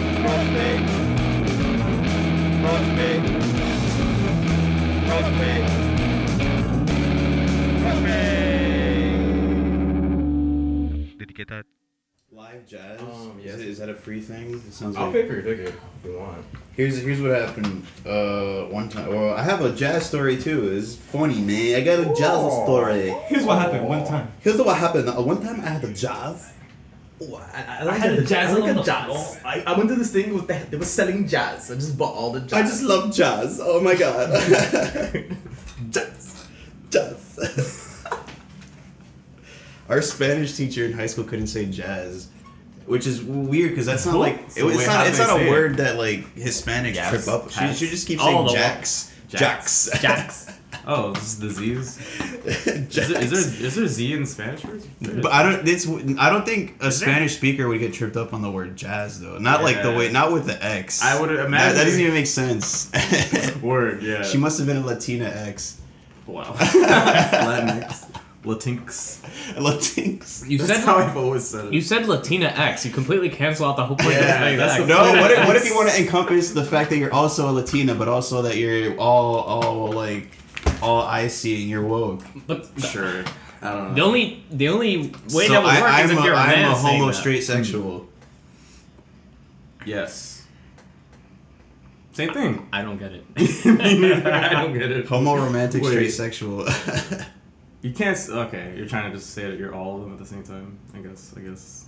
me. Trust me. Trust me. Trust me. Did you get that? Live jazz? Um, Is, yes. it, is that a free thing? It sounds I'll like. pay for your ticket if you want. Here's here's what happened uh, one time. Well, I have a jazz story too. It's funny, man. I got a jazz Aw. story. Here's what happened one time. Here's what happened. Uh, One time I had a jazz. Oh, I, I, I like had the- a jazz I like on the the jazz. I, I went to this thing with they, they were selling jazz. I just bought all the jazz. I just love jazz. Oh my god. jazz. Jazz. Our Spanish teacher in high school couldn't say jazz, which is weird because that's not Cool. like it, So it's wait, how not do it's they not say a it? word that like Hispanics Jazz? trip up. She, Jazz? she just keeps Oh, saying the- jacks. Jacks. Jacks. Jacks. Oh, this is disease. Jacks. is there Z in Spanish words? But I don't. It's. I don't think a Spanish speaker would get tripped up on the word jazz, though. Not like the Yeah. way. Not with the X. I would That- That, imagine- doesn't even make sense. Word, yeah. she must have been a Latina X. wow. Latinx. Latinx. Latinx. You That's said how I've always said it. you said Latina X. You completely cancel out the whole point Yeah, of saying that's X. the No. Latinx. What if, what if you want to encompass the fact that you're also a Latina, but also that you're all all like all icy and you're woke? But the, sure. I don't know. the only the only way so that would work I, is I'm if a, you're a man I'm a saying homo that. straight sexual. Yes. Same thing. I don't get it. I don't get it. Homo romantic Wait. straight sexual. You can't. s- Okay, you're trying to just say that you're all of them at the same time. I guess. I guess.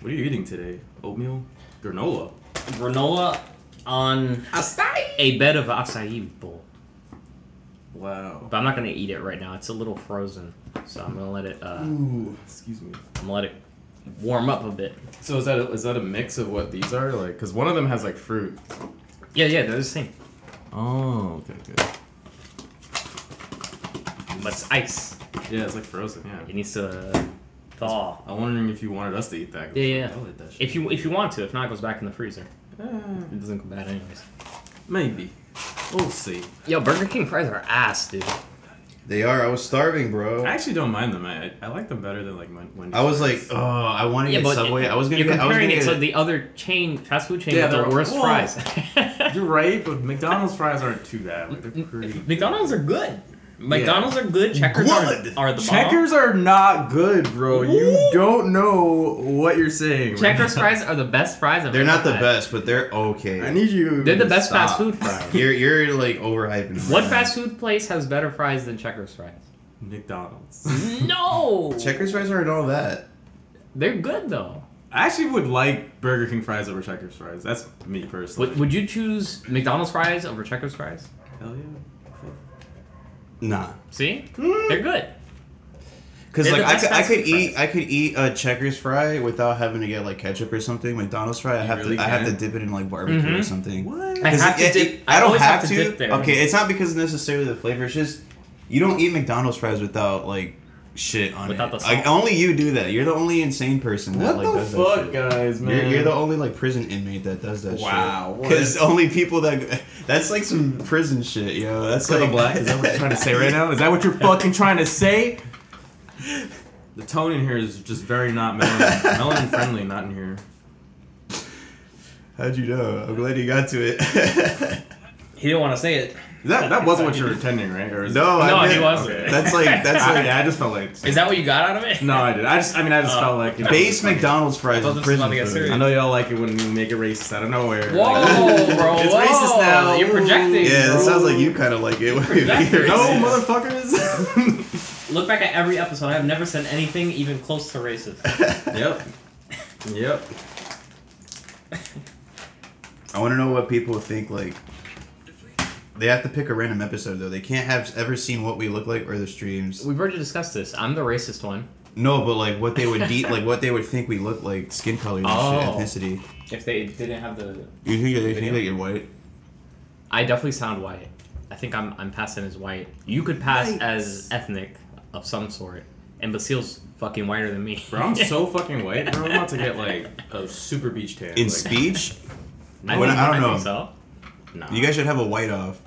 What are you eating today? Oatmeal, granola. Granola on a bed of acai bowl. Wow. But I'm not gonna eat it right now. It's a little frozen, so I'm gonna let it. Uh, I'm Ooh. Excuse me. gonna let it warm up a bit. So is that a, is that a mix of what these are like? Because one of them has like fruit. Yeah, yeah, they're the same, Oh, okay, good. but it's ice. Yeah, it's like frozen. It Yeah. needs to uh, thaw. I'm wondering if you wanted us to eat that. Yeah, yeah. I'll eat "Oh, that shit. If you if you want to, if not, it goes back in the freezer. Eh, It doesn't go bad anyways. maybe. We'll see. Yo, Burger King fries are ass, dude. They are. I was starving, bro. I actually don't mind them. I I- I like them better than like Wen- Wendy's. I was like, oh, I want to Yeah, get but Subway. I was gonna. you're get, I was comparing gonna it get- to the other chain, fast food chain Yeah, with the they're- worst Whoa. fries. You're right, but McDonald's fries aren't too bad. Like, Mm, they're pretty. McDonald's are good. McDonald's are good. Checkers Good. Are, are the bomb. Checkers are not good, bro. You Ooh. don't know what you're saying. right Checkers now. fries are the best fries I've They're ever not the had. best, but they're I okay. need you. They're the to best fast stop. food fries. You're you're like overhyping. them what right fast food place has better fries than Checkers fries? McDonald's. No, now. Checkers fries aren't all that. they're good though. I actually would like Burger King fries over Checkers fries. That's me personally. Would, would you choose McDonald's fries over Checkers fries? Hell yeah. Fuck. Nah, See, Hmm. they're good. because They're like the I best could, I fast could food eat fries. I could eat a Checkers fry without having to get like ketchup or something. McDonald's fry, I You have really to I have to can? dip it in like barbecue or Mhm. something. What? I 'Cause have to it- dip- it- I I don't always have have to. to dip there. Okay, it's not because necessarily the flavor. It's just you don't eat McDonald's fries without like shit on Without it. the Like salt. only you do that. You're the only insane person that What like does the that fuck, shit. guys, You're, man? you're the only like prison inmate that does that Wow, what? Because only people that that's like some prison shit, yo. That's Cut like the black. Is that what you're trying to say right now? Is that what you're fucking trying to say? The tone in here is just very not melanin, melanin friendly. Not in here. How'd you know? I'm glad you got to it. He didn't want to say it. That that wasn't what you were intending, right? Or is no, no, I he meant- wasn't. okay. That's like that's I, like I just felt like Is that what you got out of it? no, I did. I just I mean I just Uh, felt like you know, base it's like- McDonald's I fries thought is this was about prison to get food. serious. I know y'all like it when you make it racist out of nowhere. Whoa, bro! it's whoa. racist now. You're Ooh. projecting. Yeah, it bro. sounds like you kind of like it. when you hear it. No Racist. motherfuckers. Look back at every episode. I have never said anything even close to racist. yep. Yep. I want to know what people think. Like, they have to pick a random episode though. They can't have ever seen what we look like or the streams. We've already discussed this. I'm the racist one. No, but like what they would de- like what they would think we look like, skin color, and Oh. shit, ethnicity. If they didn't have the, You think they think Video? that you're white? I definitely sound white. I think I'm I'm passing as white. You could pass Yikes. as ethnic of some sort, and Basile's fucking whiter than me. Bro, I'm so fucking white, bro. I'm about to get like a super beach tan. In like, speech, I, When- think, I don't I know. think so. nah. you guys should have a white off.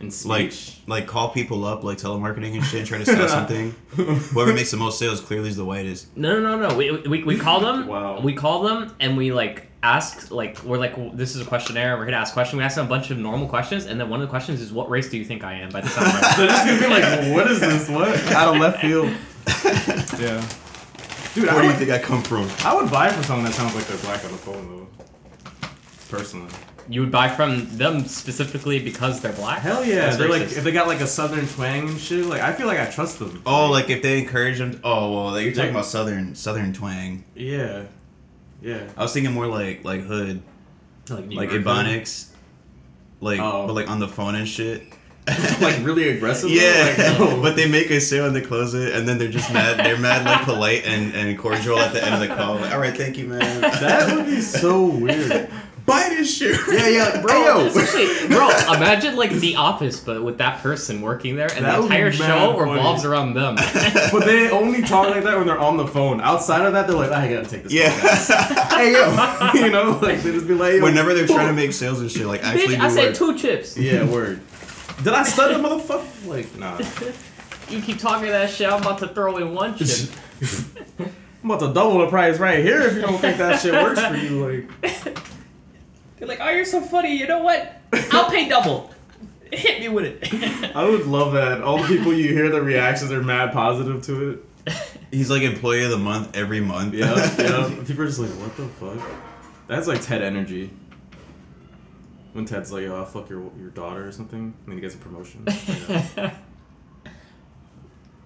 and speech. Like, like call people up, like telemarketing and shit, try to sell something. Whoever makes the most sales clearly is the whitest. No, no, no, no. We, we, we call them. Wow. We call them and we like ask like we're like "Well, this is a questionnaire. We're here to ask questions. We ask them a bunch of normal questions, and then one of the questions is, "What race do you think I am?" By the time They're just gonna be like, what is this? What? Out of left field. Yeah. Dude, Where I would, do you think I come from? I would buy for someone that sounds like they're black on the phone, though. Personally. you would buy from them specifically because they're black. Hell yeah. That's They're like, racist. if they got like a southern twang and shit, like, I feel like I trust them. Oh, like if they encourage them. To, oh, well, like, you're talking Yeah. about southern southern twang. Yeah. Yeah. I was thinking more like like hood, like, New like York. Ebonics, like Oh. but like on the phone and shit. like, really aggressive? Yeah, Like, no. but they make a sale and they close it, and then they're just mad. They're mad, like polite and, and cordial at the end of the call. Like, all right, thank you, man. that would be so weird. buy this shit. Yeah, yeah, bro. Bro, especially- bro, imagine like The Office, but with that person working there, and That the would be entire mad show funny. revolves around them. But they only talk like that when they're on the phone. Outside of that, they're like, I gotta take this. call, guys." Yeah. Hey yo, you know, like they just be like, yo. Whenever they're trying to make sales and shit, like actually Bitch, do I said work. two chips. Yeah, word. Did I stutter, motherfucker? Like, nah. You keep talking that shit, I'm about to throw in one chip. I'm about to double the price right here if you don't think that shit works for you. Like, They're like, oh, you're so funny. You know what? I'll pay double. Hit me with it. I would love that. All the people you hear, the reactions are mad positive to it. He's like employee of the month every month. Yeah, yeah. People are just like, what the fuck? That's like Ted energy. When Ted's like, oh, I'll fuck your your daughter or something, and then he gets a promotion. Yeah.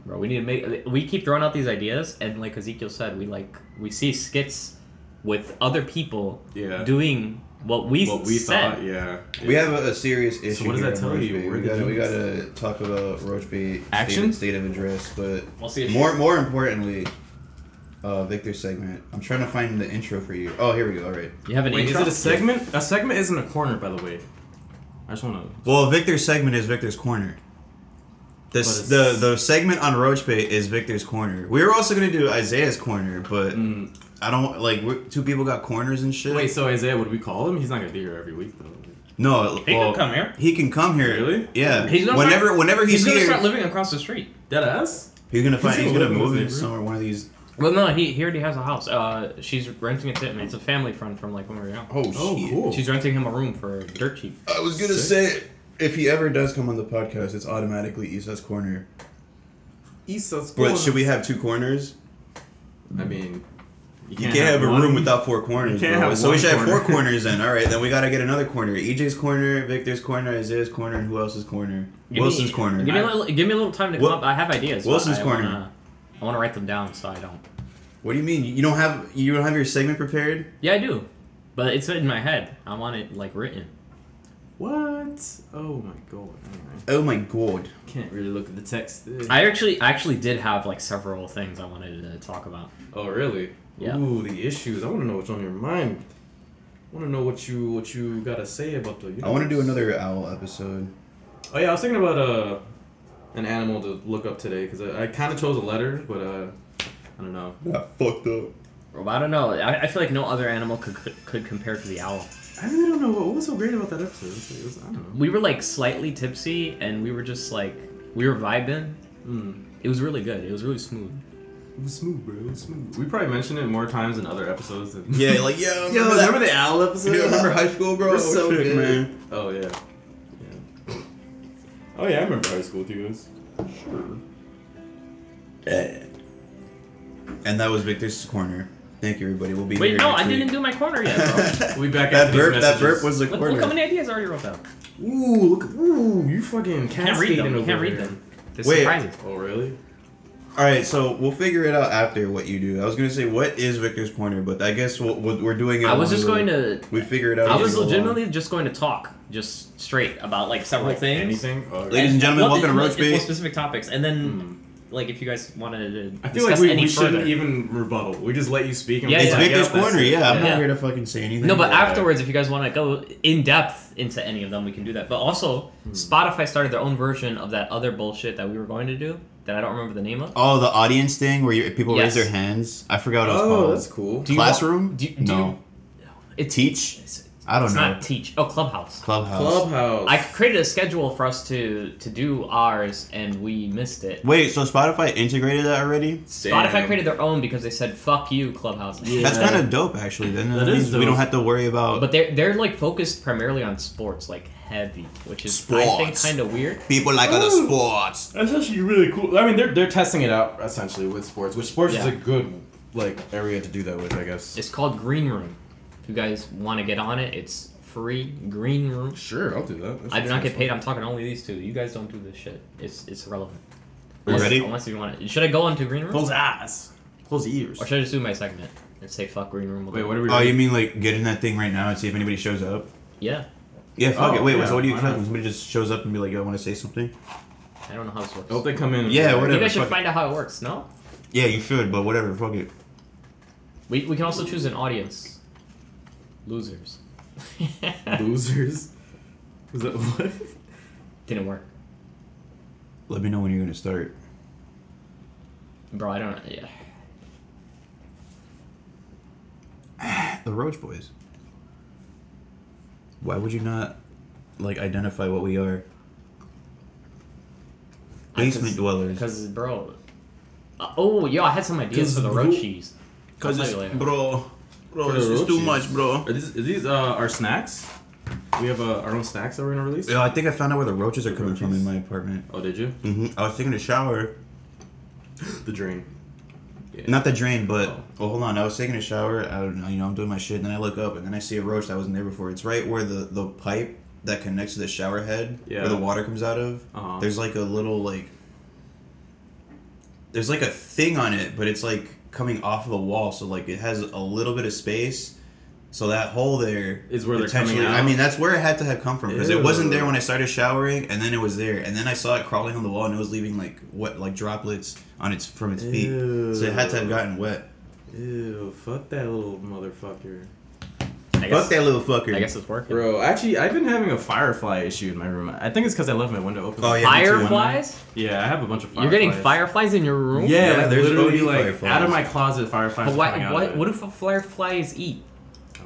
Bro, we need to make. We keep throwing out these ideas, and like Ezekiel said, we like we see skits with other people Yeah. doing what we what we said. thought, yeah. We have a, a serious issue. what does here that on tell roach you? bait. Where We did gotta, you- we gotta talk about roach bait Action? state, state of address, but We'll see if- more more importantly, uh, Victor's segment. I'm trying to find the intro for you. Oh, here we go. All right. You have an Wait, is intro? it a segment? A segment isn't a corner, by the way. I just want to. Well, Victor's segment is Victor's corner. This But the it's- the segment on roach bait is Victor's corner. We were also gonna do Isaiah's corner, but Mm. I don't like we're, two people got corners and shit. Wait, so Isaiah, would we call him? He's not gonna be here every week though. no, He can well, come here. He can come here. Really? Yeah. He's gonna whenever start- whenever he's, He's gonna here, start living across the street. Dead ass. he's gonna find He's he's gonna gonna live in move his in neighborhood. somewhere. One of these Well, no, he, he already has a house. Uh, she's renting it to him. It's a family friend from like when we were young. Oh, Oh, shit. cool. She's renting him a room for dirt cheap. I was gonna say if he ever does come on the podcast, it's automatically Isa's corner. East Side School. But should we have two corners? I mean, You can't have, a one. room without four corners. You can't bro. have so we one should have four corner. corners then. All right, then we gotta get another corner. EJ's corner, Victor's corner, Isaiah's corner, and who else's corner? Give Wilson's me, corner. Give me, a little, give me a little time to Wil- come up. I have ideas. but Wilson's I corner. Wanna, I want to write them down so I don't. what do you mean? You don't have you don't have your segment prepared? Yeah, I do, but it's in my head. I want it like written. What? Oh my god. Anyway, Oh my god. can't really look at the text. there. I actually, I actually did have like several things I wanted to talk about. oh really? Yeah. Ooh, the issues. I want to know what's on your mind. I want to know what you what you gotta say about the. I want to do universe. another owl episode. Oh yeah, I was thinking about uh, an animal to look up today because I, I kind of chose a letter, but uh, I don't know. That fucked up. Well, I don't know. I, I feel like no other animal could, could could compare to the owl. I really don't know what, what was so great about that episode. It was, it was- I don't know. We were like slightly tipsy, and we were just like we were vibing. Mm. It was really good. It was really smooth. It was smooth, bro. It was smooth. We probably mentioned it more times in other episodes. Than... Yeah, like yo. Yo, remember that- remember the owl episode? Dude, remember high school, bro? We're Oh, so shit, good. man. Oh yeah. yeah. Oh yeah, I remember high school with you guys. Sure. And that was Victor's corner. Thank you, everybody. We'll be Wait, here. no, next I week. didn't do my corner yet. Bro. Oh. We back that after these burp. That messages. burp was the look, look corner. how many ideas I already wrote down. Ooh, look. Ooh, you fucking Can't read them. cascading You over can't read here. them. There's Wait. surprises. Oh really? All right, so we'll figure it out after what you do. I was gonna say what is Victor's corner, but I guess we'll, we'll, we're doing it. I was along just the- going to. We figure it out. I as was we go legitimately just going to talk, just straight about like several Like things. Anything? Oh, Ladies and gentlemen, Well, welcome to well, Roach it's more Bait. Specific topics, and then like if you guys wanted to I feel discuss like we, any we further. shouldn't even rebuttal. We just let you speak. And Yeah, we're It's yeah, like, Victor's yep, that's corner. it. Yeah, I'm Yeah. not here to fucking say anything. No, but Yeah. afterwards, if you guys want to go in depth into any of them, we can do that. But also, Hmm. Spotify started their own version of that other bullshit that we were going to do that I don't remember the name of. oh, the audience thing where you, people Yes. raise their hands. I forgot what it was Oh, called. that's cool. Do you Classroom? want- do you- do no. you- It's Teach? it's- I don't It's know. not teach. Oh, Clubhouse. Clubhouse. Oh. Clubhouse. I created a schedule for us to to do ours, and we missed it. Wait, so Spotify integrated that already? Spotify created their own because they said "fuck you, Clubhouse." Yeah. That's kind of dope, actually. Then That at is least we don't dope. have to worry about But they're they're like focused primarily on sports, like heavy, which is I think Sports. kind of weird. people like other Ooh. sports. That's actually really cool. I mean, they're they're testing it out essentially with sports, which sports is Yeah. a good like area to do that with, I guess. It's called Green Room. If you guys want to get on it, it's free. Green Room. sure, I'll do that. that I sounds do not get fun. paid. I'm talking only these two. You guys don't do this shit. It's it's irrelevant. Are you Unless- ready? Unless you want it. Should I go on to Green Room? Close eyes. Close ears. Or should I just do my segment and say fuck Green Room? Wait, what are we? Oh, doing? you mean like get in that thing right now and see if anybody shows up? Yeah. Yeah, fuck Oh, it. Wait, yeah, so what do you why expect? not? when Somebody just shows up and be like, "Yo, I want to say something." I don't know how this works. I hope they come in. and- Yeah, you whatever. guys should fuck it. find out how it works, no? Yeah, you should, but whatever. Fuck it. We, we can also choose an audience. Losers. Losers. Was that what? Didn't work. Let me know when you're gonna start. Bro, I don't Yeah. The Roach Boys. Why would you not like identify what we are? Basement dwellers. Because, bro. Uh, oh, yo, I had some ideas 'Cause for the bro- Roachis. I'll tell you later. bro, bro, For the roaches. Are these, are these uh, our snacks? We have uh, our own snacks that we're gonna release. Yeah, I think I found out where the roaches are coming from roaches. in my apartment. Oh, did you? hmm I was taking a shower, The dream. Yeah. not the drain, but Oh. well, hold on. I was taking a shower. I don't know, you know, I'm doing my shit. And then I look up, and then I see a roach that wasn't there before. It's right where the the pipe that connects to the shower head, Yeah. where the water comes out of. Uh-huh. There's like a little like, there's like a thing on it, but it's like coming off of the wall, so like it has a little bit of space. So that hole there Is where they're potentially- coming out? I mean, that's where it had to have come from because it wasn't there Ew. when I started showering, and then it was there, and then I saw it crawling on the wall, and it was leaving like what like droplets on its from its feet. So it had to have Ew. gotten wet. Ew! Fuck that little motherfucker. I guess, Fuck that little fucker. I guess it's working. Bro, actually, I've been having a firefly issue in my room. I think it's because I left my window open. Oh, yeah. Fireflies? Yeah, I have a bunch of fireflies. You're getting fireflies in your room? Yeah, Yeah, like there's literally, OD like fireflies. out of my closet, fireflies. But are coming why, out what, of what it. if fireflies eat?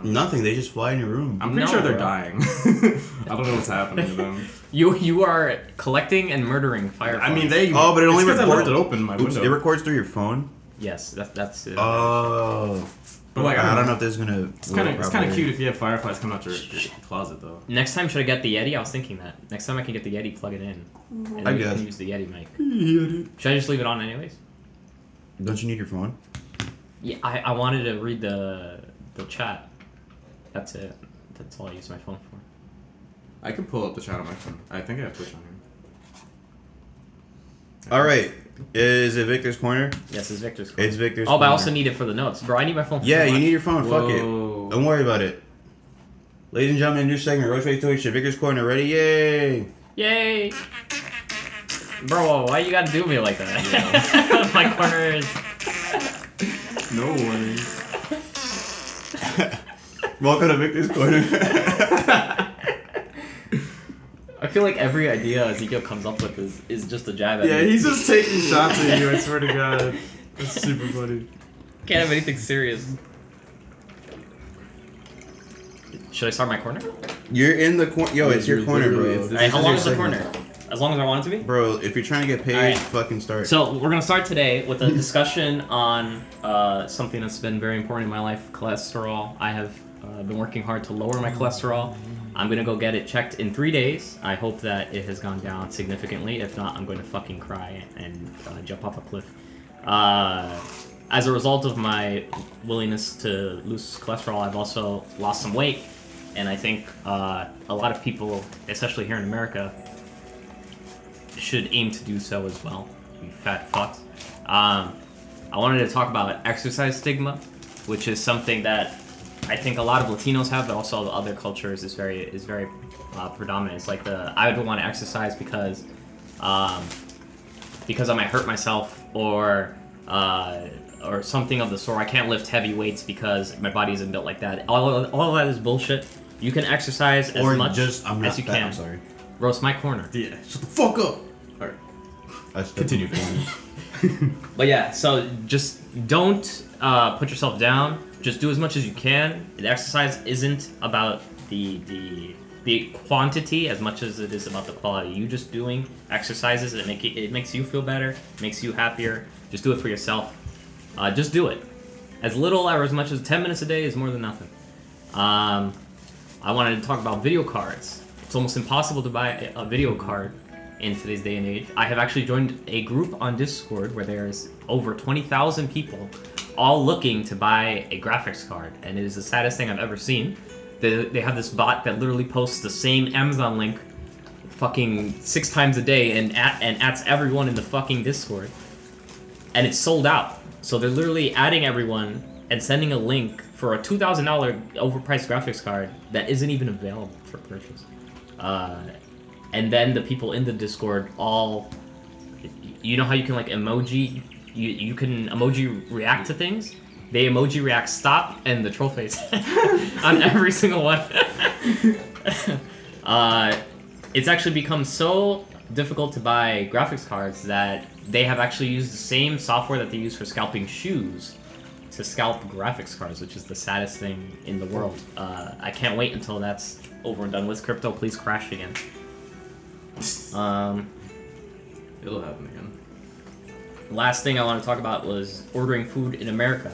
Nothing. They just fly in your room. I'm pretty No, sure they're bro. dying. I don't know what's happening to them. You you are collecting and murdering fireflies. I mean, they. Oh, but it it's only 'cause I records left it open. My Oops, window. it records through your phone. yes, that, that's it. Uh, Oh, but like, I don't know if there's gonna. It's kind of it's kind of cute if you have fireflies coming out your, your closet though. Next time, should I get the Yeti? I was thinking that. Next time, I can get the Yeti, plug it in, and I then we guess. can use the Yeti mic. Should I just leave it on anyways? Don't you need your phone? Yeah, I, I wanted to read the the chat. That's it. That's all I use my phone for. I can pull up the chat on my phone. I think I have Twitch on here. All right. Is it Victor's corner? Yes, it's Victor's. Call. It's Victor's. oh, but I corner. also need it for the notes, bro. I need my phone. For Yeah, so you much. need your phone. Fuck it. Whoa. Don't worry about it. Ladies and gentlemen, new segment, Roach Race Twitch, Victor's Corner. Ready? Yay! Yay. Bro, why you gotta do me like that? my corner is. No warning. Welcome to Victor's Corner. I feel like every idea Ezekiel comes up with is, is just a jab at Yeah, me. he's just taking shots at you. I swear to God, that's super funny. Can't have anything serious. Should I start my corner? You're in the corner. Yo, it's your You're corner, bro. literally- it's- This Alright, how long your is the segment. corner? As long as I want it to be? Bro, if you're trying to get paid, Alright. fucking start. So we're gonna start today with a discussion on uh, something that's been very important in my life: cholesterol. I have uh, been working hard to lower my cholesterol. I'm gonna go get it checked in three days. I hope that it has gone down significantly. If not, I'm going to fucking cry and uh, jump off a cliff. Uh, as a result of my willingness to lose cholesterol, I've also lost some weight, and I think uh, a lot of people, especially here in America, should aim to do so as well. You fat fucks. Um, I wanted to talk about exercise stigma, which is something that I think a lot of Latinos have, but also the other cultures is very is very uh, predominant. It's like the I don't want to exercise because um, because I might hurt myself or uh, or something of the sort. I can't lift heavy weights because my body isn't built like that. All all that is bullshit. You can exercise as or much just, I'm not as you fat, can. I'm sorry. Roast my corner. Yeah, shut the fuck up. All right, I still- continue. But yeah, so just don't uh, put yourself down. Just do as much as you can. The exercise isn't about the the the quantity as much as it is about the quality. You just doing exercises that make it, it makes you feel better, makes you happier. Just do it for yourself. Uh, just do it. As little or as much as ten minutes a day is more than nothing. Um, I wanted to talk about video cards. It's almost impossible to buy a a video card in today's day and age. I have actually joined a group on Discord where there's over 20,000 people all looking to buy a graphics card, and it is the saddest thing I've ever seen. They, they have this bot that literally posts the same Amazon link fucking six times a day and at, and adds everyone in the fucking Discord and it's sold out. So they're literally adding everyone and sending a link for a two thousand dollar overpriced graphics card that isn't even available for purchase. Uh, and then the people in the Discord all, you know how you can like emoji, you you can emoji react to things. They emoji react stop and the troll face on every single one. uh, it's actually become so difficult to buy graphics cards that they have actually used the same software that they use for scalping shoes to scalp graphics cards, which is the saddest thing in the world. Uh, I can't wait until that's over and done with. Crypto, please crash again. Um, It'll happen again. last thing I want to talk about was ordering food in America.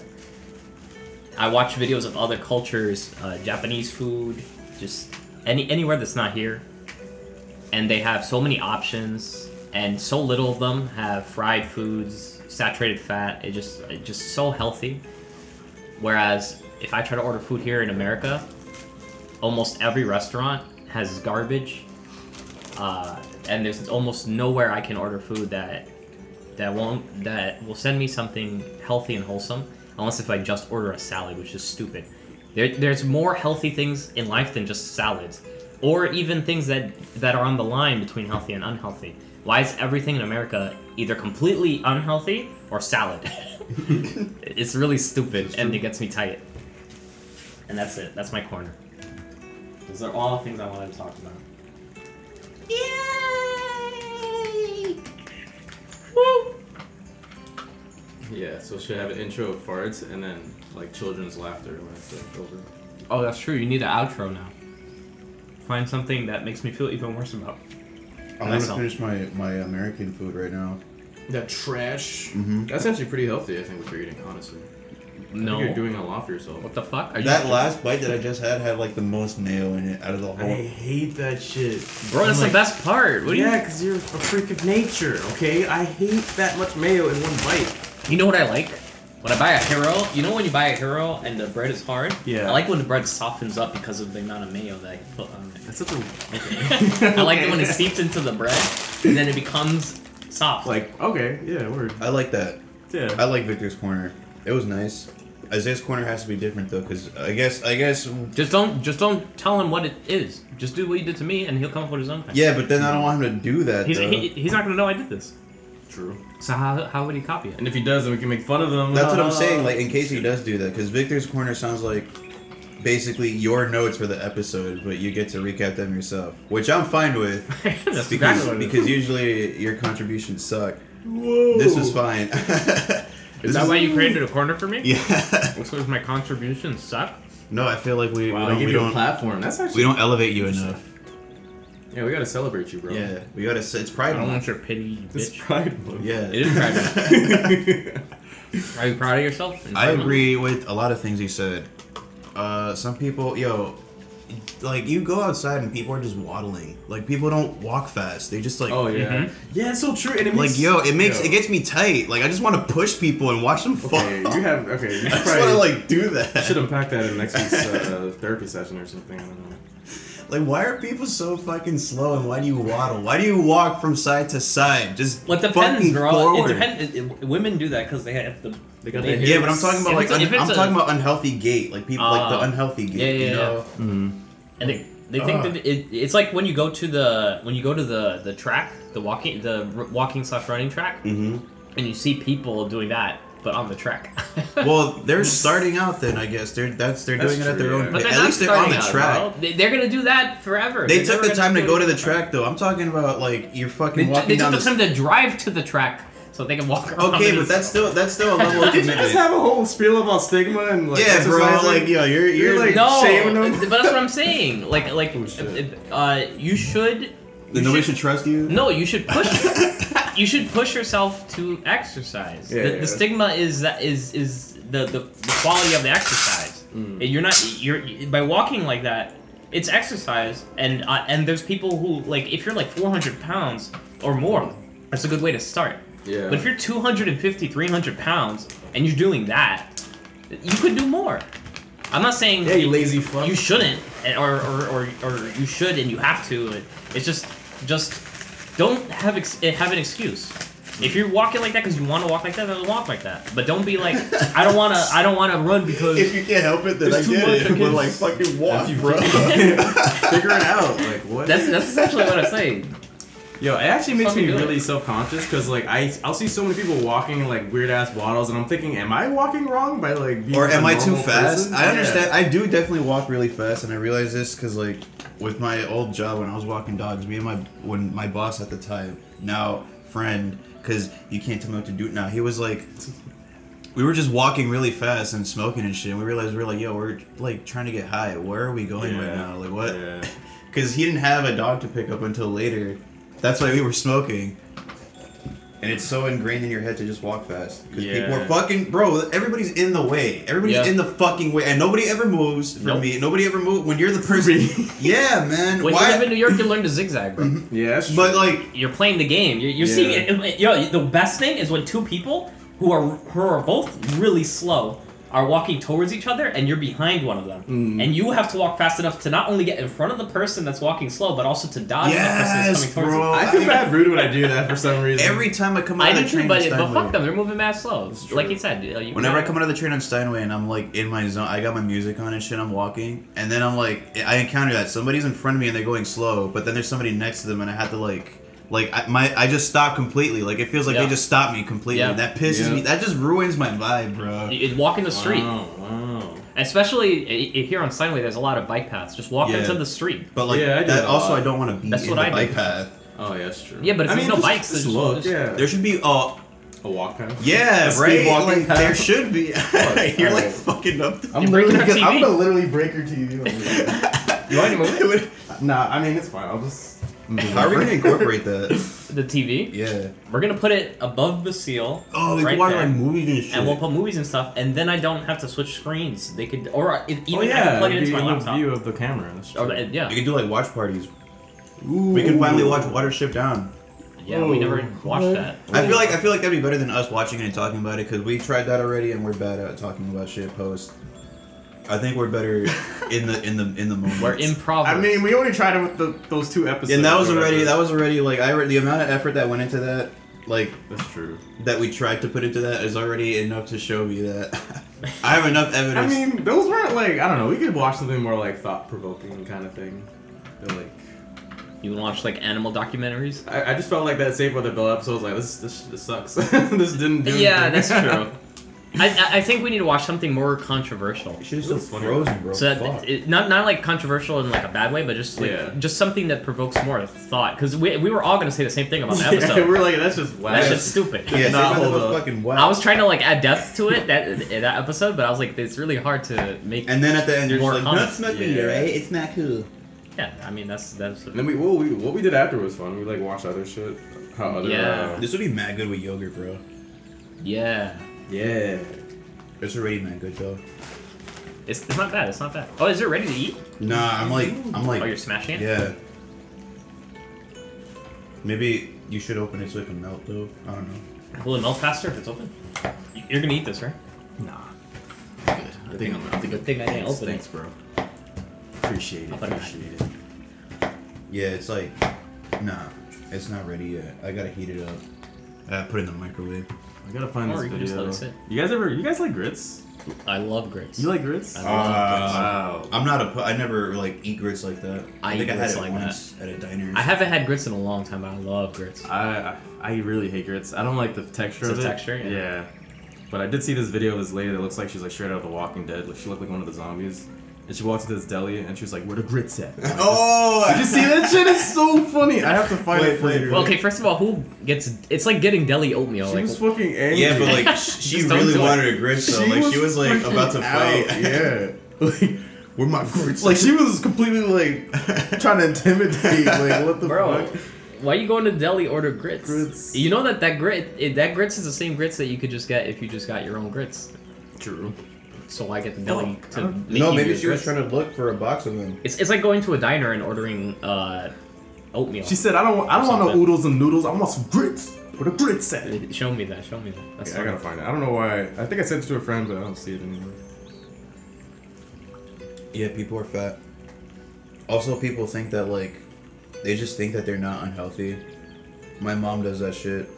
I watch videos of other cultures, uh, Japanese food, just any anywhere that's not here, and they have so many options, and so little of them have fried foods, saturated fat. It just it just so healthy. Whereas if I try to order food here in America, almost every restaurant has garbage, uh, and there's almost nowhere I can order food that that won't that will send me something healthy and wholesome unless if i just order a salad which is stupid there, there's more healthy things in life than just salads or even things that that are on the line between healthy and unhealthy why is everything in america either completely unhealthy or salad it's really stupid and it gets me tight and that's it that's my corner those are all things i wanted to talk about Yeah, so should have an intro of farts and then like children's laughter when it's like over. Oh, that's true. You need an outro now. Find something that makes me feel even worse about. I'm gonna Myself. finish my my American food right now. That trash. Mhm. That's actually pretty healthy, I think, what you're eating, honestly. I No. think you're doing a lot for yourself. what the fuck? Are you That last bite that I just had had like the most mayo in it out of the whole. hate that shit. Bro, that's I'm the best part. What do yeah, because you're a freak of nature, okay? I hate that much mayo in one bite. you You know what I like? When I buy a hero, you know when you buy a hero and the bread is hard? Yeah. I like when the bread softens up because of the amount of mayo that I put on it. That's such a. I like it when it seeps into the bread and then it becomes soft. Like, okay, yeah, word. I like that. Yeah. I like Victor's corner. It was nice. Isaiah's corner has to be different though, because I guess I guess just don't just don't tell him what it is. Just do what you did to me and he'll come up with his own thing. yeah, but then I don't want him to do that. He's, though. he, he's not gonna know I did this. True. So how, how would he copy it? And if he does, then we can make fun of him. That's what I'm Ah. saying. Like in case he does do that, because Victor's corner sounds like basically your notes for the episode, but you get to recap them yourself, which I'm fine with. That's because, exactly what it is. because usually your contributions suck. Whoa. This was fine. Is This that why you created a corner for me? Yeah. So if my contributions suck? No, I feel like we, Wow, we I don't give we you a don't, platform. That's actually. we don't elevate you enough. Yeah, we gotta celebrate you, bro. Yeah, we gotta. s- It's pride. I don't month. want your pity, you It's bitch. Pride Month. Yeah, It is pride month. Are you proud of yourself? I agree with a lot of things you said. Uh, some people, yo, like you go outside and people are just waddling. Like people don't walk fast. They just like. Oh yeah. Mm-hmm. Yeah, it's so true. And it Like makes, yo, it makes Yo. it gets me tight. Like I just want to push people and watch them fall. Okay, you have okay. You I just want to probably like do should that. unpack that in next week's uh, therapy session or something. I don't know. Like why are people so fucking slow and why do you waddle? Why do you walk from side to side? Just What depends, fucking bro? It forward. depends. It, it- women do that because they have the. They got the Yeah, but I'm talking about If like it's a- un- if it's I'm a- talking about unhealthy gait, like people like the Ah. unhealthy gait. Yeah, yeah, you yeah. know? Mm-hmm. And they, they think Ah. that it, it's like when you go to the when you go to the the track, the walking the r- walking slash running track, Mm-hmm. and you see people doing that, but on the track. Well, they're starting out then, I guess. They're that's they're That's doing it at true, their own. yeah. pace. but they're At not least they're on the starting out, track. bro. They, they're gonna do that forever. They They're took the never time to gonna go to do the that. track, though. I'm talking about like you're fucking They, walking they took down the the time to drive to the track so they can walk around. Okay, in but a that's still that's still a level of Did you just commitment. have a whole spiel about stigma and like? Yeah, bro. exercising? Like, yo, you're you're, You're like- like no, shaming them? but that's what I'm saying. Like, like, Oh, shit. uh, you should. You nobody should trust you. No, you should push. you should push yourself to exercise. Yeah, the, yeah, the yeah. stigma is that is is the, the, the quality of the exercise. Mm. And You're not you're by walking like that. It's exercise, and uh, and there's people who like if you're like 400 pounds or more, that's a good way to start. Yeah. But if you're 250, 300 pounds, and you're doing that, you could do more. I'm not saying Yeah, you lazy fuck. you shouldn't, and- or or, or or you should and you have to. It- It's just just don't have ex- eh, have an excuse. If you're walking like that because you want to walk like that, then walk like that. But don't be like, I don't want to. I don't want to run because If you can't help it, then There's I too get much it. But against- like, fucking walk, If you- bro. figure it out. Like what? that's that's essentially what I'm saying. Yo, it actually makes Fucking me do it. really self conscious because like I I'll see so many people walking in, like weird ass waddles, and I'm thinking, am I walking wrong by like being or am I I too fast? I understand. I do definitely walk really fast, and I realize this because, like, with my old job when I was walking dogs, me and my when my boss at the time, now friend, because you can't tell me what to do now. He was like, we were just walking really fast and smoking and shit, and we realized we were like, yo, we're like trying to get high. Where are we going right now? Like, what? Yeah. Because he didn't have a dog to pick up until later. That's why we were smoking. And it's so ingrained in your head to just walk fast. Because people are Yeah. fucking. Bro, everybody's in the way. Everybody's Yeah. in the fucking way. And nobody ever moves for Nope. me. Nobody ever moves. When you're the person. yeah, man. When why? Mm-hmm. you live in New York, you learn to zigzag, bro. Yeah, that's true. but, like, You're playing the game. You're, you're Yeah. seeing it- it. Yo, the best thing is when two people who are who are both really slow are walking towards each other, and you're behind one of them, Mm. and you have to walk fast enough to not only get in front of the person that's walking slow, but also to dodge that person yes, that's coming towards bro. you. I feel bad rude when I do that for some reason. Every time I come out I of do the train too, on but, but Steinway. fuck them. They're moving mad slow. true. Like you said, you- you- Whenever I come out of the train on Steinway and I'm like in my zone, I got my music on and shit. I'm walking, and then I'm like, I encounter that somebody's in front of me and they're going slow, but then there's somebody next to them, and I have to like, like I, my, I just stop completely. Like it feels like Yeah. they just stopped me completely. Yeah. and That pisses Yeah. me. That just ruins my vibe, bro. you you walk in the street, Wow, wow. especially i- i- here on Steinway. There's a lot of bike paths. Just walk Yeah. into the street. But like, Yeah, I do that, that a also lot. I don't want to be That's in what the I do. bike path. Oh yeah, that's true. Yeah, but if I there's mean, no just- bikes, just there's- look. there's- Yeah, There should be, oh, a walk path. yeah, A right. speed walking Like, there path. should be. You're like Alright. fucking up. The- I'm You're breaking literally our gonna, TV. I'm gonna literally break your TV. over here. You want to move nah, I mean it's fine. I'll just. How are we gonna incorporate that? the TV? Yeah. We're gonna put it above the seal. Oh, like right why there. like movies and shit? and we'll put movies and stuff, and then I don't have to switch screens. They could, or if, even Oh I can yeah, plug it it'd into be my in the laptop. view of the camera. That's true. Or, uh, yeah, You can do like watch parties. We can finally watch Watership Down. yeah, we Oh, never watched that. I feel like I feel like that'd be better than us watching it and talking about it because we tried that already and we're bad at talking about shit post. I think we're better in the in the in the moment. We're improv. I mean, we only tried it with the, those two episodes. and that was or already whatever. that was already like I re- the amount of effort that went into that like That's true. that we tried to put into that is already enough to show me that I have enough I evidence. mean, those weren't like I don't know. We could watch something more like thought provoking kind of thing. But, like you can watch like animal documentaries. I, I just felt like that Save by the Bell episode was like this this, this sucks. this didn't do. Yeah, that's anything. true. I- I, I think we need to watch something more controversial. shit is still It's funny. frozen, bro. So Fuck. that it, not not like controversial in like a bad way, but just like Yeah. just something that provokes more thought. Because we, we were all gonna say the same thing about the yeah, episode. we're like that's just whack. That's just stupid. yeah, Nah, Saved by the hold Bell's up. fucking whack. I was trying to like add depth to it that that episode, but I was like, it's really hard to make. and then at the end you're More just like, common. not smoking, Yeah. right? It's not cool. yeah, I mean that's that's. And then we what we what we did after was fun. We like watched other shit. How other Yeah. uh, This would be mad good with yogurt, bro. Yeah. yeah. It's already mad good though. It's, it's not bad. It's not bad. Oh, is it ready to eat? Nah, I'm like, I'm like, Oh, you're smashing it. yeah. Maybe you should open it so it can melt, though. I don't know. Will it melt faster if it's open? Y- You're gonna eat this, right? Nah. Good. I think I'm. I think Good thing I didn't open Thanks, it. bro. Appreciate it. I'll put it back. Appreciate it. Yeah, it's like, nah, it's not ready yet. I gotta heat it up. Uh, put it in the microwave. I gotta find Or this you can video. just let it sit. You guys ever? You guys like grits? I love grits. You like grits? I Uh, love grits. wow. I'm not a. pu- I never like eat grits like that. I think eat I had grits it like once at a diner. I haven't had grits in a long time, but I love grits. I I really hate grits. I don't like the texture It's of the it. texture, yeah. But I did see this video of this lady that looks like she's like straight out of The Walking Dead. Like she looked like one of the zombies. and she walked into this deli and she was like, "Where the grits at?" I'm like, Oh, Did you see that shit? It's so funny. I have to find Wait, it for wait, you. Well, okay, first of all, who gets? It's like getting deli oatmeal. She like, was fucking angry. Yeah, but like sh- she Just don't really do it. wanted a grits though. like she was like freaking about to out, fight. Yeah, like, Where my grits? like she was completely like trying to intimidate. Like what the bro, fuck? why you going to deli order grits? Grits. You know that that grit it, that grits is the same grits that you could just get if you just got your own grits. True. So why get the deli Fuck, I to don't- make no, you maybe your she was grits? trying to look for a box of them. It's, it's like going to a diner and ordering uh, oatmeal. She said, "I don't, want, I don't want no Something. oodles and noodles. I want some grits. Where the grits at?" show me that. Show me that. That's Yeah, I funny. gotta find it. I don't know why. I think I sent it to a friend, but I don't see it anymore. Yeah, people are fat. Also, people think that like they just think that they're not unhealthy. My mom does that shit.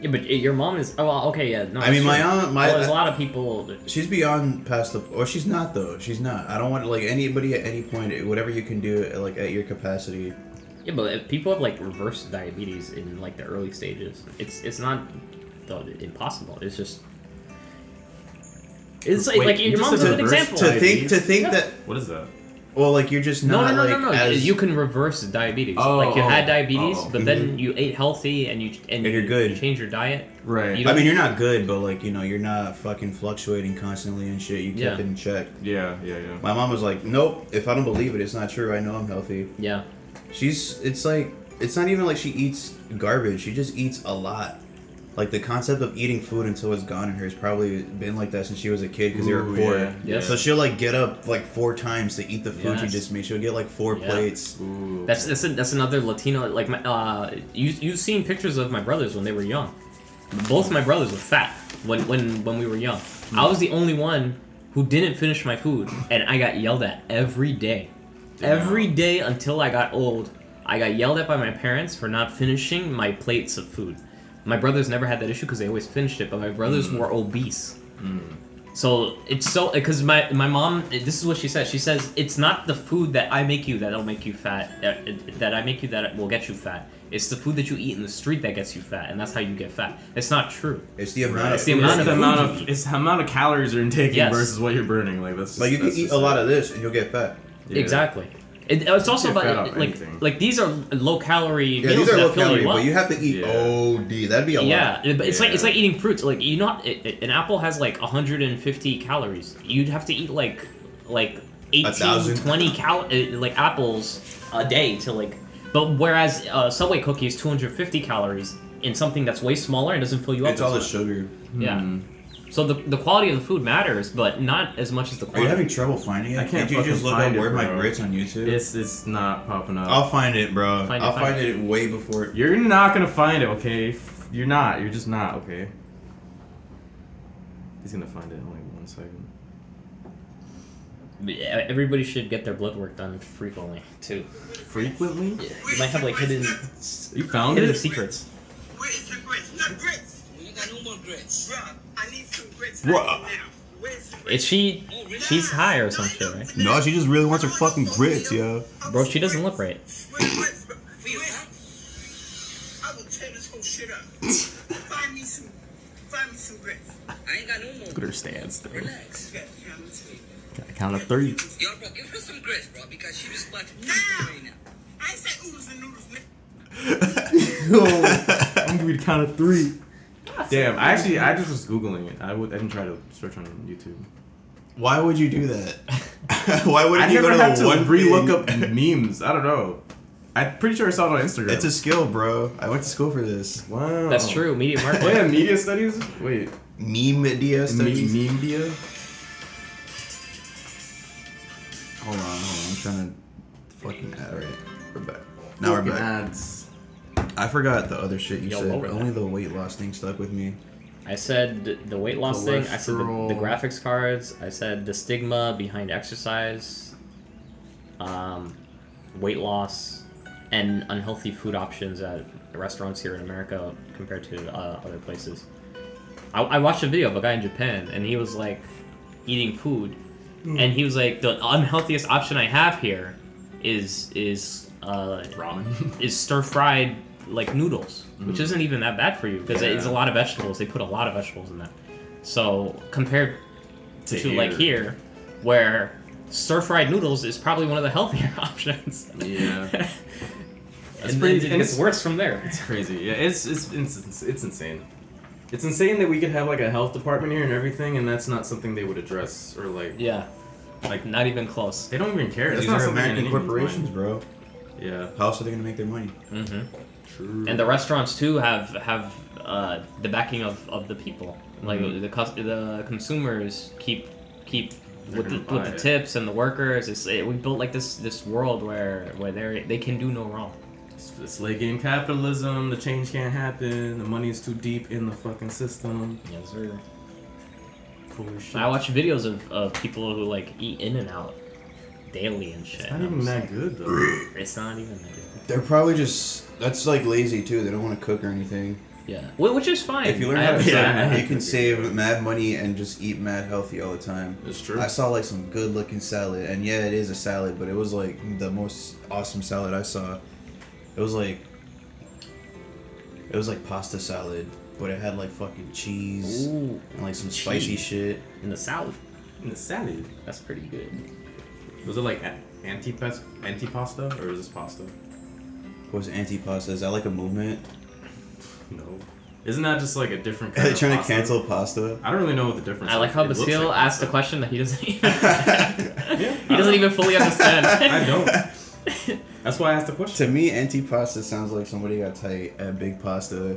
Yeah, but your mom is. Oh, well, okay, yeah. No, I mean, that's my true. aunt- my- Well, there's a lot of people. that- She's beyond past the. Or she's not though. She's not. I don't want like anybody at any point. Whatever you can do, like at your capacity. Yeah, but if people have like reverse diabetes in like the early stages. It's it's not the, impossible. It's just. It's like, Wait, like you your just mom's a said good reverse example. To think, to think Yeah. that. What is that? Well, like you're just no, not no, no, like no, no. as you can reverse diabetes. Oh, like you oh, had diabetes, oh, but then you ate healthy and you and, And you're you- good. You change your diet. Right. You I mean, you're not good, but like you know, you're not fucking fluctuating constantly and shit. You kept Yeah. it in check. yeah, yeah, yeah. My mom was like, "Nope. If I don't believe it, it's not true. I know I'm healthy." Yeah. She's. It's like. It's not even like she eats garbage. She just eats a lot. Like the concept of eating food until it's gone in her has probably been like that since she was a kid because they were Ooh, poor. yeah, yeah. So she'll like get up like four times to eat the food she Yes. just made. She'll get like four Yeah. plates. Ooh. That's that's, a, that's another Latino like my, uh you you've seen pictures of my brothers when they were young. Both my brothers were fat when when when we were young. I was the only one who didn't finish my food and I got yelled at every day. Every day until I got old, I got yelled at by my parents for not finishing my plates of food. My brothers never had that issue because they always finished it, but my brothers were obese. So it's so because my my mom. This is what she says. She says it's not the food that I make you that'll make you fat. That, that I make you that will get you fat. It's the food that you eat in the street that gets you fat, and that's how you get fat. It's not true. It's the amount Right. of the food. It's amount of the food amount you of- eat. it's the amount of calories you're intaking Yes. versus what you're burning. Like that's just, Like you can that's eat just a it. lot of this and you'll get fat. Yeah. Exactly. It, it's also You get fat about off like anything. like these are low calorie Yeah, meals these are that low fill calorie, you up. but you have to eat Yeah. OD. That'd be a lot. yeah, it- but it's like it's Yeah. like eating fruits. Like you know, it, it- an apple has like 150 calories. You'd have to eat like like 18, thousand. 20 cal uh, like apples a day to like. But whereas uh, Subway cookie is 250 calories in something that's way smaller and doesn't fill you up. It's all the as sugar. much. yeah. Mm. So the, the quality of the food matters, but not as much as the Are you quantity. having trouble finding it? I can't Did you just fucking look up find it, where my bro. grits on YouTube? It's it's not popping up. I'll find it, bro. Find it, I'll find find it way before. You're not gonna find it, okay? F- You're not. You're just not, okay? He's gonna find it in like one second. Yeah, E, Everybody should get their blood work done frequently too. Frequently? Yeah, You might have like hidden You found hidden it? secrets. Where is the grits? Not grits. You got no more grits. Bruh, I need some grits Bruh. right now. Where's the grits? Is she? She's high or some shit, right? No, she just really wants her fucking grits, yo. Bro, she doesn't look right. Where's the grits, bro? Where's- I will tear this whole shit up. find me some, find me some grits. I ain't got no more. Look at her stance, though. Relax. Yeah, I'm gonna tell you. Gotta Count of three. Yo, bro, give her some grits, bro, because she was fucking now. right now. I ain't say oodles and noodles. man. I'm gonna be the count of three. Damn, I actually, I just was Googling it. I, w- I didn't try to search on YouTube. Why would you do that? Why would I you never go to have the to one re look thing? up memes. I don't know. I'm pretty sure I saw it on Instagram. It's a skill, bro. I went to school for this. Wow. That's true. Media Oh, yeah, marketing. media studies? Wait. Meme media studies. Me- media? Hold on, hold on. I'm trying to fucking add right. We're back. Now we're Fucking back. Ads. I forgot the other shit you Yo, said. lower Only that. the weight loss thing stuck with me. I said th- the weight loss thing. I said the, the Cholesterol. graphics cards. I said the stigma behind exercise. Um, weight loss, and unhealthy food options at restaurants here in America compared to uh, other places. I, I watched a video of a guy in Japan, and he was like eating food, Hmm. and he was like, "The unhealthiest option I have here is is uh, Ramen. is stir fried like noodles, which isn't even that bad for you because it's Mm-hmm. a Yeah. lot of vegetables. They put a lot of vegetables in that. So compared to, To like here, where stir fried noodles is probably one of the healthier options. Yeah. and It's then pretty- it and gets it's- worse from there. It's crazy. Yeah, it's it's it's, it's insane. It's insane that we could have like a health department here and everything, and that's not something they would address or like. Yeah. Like not even close. They don't even care. That's These not are something in American anyone's corporations, bro. mind. Yeah. How else are they gonna make their money? Mm-hmm. hmm True. And the restaurants too have have uh, the backing of, of the people. Like Mhm. the cus- the consumers keep keep They're with the, gonna with buy the it. tips and the workers. It's, it, we built like this this world where where they they can do no wrong. It's, it's late game capitalism. The change can't happen. The money is too deep in the fucking system. Yes, sir. Holy shit. I watch videos of, of people who like eat in and out daily and shit. It's not even that good though. It's not even that good. They're probably just that's like lazy too. They don't want to cook or anything. Yeah, Wh- which is fine. If you learn I how to have- cook, yeah. you can save mad money and just eat mad healthy all the time. it's true. I saw like some good looking salad, and yeah, it is a salad, but it was like the most awesome salad I saw. It was like it was like pasta salad, but it had like fucking cheese Ooh, and like some spicy Cheese. shit. in the south, And the salad. that's pretty good. Was it like anti pasta or is this pasta? What was anti-pasta? Is that like a movement? No. Isn't that just like a different Are kind they of trying to pasta? cancel pasta? I don't really know what the difference. I is. like how It looks Basile like asked a pasta. question that he doesn't even Yeah, I he doesn't don't- even fully understand. I don't. That's why I asked the question. To me, anti-pasta sounds like somebody got tight at Big Pasta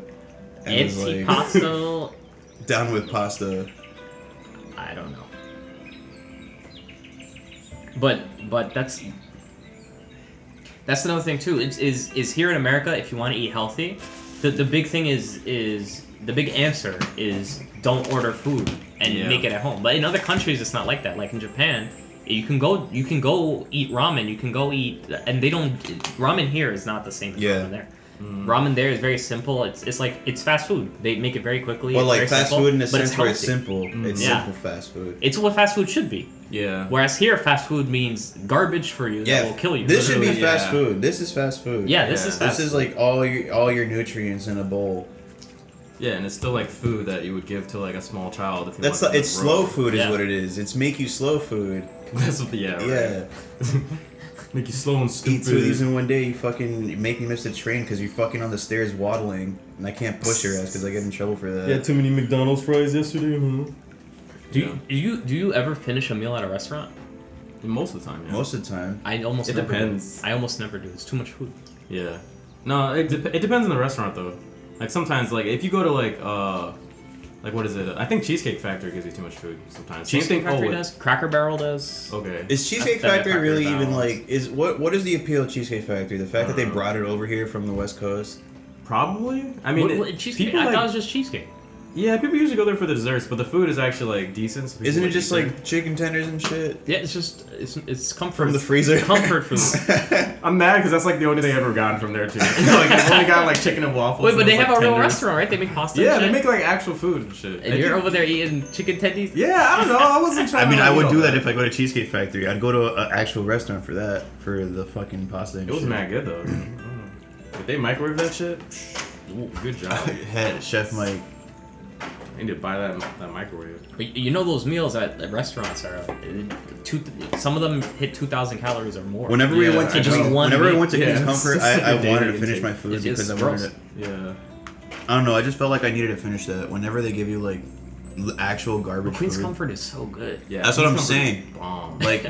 and was like Antipasto. down with pasta. I don't know. But but that's that's another thing too. It's, is is here in America if you want to eat healthy, the the big thing is is the big answer is don't order food and Yeah. make it at home. But in other countries it's not like that. Like in Japan, you can go you can go eat ramen, you can go eat and they don't ramen here is not the same as Yeah. Mm. ramen there. Ramen there is very simple. It's it's like it's fast food. They make it very quickly. Well, like it's very fast simple, food in a but sense where it's healthy. Mm-hmm. simple. It's Yeah. simple fast food. It's what fast food should be. Yeah. Whereas here, fast food means garbage for you that will kill you. This should be Literally, fast yeah. food. This is fast food. yeah, this Yeah. is fast. This is like all your all your nutrients in a bowl. Yeah, and it's still like food that you would give to like a small child if you That's want the, them it's to slow grow. food is Yeah. what it is. It's make you slow food. That's what the yeah. Yeah. Right. Make you slow and Eat two of these stupid. in one day. You fucking you make me miss the train because you're fucking on the stairs waddling, and I can't push your ass because I get in trouble for that. too many McDonald's fries yesterday. Huh? do, you, do you do you ever finish a meal at a restaurant? Most of the time, yeah. Most of the time. I almost It never do. depends. I almost never do. It's too much food. Yeah. No, it, dep it depends on the restaurant though. Like sometimes, like if you go to like uh, like what is it? I think Cheesecake Factory gives you too much food sometimes. Same Cheesecake thing- oh, Factory wait. does. Cracker Barrel does. Okay. Is Cheesecake That's Factory Factory really even Balance. like is what what is the appeal of Cheesecake Factory? The fact that they Uh, brought it over here from the West Coast. Probably. I mean, What- what- it- cheesecake. people I like, thought it was just cheesecake. yeah, people usually go there for the desserts, but the food is actually like decent. so people Isn't it would just eat there. like chicken tenders and shit Yeah, it's just it's it's comfort from the freezer? Comfort food. I'm mad because that's like the only thing I've ever gotten from there too. like I've only gotten like chicken and waffles. Wait, but and they it's, have like, a real tenders. restaurant, right? They make pasta. Yeah, and, they shit? make like actual food and shit. and I you're think- over there eating chicken tendies. Yeah, I don't know. I wasn't trying. I mean, to I eat would all do that if I go to Cheesecake Factory. I'd go to an actual restaurant for that, for the fucking pasta and It was shit. mad good though. Mm. Did they microwave that shit? Ooh, good job. Had Chef Mike. I need to buy that that microwave. But y- You know those meals at, at restaurants are uh, two. Some of them hit two thousand calories or more. Whenever we Yeah, went to I Queen- just want whenever I meat. went to Yeah, Queen's it's Comfort, just like a I, I wanted to daily finish my intake. food It's because just I gross. wanted. To, Yeah. I don't know. I just felt like I needed to finish that. Whenever they give you like l- actual garbage Queen's food, Comfort is so good. Yeah. That's what I'm Cheese saying. comfort is Bomb. like.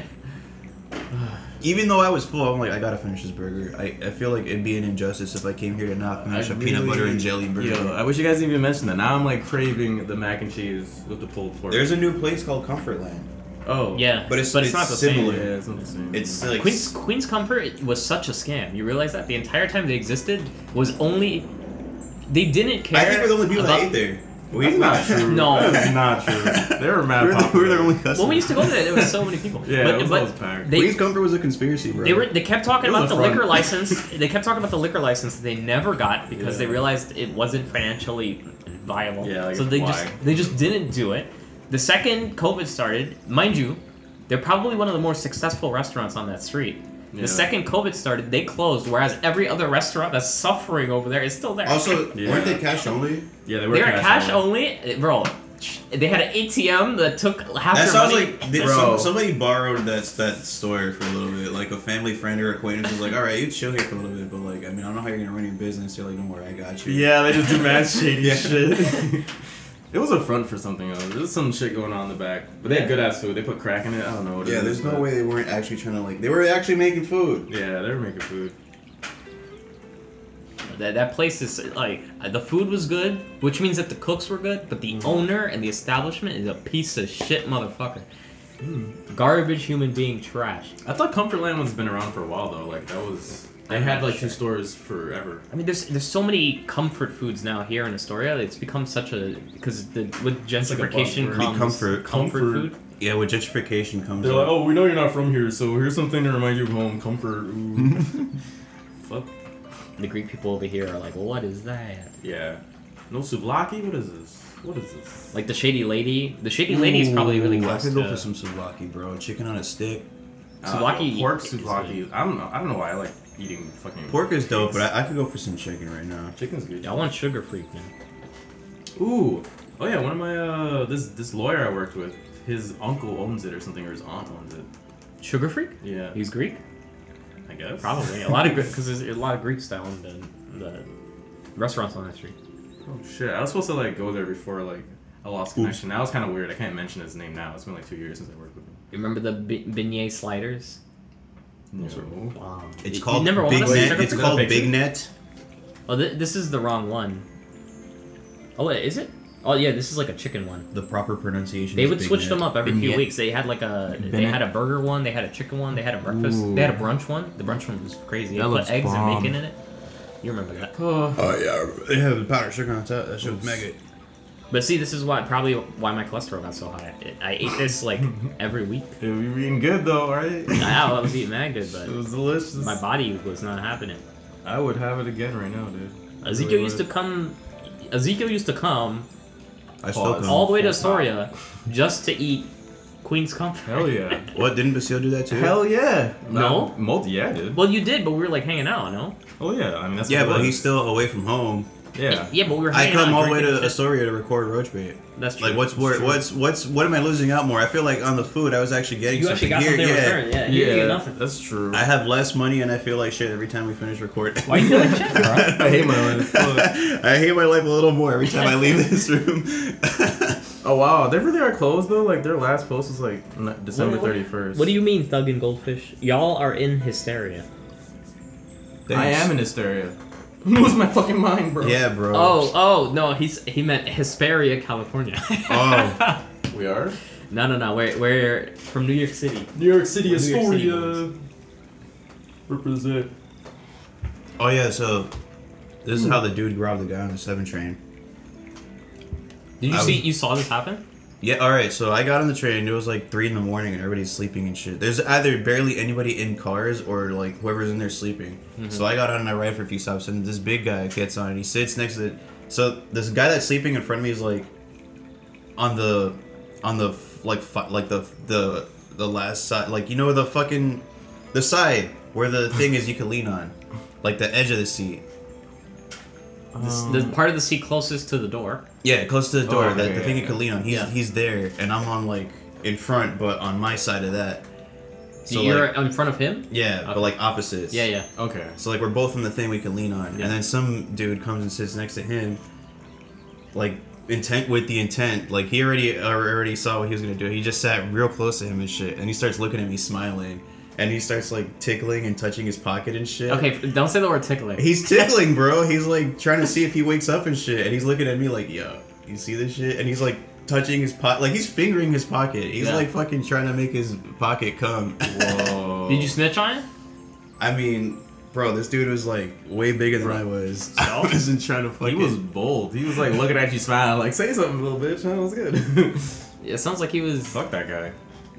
Even though I was full, I'm like, I gotta finish this burger. I, I feel like it'd be an injustice if I came here to not finish a peanut butter and jelly burger. Yo, I wish you guys didn't even mention that. Now I'm like craving the mac and cheese with the pulled pork. There's a new place called Comfortland, oh Yeah, But it's- it's not the similar. yeah, same. it's not the same. It's like Queen's Queen's Comfort it was such a scam. You realize that the entire time they existed was only they didn't care. I think we're the only people about, that ate there. That's not true. No. that's not true. They were mad. We're the, popular. we're the only customers. Well, we used to go there. There were so many people. Yeah, but, it was but always packed. they Queen's Comfort was a conspiracy, bro. they were they kept talking It was about a the front. liquor license. They kept talking about the liquor license that they never got because Yeah. they realized it wasn't financially viable. Yeah, like, so they why? just they just didn't do it. The second COVID started, mind you, they're probably one of the more successful restaurants on that street. Yeah. The second COVID started, they closed, whereas every other restaurant that's suffering over there is still there. also, Yeah. weren't they cash only? Yeah, they were They're cash, cash only, eh, bro. They had an ATM that took half That their sounds money. like they, Bro. some, somebody borrowed that that store for a little bit. Like a family friend or acquaintance was like, "All right, you chill here for a little bit," but like, I mean, I don't know how you're gonna run your business. They're like, "Don't worry, I got you." Yeah, they just do mad shady Yeah. shit. It was a front for something else. There was some shit going on in the back. But they had good ass food. They put crack in it. I don't know what it Yeah, is, there's no but- way they weren't actually trying to like. They were actually making food. Yeah, they were making food. That, that place is like uh, the food was good, which means that the cooks were good, but the Mm. owner and the establishment is a piece of shit motherfucker. Garbage human being trash. I thought Comfortland one's been around for a while though. Like that was they I'm had not like sure. two stores forever. I mean, there's there's so many comfort foods now here in Astoria. It's become such a because the with like a gentrification buzzword. comes Comfort- comfort comfort. food. Yeah, with gentrification comes. They're like, up. oh, we know you're not from here, so here's something to remind you of home. Comfort. Ooh. Fuck. The Greek people over here are like, what is that? Yeah. No souvlaki. What is this? What is this? Like the shady lady. The shady lady is probably really "Oh, Ooh, close. I could go to- for some souvlaki, bro. Chicken on a stick. Souvlaki- Uh, pork is good. souvlaki. I don't know. I don't know why I like eating fucking Pork is dope, but I, I could go for some chicken right now. Chicken's good. I want sugar free. Man. Ooh. Oh yeah, one of my uh this this lawyer I worked with, his uncle owns it or something, or his aunt owns it. Sugar freak? Yeah. He's Greek. I guess. Probably a lot of because there's a lot of Greek style in the, the restaurants on that street. Oh shit! I was supposed to like go there before like I lost connection. That was kind of weird. I can't mention his name now. It's been like two years since I worked with him. You remember the bi- beignet sliders? No. Wow. It's You- called you never Big wanted Net. sugar It's free? called Picture. Big Net. Oh, th- this is the wrong one. Oh wait, is it? Oh yeah, this is like a chicken one. The proper pronunciation. They is would Big switch Net. them up every few Beignet. weeks. They had like a they Beignet. had a burger one, they had a chicken one, they had a breakfast, Ooh. they had a brunch one. The brunch one was crazy. That they put looks eggs bomb. and bacon in it. You remember that? Oh, Oh yeah, they have the powdered sugar on top. That shit was mega. But see, this is why probably why my cholesterol got so high. It- I ate this like every week. yeah, we were eating good though, right? I, I was eating that good, it but was delicious. my body was not happening. I would have it again right now, dude. I Ezekiel really used to would. come. Ezekiel used to come I still Pause. come. all the way to full stop. Astoria just to eat Queen's Comfort. Hell yeah. What didn't Basile do that too? Hell yeah. No? Multi, yeah, dude. Well, you did, but we were like hanging out, no? Oh yeah. I mean that's. yeah, what it but was. he's still away from home. Yeah. Yeah, but we were I hanging out. come all the way to drinking shit. Astoria to record Roach Bait. That's true. Like, what's more, true. what's what's what am I losing out more? I feel like on the food, I was actually getting You something actually got here. something in yeah, return. Yeah, you didn't get nothing. That's true. I have less money, and I feel like shit every time we finish recording. Why you feel like shit, bro? I hate my life. Fuck. I hate my life a little more every time I leave this room. Oh wow, they really are closed though. Like their last post was like n- December What- what- thirty first. What do you mean, thug and goldfish? Y'all are in hysteria. I am in hysteria. Lose my fucking mind, bro. Yeah, bro. Oh, oh no, he's he meant Hesperia, California. Oh. We are. no, no, no. We're we're from New York City. New York City, We're New York City Represent. Oh yeah. So this is how the dude robbed the guy on the seven train. Did you I see? was- You saw this happen? Yeah, all right. So I got on the train. It was like three in the morning, and everybody's sleeping and shit. There's either barely anybody in cars or like whoever's in there sleeping. So I got on and I ride for a few stops, and this big guy gets on and he sits next to. The, so this guy that's sleeping in front of me is like, on the, on the f- like fi- like the the the last side, like you know the fucking, the side where the thing is you can lean on, like the edge of the seat. This, the Um, part of the seat closest to the door. Yeah, close to the door. Oh, that yeah, the thing yeah, you could lean on. He's Yeah. he's there, and I'm on like in front, but on my side of that. So You're like, in front of him. yeah, but Okay. like opposites. Yeah, yeah. Okay. So like we're both on the thing we can lean on, Yeah. and then some dude comes and sits next to him, like intent with the intent. Like he already already saw what he was gonna do. He just sat real close to him and shit, and he starts looking at me smiling, and he starts like tickling and touching his pocket and shit. Okay, f- don't say the word tickling. He's tickling, bro. He's like trying to see if he wakes up and shit, and he's looking at me like, "Yo, you see this shit?" And he's like touching his pocket, like he's fingering his pocket. He's Yeah. like fucking trying to make his pocket come. Whoa. Did you snitch on him? I mean, bro, this dude was like way bigger than I was. I wasn't trying to He fucking. was bold. He was like looking at you, smiling, like say something, little bitch. That was good. It sounds like he was. Fuck that guy.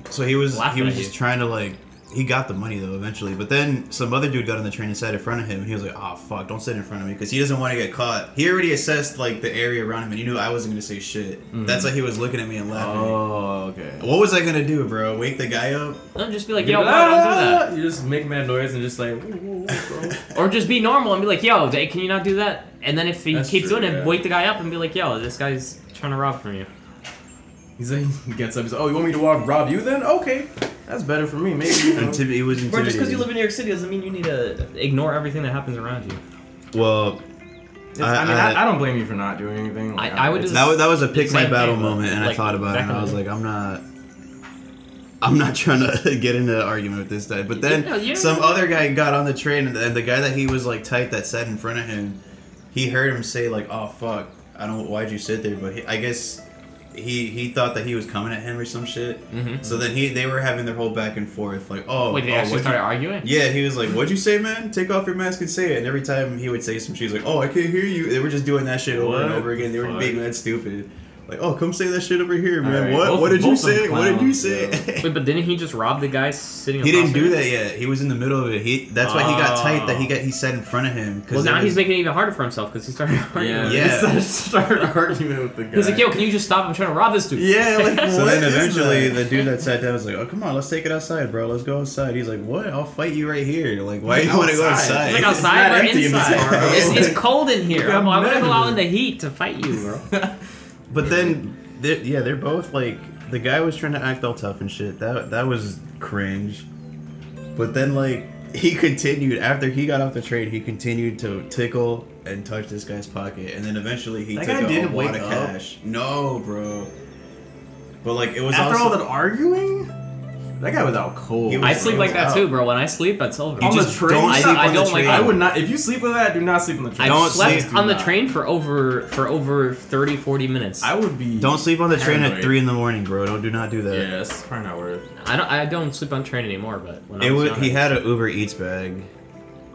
so he was he laughing was at just you. trying to like. He got the money though eventually, but then some other dude got on the train and sat in front of him. And he was like, "Oh fuck, don't sit in front of me," because he doesn't want to get caught. He already assessed like the area around him, and he knew I wasn't gonna say shit. That's why he was looking at me and laughing. Oh, okay. What was I gonna do, bro? Wake the guy up? Don't just be like, You yo, know, bro, don't do that. You just make mad noise and just like, "Whoa, whoa, whoa, bro." "Ah!" Or just be normal and be like, yo, Jay, can you not do that? And then if he That's keeps true, doing it, yeah. wake the guy up and be like, yo, this guy's trying to rob from you. He's like, he gets up. He's like, oh, you want me to walk, rob you then? Okay, that's better for me. Maybe. You know. Intim- it was Bro, just because you intimidating. live in New York City doesn't mean you need to ignore everything that happens around you. well, It's- I, mean, I- I, I don't blame you for not doing anything. Like, I- I would it's- just- that was, that was a pick my Same battle thing, moment, and I like, thought about it, back and in I the was day. like, I'm not. I'm not trying to get into an argument with this guy. But then No, you- some other guy got on the train, and the, and the guy that he was like tight that sat in front of him, he heard him say like, "Oh fuck, I don't. Why'd you sit there?" But he, I guess he he thought that he was coming at him or some shit. Mhm. So then he they were having their whole back and forth, like, "Oh, Wait, they oh, actually what'd you- started arguing? yeah, he was like, "What'd you say, man? Take off your mask and say it." And every time he would say some, she's like, "Oh, I can't hear you." They were just doing that shit over and What over again. They were the being fuck? that stupid. Like, "Oh, come say that shit over here, man. Alright, What? both- what did you both of them say? What did you clowns, say?" Wait, but didn't he just rob the guy sitting? he didn't across do from that him? yet. He was in the middle of it. He that's why he got Oh. tight. That he got he sat in front of him. 'cause Well, now it was- he's making it even harder for himself because he started arguing. Yeah, Yeah. yeah. Start an argument with the guy. He's like, yo, can you just stop? I'm trying to rob this dude. Yeah, like- What So then is eventually that? the dude that sat down was like, "Oh, come on, let's take it outside, bro. Let's go outside." He's like, "What? I'll fight you right here. Like, why do you want to go Outside. outside?" It's like It's outside not or empty in this inside. car, bro. It's, it's cold in here. Look, I'm Why would I go out miserable. in the heat to fight you, bro? But then, they're, yeah, they're both like the guy was trying to act all tough and shit. That that was cringe. But then, like he continued after he got off the train, he continued to tickle and touch this guy's pocket, and then eventually he That took guy out didn't a wad wake of up. cash. No, bro. But like it was After also, all that arguing, that guy was out cold. He was I sleep like that out. too, bro. When I sleep, that's over. on You the just train. don't I, sleep I on the don't like. train. I would not. If you sleep with that, do not sleep on the I train. Don't slept sleep, on do the not. train for over for over 30, 40 minutes. I I, would be. Don't sleep on the train at Paranoid. three in the morning, bro. Don't do not do that. Yeah, that's probably not worth. it. don't I don't sleep on train anymore, but when It I was was, younger- he had an Uber Eats bag,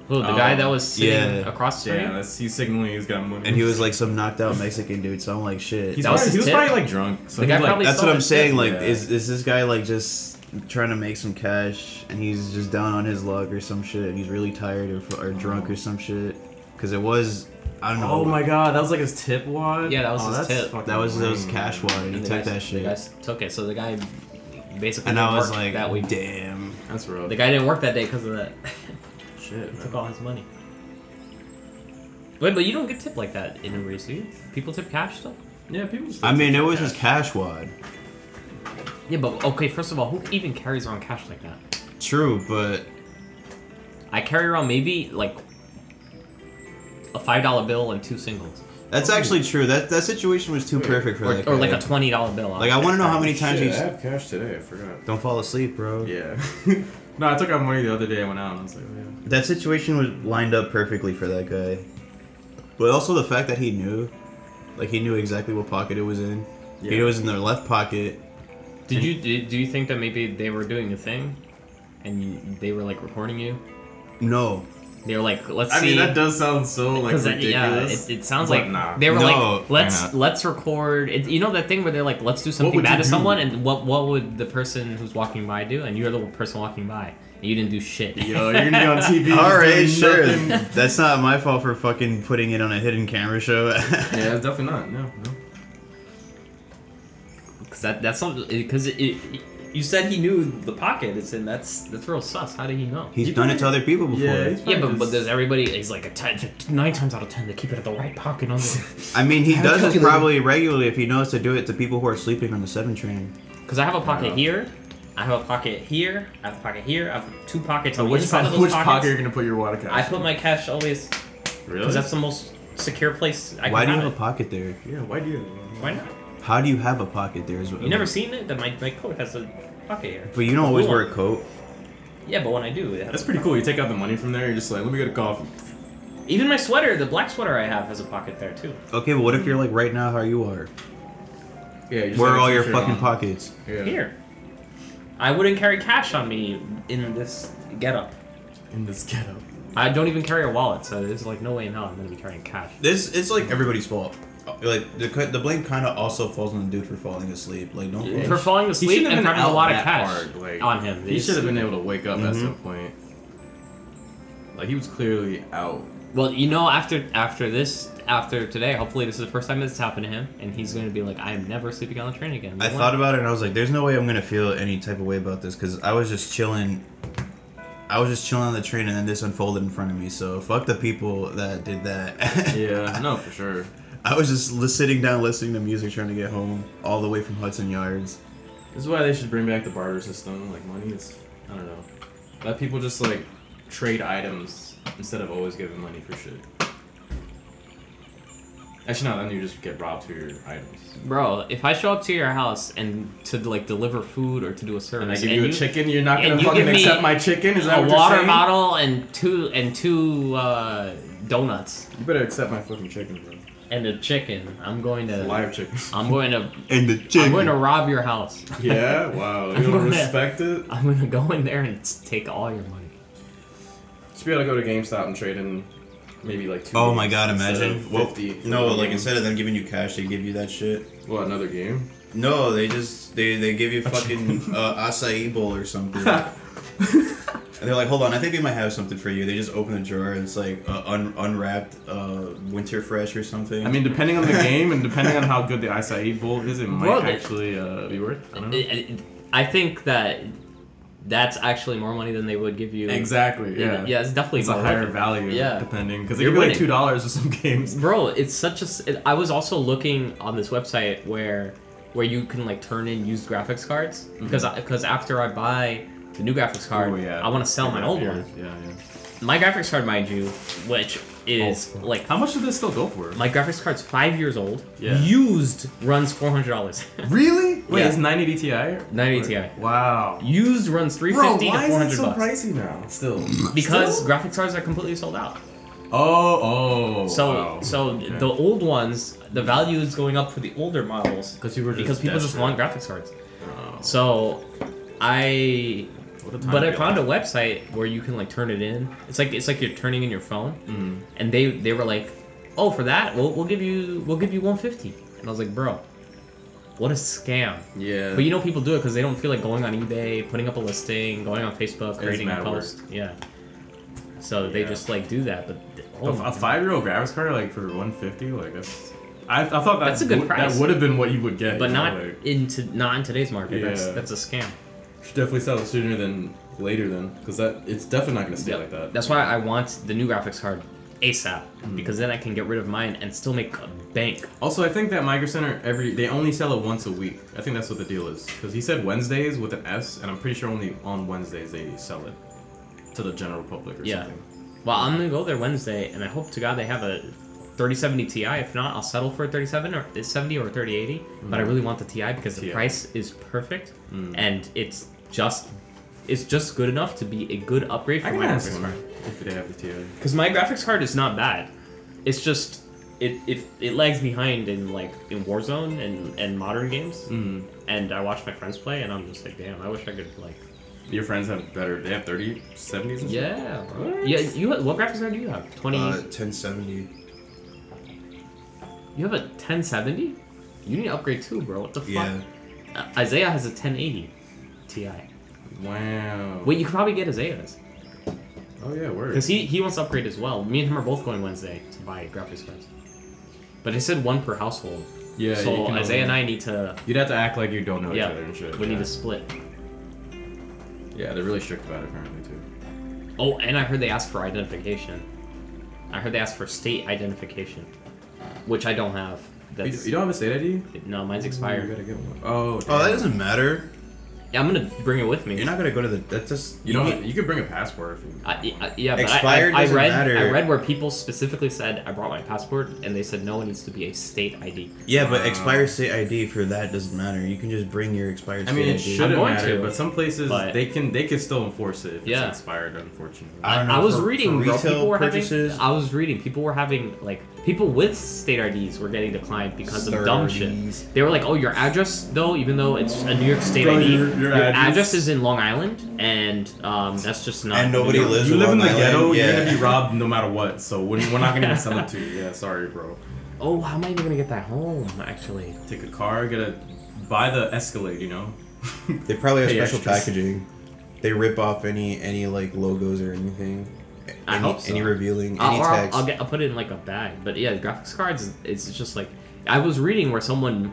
Who, the Oh, guy that was sitting yeah. across the train. Damn, that's, he's signaling he's got money. and he was like some knocked out Mexican dude. So I'm like, shit. he's That was probably, his he was tip? probably like drunk. So The he, guy like, probably That's saw what I'm that saying. shit. Like, Yeah. is is this guy like just trying to make some cash, and he's just down on his luck or some shit, and he's really tired or, or drunk or some shit? Because it was, I don't know. Oh my god, that was like his tip wad. Yeah, that was oh, that's his tip. fucking That was that was lame. cash wire. He And the took guy- that The guy shit, s- took it, so the guy basically and didn't I was work like, that week. damn. That's rough. The guy didn't work that day because of that. Shit. man. took all his money. Wait, but you don't get tipped like that in Uber Eats, do you? People tip cash still? Yeah, people. still I mean, tip it for was his cash wad. Yeah, but okay, first of all, who even carries around cash like that? True, but I carry around maybe like a five dollar bill and two singles, that's actually true. That that situation was too perfect for or, that. or like guy. a twenty dollar bill. Like I want to know how many times Shit, he's. I have cash today. I forgot. Don't fall asleep, bro. Yeah. no, I took out money the other day. I went out and I was like, oh, yeah. That situation was lined up perfectly for that guy. But also the fact that he knew, like he knew exactly what pocket it was in. He knew Yeah. It was in their left pocket. did you did, do you think that maybe they were doing a thing, and they were like recording you? No, They were like, let's I see. mean, that does sound so like Because uh, ridiculous. yeah, it, it sounds but like nah. they were No, like, let's not? let's record. It, you know that thing where they're like, let's do something would bad you to do? someone, and what what would the person who's walking by do? And you're the person walking by, and you didn't do shit. Yo, you're gonna be on TV. All right, just sure. doing nothing. That's not my fault for fucking putting it on a hidden camera show. Yeah, it's definitely not. No, no. Because that that's something. Because it, it, you said he knew the pocket. It's in that's that's real sus. How did he know? He's You done it to probably- other people before. Yeah, he's- Yeah, but, but does everybody is like a ten, nine times out of ten they keep it at the right pocket on because I mean, he How does this calculated. probably regularly if he knows to do it to people who are sleeping on the seven train. I have a pocket Yeah. here, I have a pocket here, I have a pocket here, I have two pockets So on the which, inside po- of those which pockets. pocket are you gonna put your water cash? I put my cash always in? really. because that's the most secure place. I Why do can you have have a pocket there? yeah, why do you? it. Why not? How do you have a pocket there? Is what You never seen it? That my, my coat has a pocket here. But you don't A always blue wear one. a coat. Yeah, but when I do, it has That's a pretty pocket. cool. You take out the money from there. You're just like, let me get a coffee. Even my sweater, the black sweater I have, has a pocket there too. Okay, but what if you're like right now how you are? Yeah, you just Where have are a all your t-shirt fucking on. pockets? Yeah. Here. I wouldn't carry cash on me in this getup. in this ghetto. I don't even carry a wallet, so there's like no way in hell I'm gonna be carrying cash. This it's like everybody's fault. Like the the blame kind of also falls on the dude for falling asleep. Like don't. Yeah. For falling shouldn't asleep have and been having a out lot of that cash hard, like, on him. He is- should have been able to wake up at Mhm. some point. Like he was clearly out. Well, you know, after after this, after today, hopefully this is the first time this has happened to him, and he's gonna be like, "I am never sleeping on the train again." I Why? thought about it and I was like, "There's no way I'm gonna feel any type of way about this because I was just chilling. I was just chilling on the train and then this unfolded in front of me. So fuck the people that did that. Yeah, no, for sure. I was just li- sitting down listening to music trying to get home all the way from Hudson Yards. This is why they should bring back the barter system. Like money is, I don't know, let people just like trade items instead of always giving money for shit. Actually, no, then you just get robbed for your items. Bro, if I show up to your house and to like deliver food or to do a service, And I give you a chicken, you're not and gonna you fucking give me accept my chicken. Is that a what you're water saying? bottle and two and two uh, donuts You better accept my fucking chicken, bro. and a chicken, I'm going to. Live chicken. I'm going to. And the chicken. I'm going to rob your house. yeah. Wow. You I'm don't gonna- respect it. I'm going to go in there and s- take all your money. Should be able to go to GameStop and trade in maybe like two. Oh games my god, instead imagine. of Well, 50 for no, one like game. instead of them giving you cash, they give you that shit. What another game? No, they just they they give you fucking uh, acai bowl or something. and they're like, "Hold on, I think we might have something for you." They just open the drawer and it's like uh, un- unwrapped uh, winter fresh or something. I mean, depending on the game and depending on how good the acai bowl is, it might Bro, the- actually uh, be worth. I don't know. I I think that that's actually more money than they would give you. Exactly. Yeah, Yeah. yeah, it's definitely It's a more higher worth it. value. Yeah. Depending, because they You're give you like winning. two dollars with some games. Bro, it's such a. s- it- I was also looking on this website where where you can like turn in used graphics cards because I because after I buy the new graphics card, Oh, Mm-hmm. yeah. I want to sell my Yeah, old yeah, Oh, one. Yeah, yeah. My graphics card, mind you, which is like How much did this still go for? my graphics card's five years old. Yeah. Used runs four hundred dollars. really? Wait, Yeah. it's 980 Ti. 980 Ti. Wow. used runs three Bro, fifty to why is four hundred it so bucks. pricey now? Still. because graphics cards are completely sold out. Oh, oh. So so the old ones, the value is going up for the older models because people were just because people just desperate. want graphics cards. Oh, So I what a time but to I be found a alive. website where you can like turn it in. It's like it's like you're turning in your phone Mm-hmm. and they they were like, "Oh, for that, we'll, we'll give you we'll give you 150." And I was like, "Bro, what a scam." Yeah. But you know people do it cuz they don't feel like going on eBay, putting up a listing, going on Facebook, creating a mad work. post. Yeah. So they Yeah. just like do that, but th- A- oh my a five year old graphics card like for 150 like that's I, I thought that That's a good would- price. that would have been what you would get but you know, not like, into not in today's market. Yeah. That's that's a scam. should definitely sell it sooner than later then because that it's definitely not gonna stay Yeah, like that Mm-hmm. That's why I want the new graphics card ASAP because then I can get rid of mine and still make a bank. also I think that Micro Center every they only sell it once a week I think that's what the deal is because he said Wednesdays with an S and I'm pretty sure only on Wednesdays they sell it to the general public or Yeah. something Well, I'm gonna go there Wednesday, and I hope to God they have a 3070 Ti. If not, I'll settle for a 37 or a 70 or a 3080. But I Mm. really want the Ti because the Ti. price is perfect Mm. and it's just it's just good enough to be a good upgrade for I can my ask graphics them card. if they have the tier Because my graphics card is not bad. It's just it it, it lags behind in like in Warzone and and modern games. mm. and I watch my friends play, and I'm just like, damn, I wish I could like. your friends have better they have 30 70s and shit? Yeah, yeah. You what graphics card do you have? Twenty. uh, 1070. you have a 1070. You need to upgrade too, bro. What the fuck? Yeah. Uh, Isaiah has a 1080 Ti. wow Wait, you could probably get Isaiah's oh yeah word because he he wants to upgrade as well. Me and him are both going Wednesday to buy graphics cards. But it said one per household. yeah you so can only- Isaiah and I need to. You'd have to act like you don't know each Yeah, other and shit. we yeah. need to split. yeah, they're really strict about it apparently too. Oh, and I heard they asked for identification. I heard they asked for state identification, which I don't have. You, That's you don't have a state ID? No, mine's You expired. gotta get one. Oh, Oh, that damn. doesn't matter. Yeah, I'm gonna bring it with me. You're not gonna go to the. That's just you don't. You could bring a passport if you. I, I- yeah, but I, Expired I, I doesn't read matter. I read where people specifically said I brought my passport and they said no, it needs to be a state ID. Yeah, but expired state ID for that doesn't matter. You can just bring your expired I state mean, it ID. shouldn't going matter, to, but some places but- they can they can still enforce it if Yeah. it's expired, unfortunately. I don't know, I was for- for reading, bro, retail people were purchases- having. I was reading, people were having like people with state IDs were getting declined because of dumb State IDs. shit. They were like, "Oh, your address though, even though it's a New York State Bro, ID, your- your address- is in Long Island, and um, that's just not." And nobody New York." lives you in live in the Long Island, ghetto, you're yeah. gonna be robbed no matter what. So we're, we're not gonna even sell it to you. Yeah, sorry, bro. Oh, how am I even gonna get that home? Actually, Take a car, get a buy the Escalade. You know. They probably have Pay special extras. packaging. They rip off any any like logos or anything. I any, hope so. any revealing, I'll, any or I'll- text. I'll, get, I'll put it in like a bag. But yeah, graphics cards. It's just like I was reading where someone,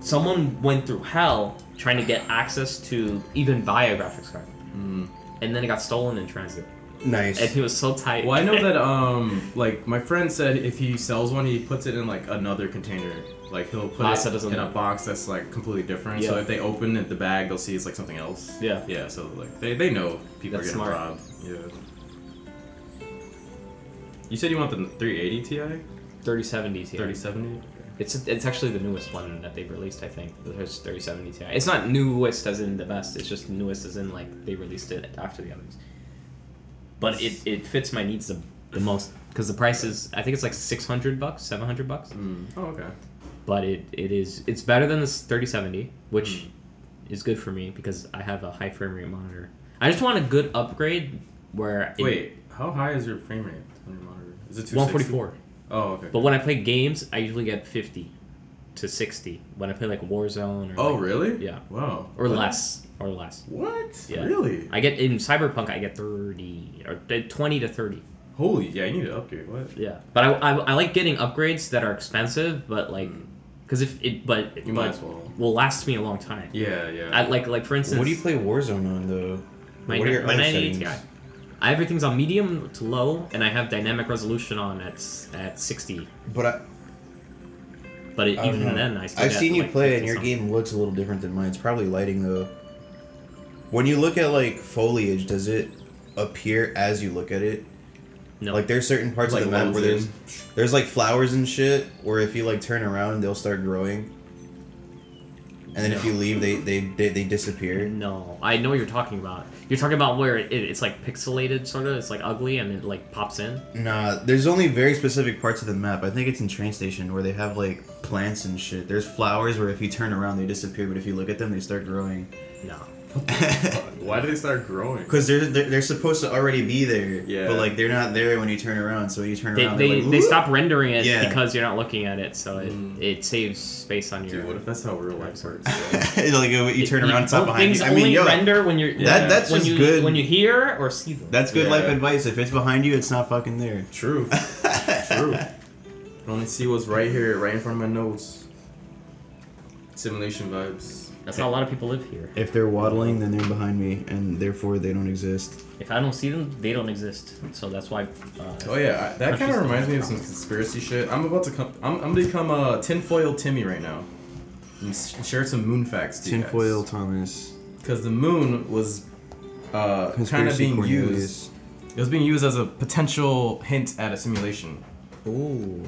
someone went through hell Hmm. trying to get access to even buy a graphics card, and then it got stolen in transit. Nice. and he was so tight. Well, I know that um, like my friend said, if he sells one, he puts it in like another container. Like he'll put Masa it Ah, doesn't in a know. box that's like completely different. So Yeah. if they open it, the bag, they'll see it's like something else. Yeah. Yeah. So like they, they know people That's are getting smart. robbed. Yeah. You said you want the 380 Ti, 3070 Ti. 3070. It's it's actually the newest one that they've released. I think the 3070 Ti. It's not newest as in the best. It's just newest as in like they released it after the others. But it, it fits my needs the, the most because the price is I think it's like 600 bucks, 700 bucks. Mm. Oh, okay. But it, it is it's better than this 3070, which Mm. is good for me because I have a high frame rate monitor. I just want a good upgrade where it- Wait, how high is your frame rate on your monitor? Is it 260? 144. Oh, okay. But when I play games, I usually get 50 to 60 when I play like Warzone or oh, like- really? Yeah. Wow. or But- less or less. What? Yeah. Really? I get in Cyberpunk, I get 30 or uh, 20 to 30. Holy, yeah, I need to upgrade. What? Yeah, but I, I, I like getting upgrades that are expensive, but like, Mm. because if it but You might but as well. will last me a long time. Yeah, yeah. I like like for instance, What do you play Warzone on though? my, what are your my other 980 Ti. settings? I everything's on medium to low, and I have dynamic resolution on at s- at 60. But I, But it, I don't even know. then, I still Uh-huh. I've get, seen you like, play, 50 and your something. game looks a little different than mine. It's probably lighting though. When you look at like foliage, does it appear as you look at it? No, Like there's certain parts Like of the map loads in. where there's there's like flowers and shit. Where if you like turn around, they'll start growing. And then if you leave, they they, they they disappear. no, I know what you're talking about. You're talking about where it, it's like pixelated, sort of. It's like ugly, and it like pops in. Nah, there's only very specific parts of the map. I think it's in train station where they have like plants and shit. There's flowers where if you turn around, they disappear. But if you look at them, they start growing. No, Why do they start growing? Because they're, they're they're supposed to already be there. Yeah. But like they're not there when you turn around. So when you turn they, around, they, they're like, they "Ooh." stop rendering it Yeah. Mm. because you're not looking at it, so it, it saves space on your. Dude, what if that's how real life works? like you turn You- around, it's not both behind things you. I mean, only yo, render when you're That- that's when just you, good. when you hear or see them. that's good life Yeah. advice. If it's behind you, it's not fucking there. True. True. I only see what's right here, right in front of my nose. Simulation vibes. that's how a lot of people live here. If they're waddling, then they're behind me, and therefore they don't exist. If I don't see them, they don't exist. So that's why. Uh, Oh yeah, I, that kind of reminds me of some conspiracy shit. I'm about to come. I'm, I'm become a tinfoil Timmy right now. And s- share some moon facts to you guys. Tinfoil Thomas. Because the moon was uh, kind of Conspiracy being Cornelius. used. It was being used as a potential hint at a simulation. Ooh.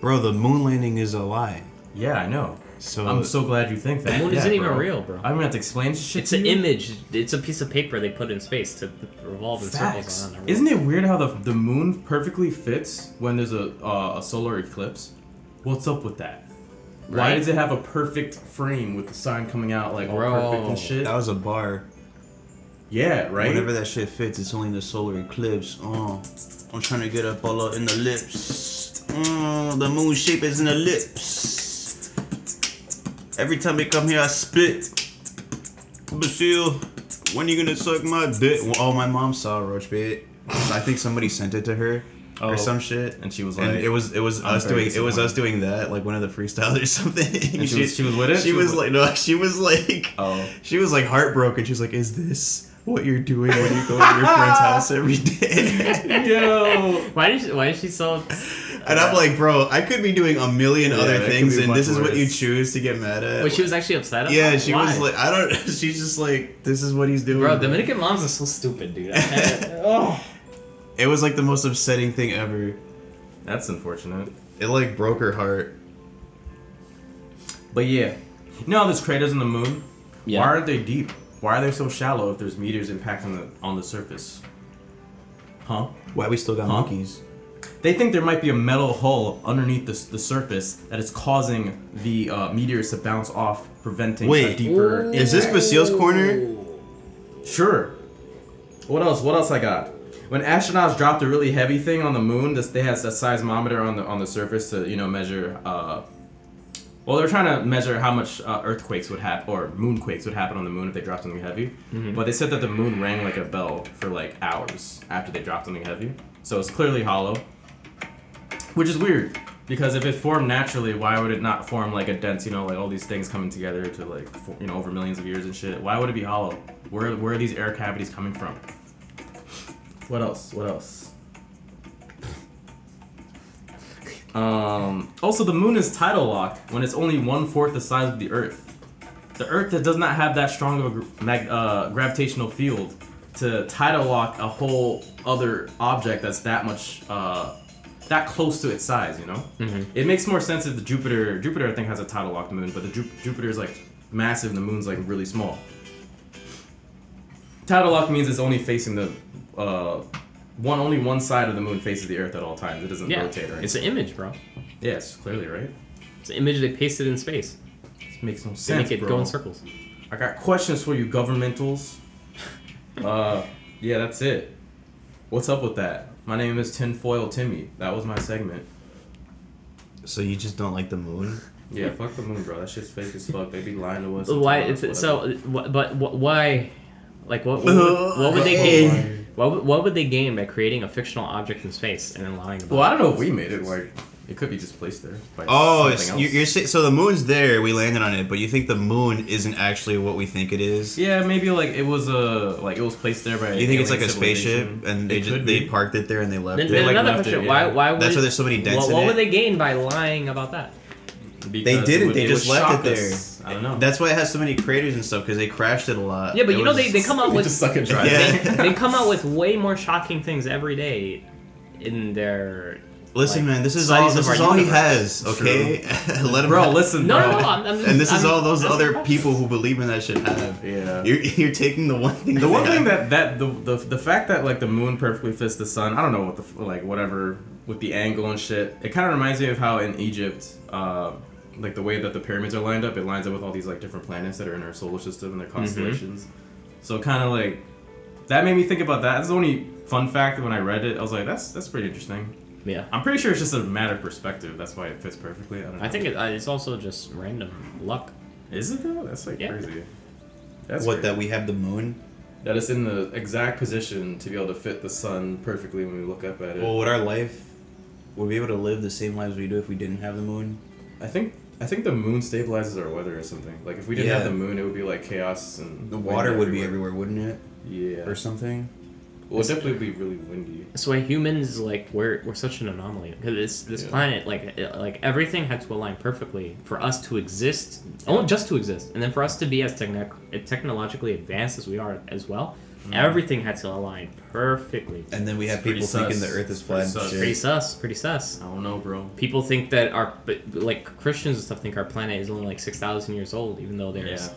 Bro, the moon landing is a lie. Yeah, I know. So I'm so glad you think that. The moon Yeah, isn't even bro. real, bro. I don't have to explain shit. It's to an you. image. It's a piece of paper they put in space to revolve in Facts. circles around. the Isn't it weird how the, the moon perfectly fits when there's a uh, a solar eclipse? What's up with that? Why Right? does it have a perfect frame with the sun coming out like all Bro. perfect and shit? that was a bar. Yeah, right. Whenever that shit fits, it's only the solar eclipse. Oh, I'm trying to get up all up in the lips. Mm, the moon shape is in the lips. Every time they come here, I spit. Basile, when you gonna suck my dick? Well, oh, my mom saw Roach Bait. I think somebody sent it to her Oh. or some shit. And she was And like- it was it was I'm us very doing it was us doing that like one of the freestyles or something. And she was- she was with it? She, She was was, with- like no, she was like Oh. she was like heartbroken. She's like, "Is this what you're doing when you go to your friend's house every day?" Yo. why did she, why is she so? and I'm like, "Bro, I could be doing a million Yeah, other that could things, be and much this is what you worse. choose to get mad at." Wait, she was actually upset. About yeah, it? she Why? was like, "Hmm." "I don't." She's just like, "This is what he's doing." bro, Dominican moms are so stupid, dude. I- oh. It was like the most upsetting thing ever. That's unfortunate. It like broke her heart. But yeah, you know how there's craters on the moon? Yeah. Why aren't they deep? Why are they so shallow if there's meteors impacting the on the surface? Huh? Why we still got Huh? monkeys? They think there might be a metal hull underneath the, s- the surface that is causing the uh, meteors to bounce off, preventing a Wait. deeper. Is this Basile's corner? Sure. What else? What else I got? When astronauts dropped a really heavy thing on the moon, this they had a seismometer on the on the surface to you know measure. Uh, well, they're trying to measure how much uh, earthquakes would happen or moonquakes would happen on the moon if they dropped something heavy. But they said that the moon rang like a bell for like hours after they dropped something heavy, so it's clearly hollow. Which is weird because if it formed naturally, why would it not form like a dense, you know, like all these things coming together to like, for, you know, over millions of years and shit? Why would it be hollow? Where where are these air cavities coming from? What else? What else? Um, also, the moon is tidal locked when it's only one fourth the size of the Earth. The Earth that does not have that strong of a gr- mag- uh, gravitational field to tidal lock a whole other object that's that much uh, that close to its size. You know, Mm-hmm. it makes more sense if the Jupiter Jupiter I think has a tidal locked moon, but the Ju- Jupiter is like massive and the moon's like really small. Tidal lock means it's only facing the uh, one only one side of the moon faces the Earth at all times. It doesn't Yeah, rotate or anything. it's an image, bro. Yes, clearly, right? It's an image they pasted in space. This makes no They sense, make it bro. go in circles. I got questions for you, governmentals. uh, yeah, that's it. What's up with that? My name is Tinfoil Timmy. That was my segment. So you just don't like the moon? Yeah, fuck the moon, bro. That shit's fake as fuck. They be lying to us. and Why? telling us It's, whatever. so, wh- but wh- why? Like, what? What would, what would they gain? What would, what would they gain by creating a fictional object in space and then lying about? Well, I don't know if we made it. Like, it could be just placed there. By Oh, something it's, else. you're, you're sa- so the moon's there. We landed on it, but you think the moon isn't actually what we think it is? Yeah, maybe like it was a like it was placed there by. You think it's like alien a civilization. spaceship, and they It just could they be. parked it there and they left Then, it. then like, another left it, question: yeah. Why? Why would? That's why there's so many dents What, in what it. would they gain by lying about that? Because it didn't, would- they it just would left it shock us. there. I don't know. That's why it has so many craters and stuff because they crashed it a lot. Yeah, but It you know was- they, they come out They with just suck it dry. Yeah. they come out with way more shocking things every day in their Listen, like, man, this is all size this of is our all he universe. has. Okay, let him. Bro, have- listen, no bro. no no I'm, I'm just, And this is I'm- all those I'm other surprised. people who believe in that shit have. Yeah. You're, you're taking the one thing. the one they thing have. that that the, the the fact that like the moon perfectly fits the sun, I don't know what the f- like whatever with the angle and shit. It kind of reminds me of how in Egypt, uh, like the way that the pyramids are lined up, it lines up with all these like different planets that are in our solar system and their Mm-hmm. constellations. So kind of like that made me think about that. That's the only fun fact that when I read it, I was like, that's that's pretty interesting. yeah I'm pretty sure it's just a matter of perspective. That's why it fits perfectly. I don't know. I think it, uh, it's also just random luck is it though? That's like Yeah. crazy. That's what crazy. that we have the moon. That it's in the exact position to be able to fit the sun perfectly when we look up at it. Well, would our life, would we be able to live the same lives we do if we didn't have the moon? I think I think the moon stabilizes our weather or something. Like if we didn't have Yeah. the moon, it would be like chaos and The wind water would be everywhere, wouldn't it, Yeah, or something? well, it'd definitely be really windy. so why humans like we're we're such an anomaly because this this Yeah. planet like it, like everything had to align perfectly for us to exist oh just to exist and then for us to be as technic- technologically advanced as we are as well Mm. everything had to align perfectly And then we have It's pretty people thinking sus. the Earth is It's pretty flat. and sus. shit. pretty sus pretty sus I don't know, bro. people think that our but, like Christians and stuff think our planet is only like six thousand years old, even though there's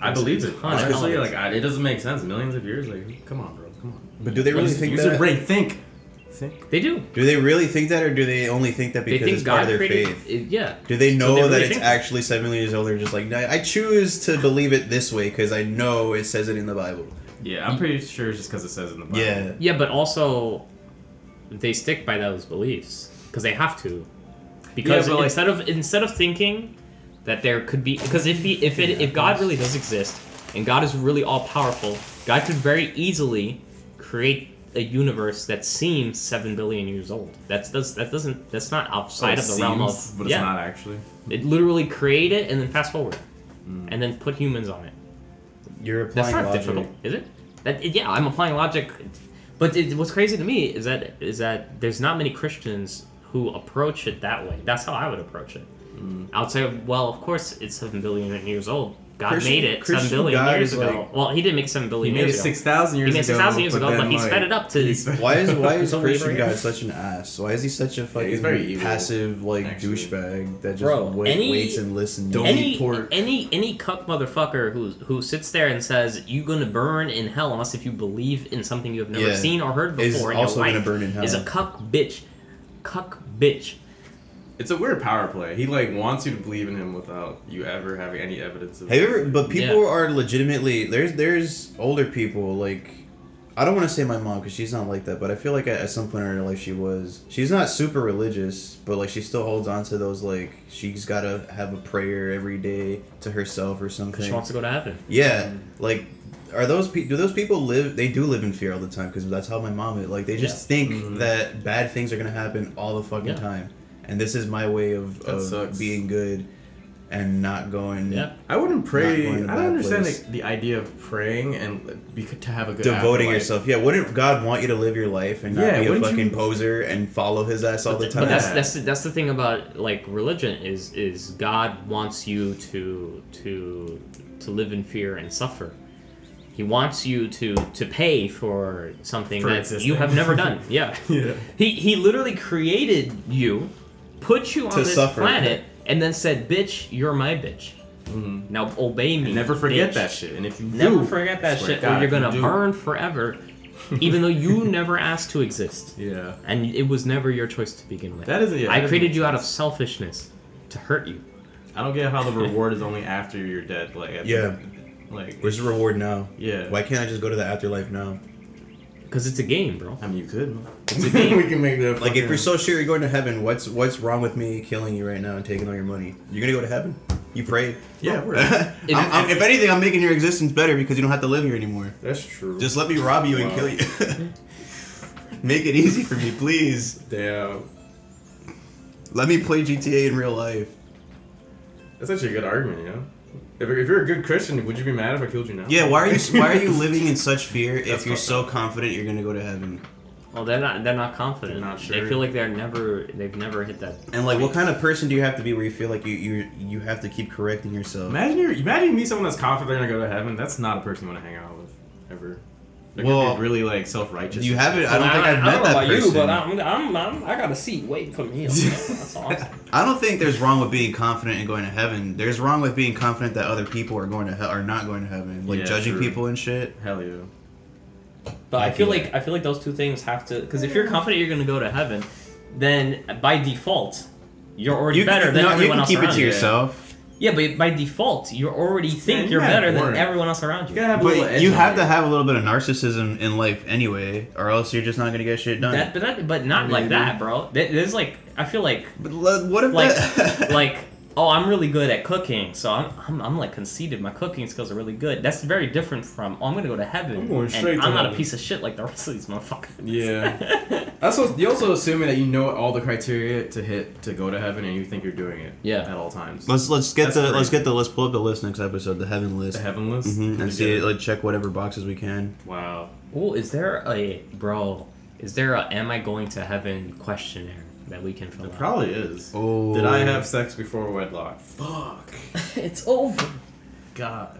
I believe it. Huh, Honestly, it's- like I, it doesn't make sense. Millions of years, like come on, bro, come on. But do they really Use- think use that? your brain. Think, think. they do. Do they really think that, or do they only think that They because it's think part God of their created. faith? it- yeah. Do they know they that really it's think- actually seven million years old? They're just like, "No, I choose to believe it this way because I know it says it in the Bible. Yeah, I'm pretty sure it's just because it says in the Bible. Yeah. Yeah, but also they stick by those beliefs because they have to. Because but, like- instead of instead of thinking that there could be because if he, if it if God really does exist and God is really all powerful, God could very easily create a universe that seems seven billion years old. That's does that doesn't that's not So outside it of the realm Oh, seems, of but it's yeah. not actually. It literally create it and then fast forward, Hmm. and then put humans on it. You're That's applying not logic. difficult, is it? That yeah, I'm applying logic, but it, what's crazy to me is that is that there's not many Christians who approach it that way. That's how I would approach it. Hmm. Outside of well, of course it's seven billion years old. God Christian- made it Christian seven billion God years is ago. like- well, he didn't make seven billion He made it years ago. six thousand years He made ago. 6,000 years ago, then, but he like, sped it up to- he sped- Why is why It's is only Christian right. God such an ass? Why is he such a fucking he's very evil, passive like actually. douchebag that just Bro, wait, any- waits and listens? Don't any eat pork. any any cuck motherfucker who who sits there and says you gonna burn in hell unless if you believe in something you have never Yeah. seen or heard Is before in also your gonna life burn in hell. is a cuck bitch, cuck bitch. It's a weird power play. He like wants you to believe in him without you ever having any evidence of. Have you ever? But people Yeah. are legitimately there's there's older people like I don't want to say my mom because she's not like that, but I feel like at, at some point in her life she was. She's not super religious, but like she still holds on to those like she's gotta have a prayer every day to herself or something. She wants to go to heaven. Yeah, like are those pe- do those people live? They do live in fear all the time because that's how my mom is. Like they just think that bad things are gonna happen all the fucking Mm-hmm. Yeah. time, and this is my way of, That of sucks. being good. and not going Yeah. I wouldn't pray. I Not going to don't that understand place. the, the idea of praying and be, to have a good devoting afterlife. yourself. Yeah, wouldn't God want you to live your life and not Yeah, be a wouldn't fucking you- poser and follow his ass all the But time? that's that's the, that's the thing about like religion is is God wants you to to to live in fear and suffer. He wants you to to pay for something For that you existing. have never done. Yeah. Yeah. He he literally created you, put you on To this suffer. planet, and then said, "Bitch, you're my bitch. Now obey me." Mm-hmm. And never forget bitch." that shit. And if you Never do, forget that swear shit, to or God, you're if you gonna do- burn forever, even though you never asked to exist. Yeah. And it was never your choice to begin with. That isn't- yeah, I that created doesn't you out of selfishness to hurt you. I don't get how the reward is only after you're dead. Like at the- Yeah. Like Where's the reward now? Yeah. Why can't I just go to the afterlife now? Because it's a game, bro. I mean, you could. a game. we can make that. Like if fucking- you're so sure you're going to heaven, what's what's wrong with me killing you right now and taking all your money? You're gonna go to heaven. You pray. yeah, we're, I'm- I'm- if anything, I'm making your existence better because you don't have to live here anymore. that's true. Just let me rob you and Wow. kill you. Make it easy for me, please. damn. Let me play GTA in real life. That's actually a good argument, you know. If, if you're a good Christian, would you be mad if I killed you now? Yeah, why are you why are you living in such fear if That's you're fucked so confident you're gonna go to heaven? Well, they're not. They're not confident. They're not They sure. feel like they're never. They've never hit that. And like, what kind of person do you have to be where you feel like you you you have to keep correcting yourself? Imagine you imagine you meet someone that's confident they're gonna go to heaven. That's not a person you want to hang out with ever. They're gonna Well, be really like self righteous. You haven't. I don't think I've met that person. I'm, I'm, I'm. I got a seat waiting for me. That's awesome. I don't think there's wrong with being confident and going to heaven. There's wrong with being confident that other people are going to hell are not going to heaven, like Yeah, judging true. people and shit. Hell yeah. But I feel like I feel like those two things have to. Because if you're confident you're going to go to heaven, then by default, you're already You better can, than no, you everyone can else keep it around to you. yourself, Yeah, but by default, you already think you you're gotta better than work. everyone else around you. You gotta have a little but edge you on have you. to have a little bit of narcissism in life anyway, or else you're just not gonna get shit done. That, but that, but not like that, bro. Th- There's like I feel like but le- what if like that? like oh I'm really good at cooking, so I'm, I'm I'm like conceited. My cooking skills are really good. That's very different from oh I'm gonna go to heaven I'm going and straight to I'm not a heaven. piece of shit like the rest of these motherfuckers. Yeah. That's what, you're also assuming that you know all the criteria to hit to go to heaven, and you think you're doing it. Yeah. At all times. let's let's get That's the crazy. let's get the let's pull up the list next episode, the heaven list, the heaven list. Mhm, and Pretty see good. like check whatever boxes we can. wow. Oh, is there a bro? Is there a am I going to heaven questionnaire that we can fill It out? probably is. Oh. Did I have sex before wedlock? Fuck. it's over. God.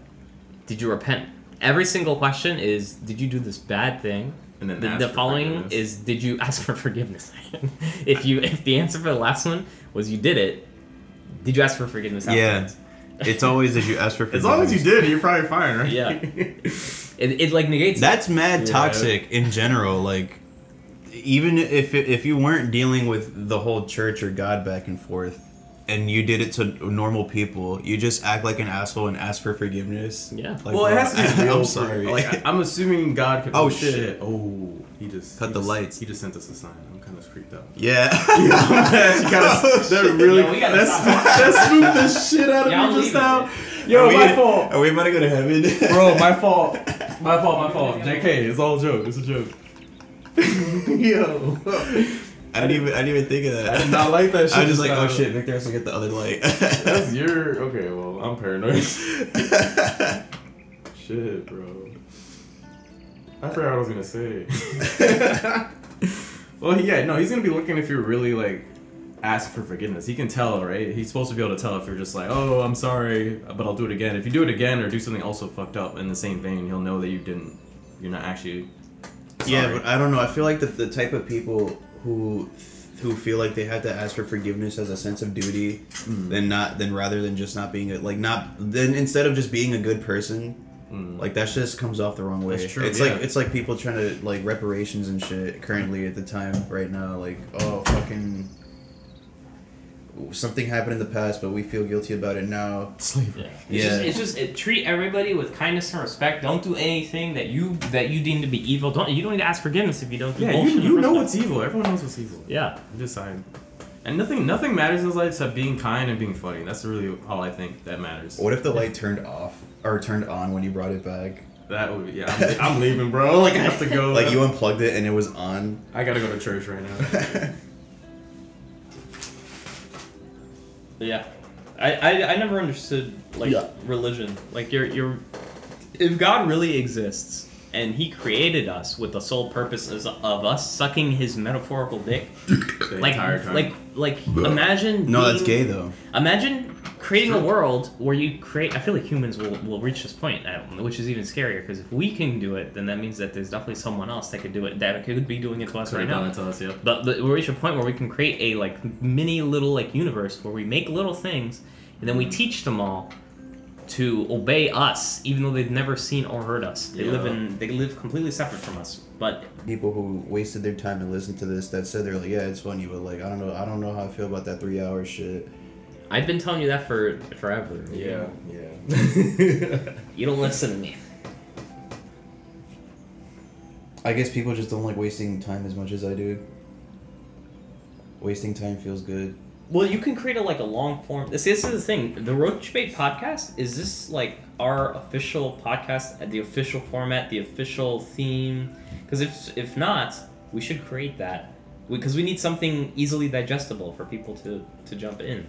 Did you repent? Every single question is did you do this bad thing? And then The, ask the for following forgiveness. is did you ask for forgiveness? if you if the answer for the last one was you did it, did you ask for forgiveness? Yeah, Afterwards? it's always that you ask for. As long as you forgiveness. did, you're probably fine, right? Yeah. It, it like negates it. That's mad Yeah. toxic in general. Like, even if if you weren't dealing with the whole church or God back and forth, and you did it to normal people, you just act like an asshole and ask for forgiveness. Yeah. Like, well, it has to be real. I'm for- sorry. Like, I- I'm assuming God could. Oh, shit. Oh, he just Cut he the just- lights. He just sent us a sign. I'm kind of freaked out. yeah. That's kind of Oh, that really Yo, we gotta that, stop. spooked- that spooked the shit out of Yeah, I'm me just leaving. now. Yo, we, my fault, Are we about to go to heaven, bro. My fault. My fault. My fault. JK, it's all a joke. It's a joke. Yo, I didn't even I didn't even think of that. I did not like that shit. uh, I was just like, now. oh shit, Victor has to get the other light. That's your okay. Well, I'm paranoid. Shit, bro. I forgot what I was gonna say. well, yeah, no, he's gonna be looking if you're really like ask for forgiveness. He can tell, right? He's supposed to be able to tell if you're just like, oh, I'm sorry, but I'll do it again. If you do it again or do something also fucked up in the same vein, he'll know that you didn't. You're not actually. Yeah, sorry. but I don't know. I feel like the, the type of people who who feel like they have to ask for forgiveness as a sense of duty, Mm. then not then rather than just not being a, like not then instead of just being a good person, like that just comes off the wrong way. Mm. That's true, It's yeah. like it's like people trying to like reparations and shit currently at the time right now. Like oh fucking. Something happened in the past, but we feel guilty about it now. slavery. It's just, Yeah. it's just it, treat everybody with kindness and respect. Don't do anything that you that you deem to be evil. Don't you don't need to ask forgiveness if you don't. Do Yeah, bullshit you, in the you first know place. what's evil. Everyone knows what's evil. Yeah, Decide. And nothing nothing matters in this life except being kind and being funny. That's really all I think that matters. What if the light turned off or turned on when you brought it back? That would be, yeah. I'm, I'm leaving, bro. Like I have to go. Like you unplugged it and it was on. I gotta go to church right now. but yeah. I, I, I never understood like Yeah. religion. Like you're you're if God really exists and he created us with the sole purpose is- of us sucking his metaphorical dick. The like entire time. like like imagine No, that's being- gay though. Imagine creating a world where you create. I feel like humans will, will reach this point, I don't know, which is even scarier because if we can do it, then that means that there's definitely someone else that could do it that could be doing it to us Sorry, right Donna, now. tell us, yep. But, but we'll reach a point where we can create a like mini little like universe where we make little things and then we Mm-hmm. teach them all to obey us, even though they've never seen or heard us. They live Yeah. in they live completely separate from us. But People who wasted their time to listen to this that said they're like, yeah, it's funny, but like, I don't know, I don't know how I feel about that three hour shit. I've been telling you that for forever. Yeah, yeah. You don't listen to me. I guess people just don't like wasting time as much as I do. Wasting time feels good. Well, you can create a like a long form. This, this is the thing. The Roach Bait podcast is this like our official podcast, the official format, the official theme. Because if if not, we should create that. Because we, need something easily digestible for people to to jump in.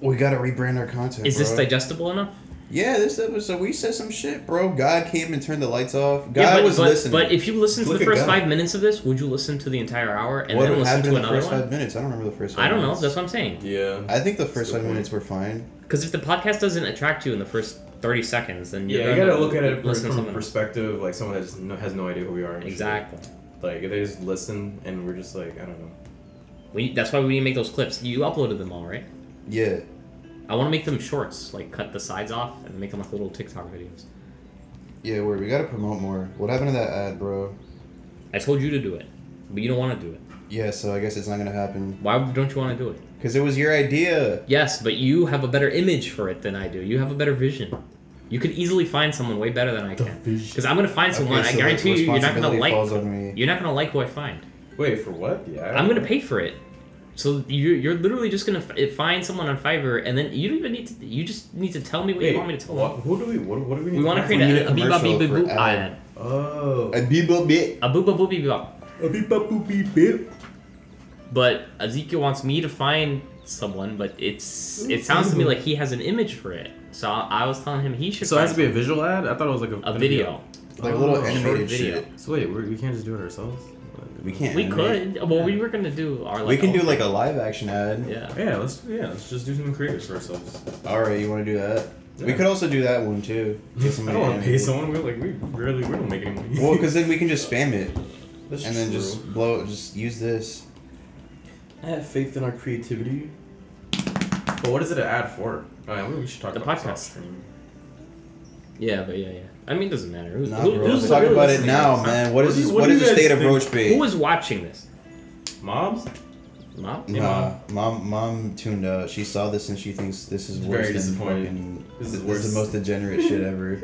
We gotta rebrand our content. Is this bro. digestible enough? Yeah, this episode we said some shit, bro. God came and turned the lights off. God but, was but, listening. But if you listen to Look the at first God. five minutes of this, would you listen to the entire hour and what then listen happened to in the another first one? five minutes? I don't remember the first. Five I don't know. minutes. That's what I'm saying. yeah. I think the first a five good minutes were fine. Because if the podcast doesn't attract you in the first thirty seconds, then you're Yeah, you gonna gotta look at it listen from to a something. perspective like someone that just no, has no idea who we are. and shit. Exactly. Like if they just listen and we're just like I don't know. We, that's why we need to make those clips. You uploaded them all, right? Yeah, I want to make them shorts, like cut the sides off and make them like little TikTok videos. yeah. Word. We gotta promote more. What happened to that ad, bro? I told you to do it, but you don't want to do it. Yeah, so I guess it's not gonna happen Why don't you want to do it? because it was your idea. Yes, but you have a better image for it than I do. You have a better vision. You could easily find someone way better than I can. Because I'm gonna find someone. Okay, I so guarantee you, you're not gonna responsibility like. falls on me. You're not gonna like who I find. Wait for what? Yeah. I don't I'm gonna know. pay for it. So you're, you're literally just gonna f- eh, find someone on Fiverr, and then you don't even need to. You just need to tell me what Wait, you want me to tell what, them. Who do we? What, what do we? Need We want to to create need a, a a bebop commercial beep boop for boop Ad. ad. Oh. A bebo bit. A booba boobie bebop. A beep up boop beep beep. but Ezekiel wants me to find someone, but it's it sounds to me like he has an image for it. So I, I was telling him he should So it find has to be a visual ad. I thought it was like a, a video. Like Oh, little short animated video. shit. So wait, we're, we can't just do it ourselves. We can't. We animate. could. Well, we were gonna do our. Like, we can do own- like a live action ad. Yeah. oh, Yeah, let's yeah, let's just do something creative for ourselves. All right, you want to do that? We Yeah. could also do that one too. Get I somebody don't want to pay animated. someone. We're like we rarely we don't make any money. Well, because then we can just spam it That's and then true. just blow. Just use this. I have faith in our creativity. But what is it an ad for? Oh, yeah, we should talk The about this podcast. off stream. Yeah, but yeah, yeah. I mean, it doesn't matter. Who's, Nah, who, bro. who's Let's talk really about it listening to now, this? man. What What is do you- this? what What do is you the guys state of think? Roach Bay? Who is watching this? Mobs? Mom. Nah, mom, mom tuned out. She saw this and she thinks this is Very worse than disappointed. fucking. This is This, worse. is the most degenerate shit ever.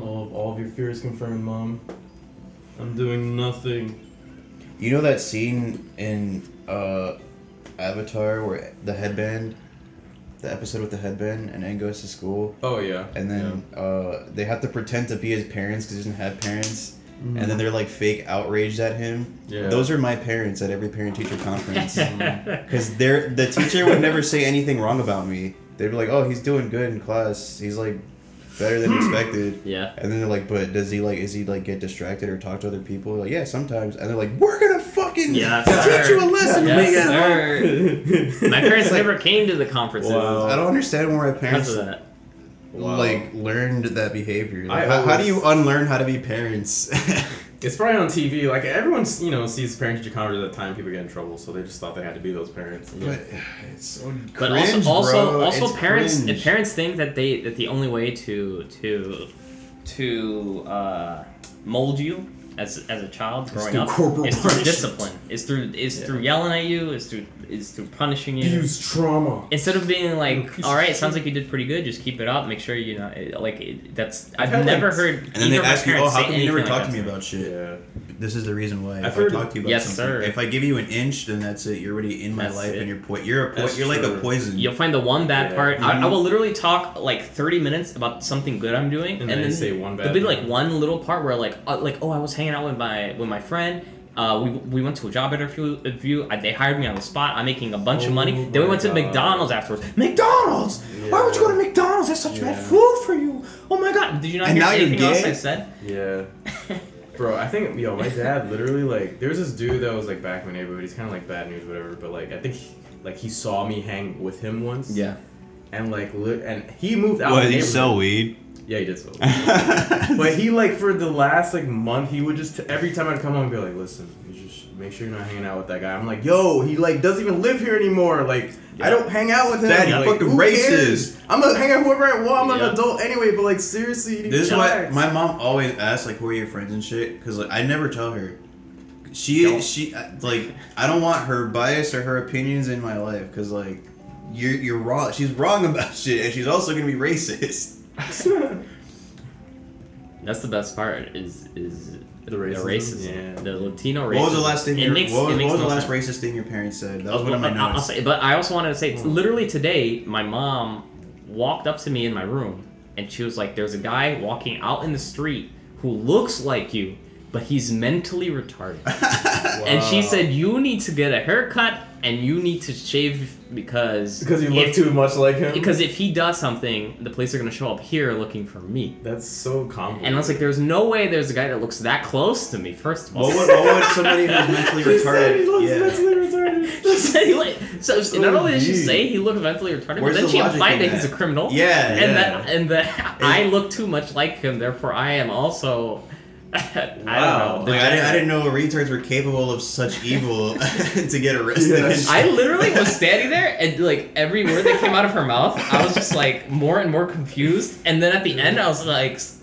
All of, all of your fears confirmed, Mom. I'm doing nothing. You know that scene in uh, Avatar where the headband, the episode with the headband, and Aang goes to school, Oh, yeah. and then uh, they have to pretend to be his parents because he doesn't have parents, and Mm-hmm. then they're like fake outraged at him. Yeah. Those are my parents at every parent teacher conference. yeah, Because they're the teacher would never say anything wrong about me. They'd be like, "Oh, he's doing good in class. He's like better than expected." Yeah. And then they're like, "But does he like? Is he like get distracted or talk to other people?" Like, yeah, sometimes. And they're like, "We're gonna fucking Yes, teach you sir. a lesson, Yes, nigga." sir. My parents never came to the conferences Wow. I don't understand why my because parents of that. Wow. like learned that behavior. I Like, how, how do always- you unlearn how to be parents? It's probably on TV. Like, everyone's, you know, sees parent teacher conference at the time people get in trouble, so they just thought they had to be those parents. but it's so cringe, But also, also, bro. also, It's parents cringe. if parents think that they that the only way to to to uh, mold you as as a child growing through up corporal is through punishment. discipline. Is through is through yelling at you. Is through is through punishing you. Use trauma. Instead of being You like, piece all of right, shit." sounds like you did pretty good. Just keep it up. Make sure you know, it- like it, that's. I've had, like, never heard. And then they either of my ask you, "Oh, parents how say come you never anything like talk that to me me?" about shit?" Yeah. This is the reason why. I've if heard- I talk to you about Yes, something, sir. if I give you an inch, then that's it. You're already in my That's life, it. and you're po- you're a po- That's you're like a true. poison. You'll find the one bad Yeah. Mm-hmm. part. I, I will literally talk like thirty minutes about something good I'm doing, And and, then then say one bad There'll be thing. like one little part where like uh, like oh I was hanging out with my with my friend. Uh, we, we went to a job interview. interview. I, they hired me on the spot. I'm making a bunch of money. Then we Oh my went to God. McDonald's afterwards. McDonald's! Why would you go to McDonald's? That's such bad Yeah. food for you. Oh my God! Did you not And hear now you're anything else gay? I said? Yeah. Bro, I think yo, my dad literally like there was this dude that was like back in my neighborhood. He's kind of like bad news, whatever. But like I think he, like he saw me hang with him once. And like li- and he moved out. of What, the you neighborhood. sell weed? Yeah, he did so. but he like for the last like month, he would just every time I'd come home, be like, "Listen, you just make sure you're not hanging out with that guy." I'm like, "Yo, he like doesn't even live here anymore. Like, I don't hang out with him. Daddy, like, fucking who cares? racist. I'm gonna hang out with whoever I want. I'm Yeah. an adult anyway. But like, seriously, you need This to is why relax. my mom always asks like, "Who are your friends and shit?" Because like I never tell her. She Don't. she uh, like I don't want her bias or her opinions in my life because like you're you're wrong. She's wrong about shit, and she's also gonna be racist. That's the best part. Is is the racism? racism. Yeah. The Latino racism. What was the last thing? It your- makes, what was, it makes what was no the last sense. racist thing your parents said? That was one Well, of my but I- I'll notes. Hmm. say- but I also wanted to say, literally today, my mom walked up to me in my room and she was like, "There's a guy walking out in the street who looks like you, but he's mentally retarded." And she Wow. said, "You need to get a haircut and you need to shave because because you look if, too much like him. because if he does something, the police are gonna show up here looking for me." that's so common. And I was like, "There's no way there's a guy that looks that close to me." First of all, What would, Oh, what would somebody who's mentally She said he retarded? looks Yeah. mentally retarded. She said he like so, So not only did she mean. say he looked mentally retarded, Where's but then the she logic implied in that he's a that? criminal. Yeah, and yeah. that and that I look too much like him, therefore I am also. I Wow. don't know. Like, I, didn't, I degenerate. didn't know retards were capable of such evil to get arrested. Yes. and I literally was standing there, and like every word that came out of her mouth, I was just like more and more confused. And then at the end, I was like, s-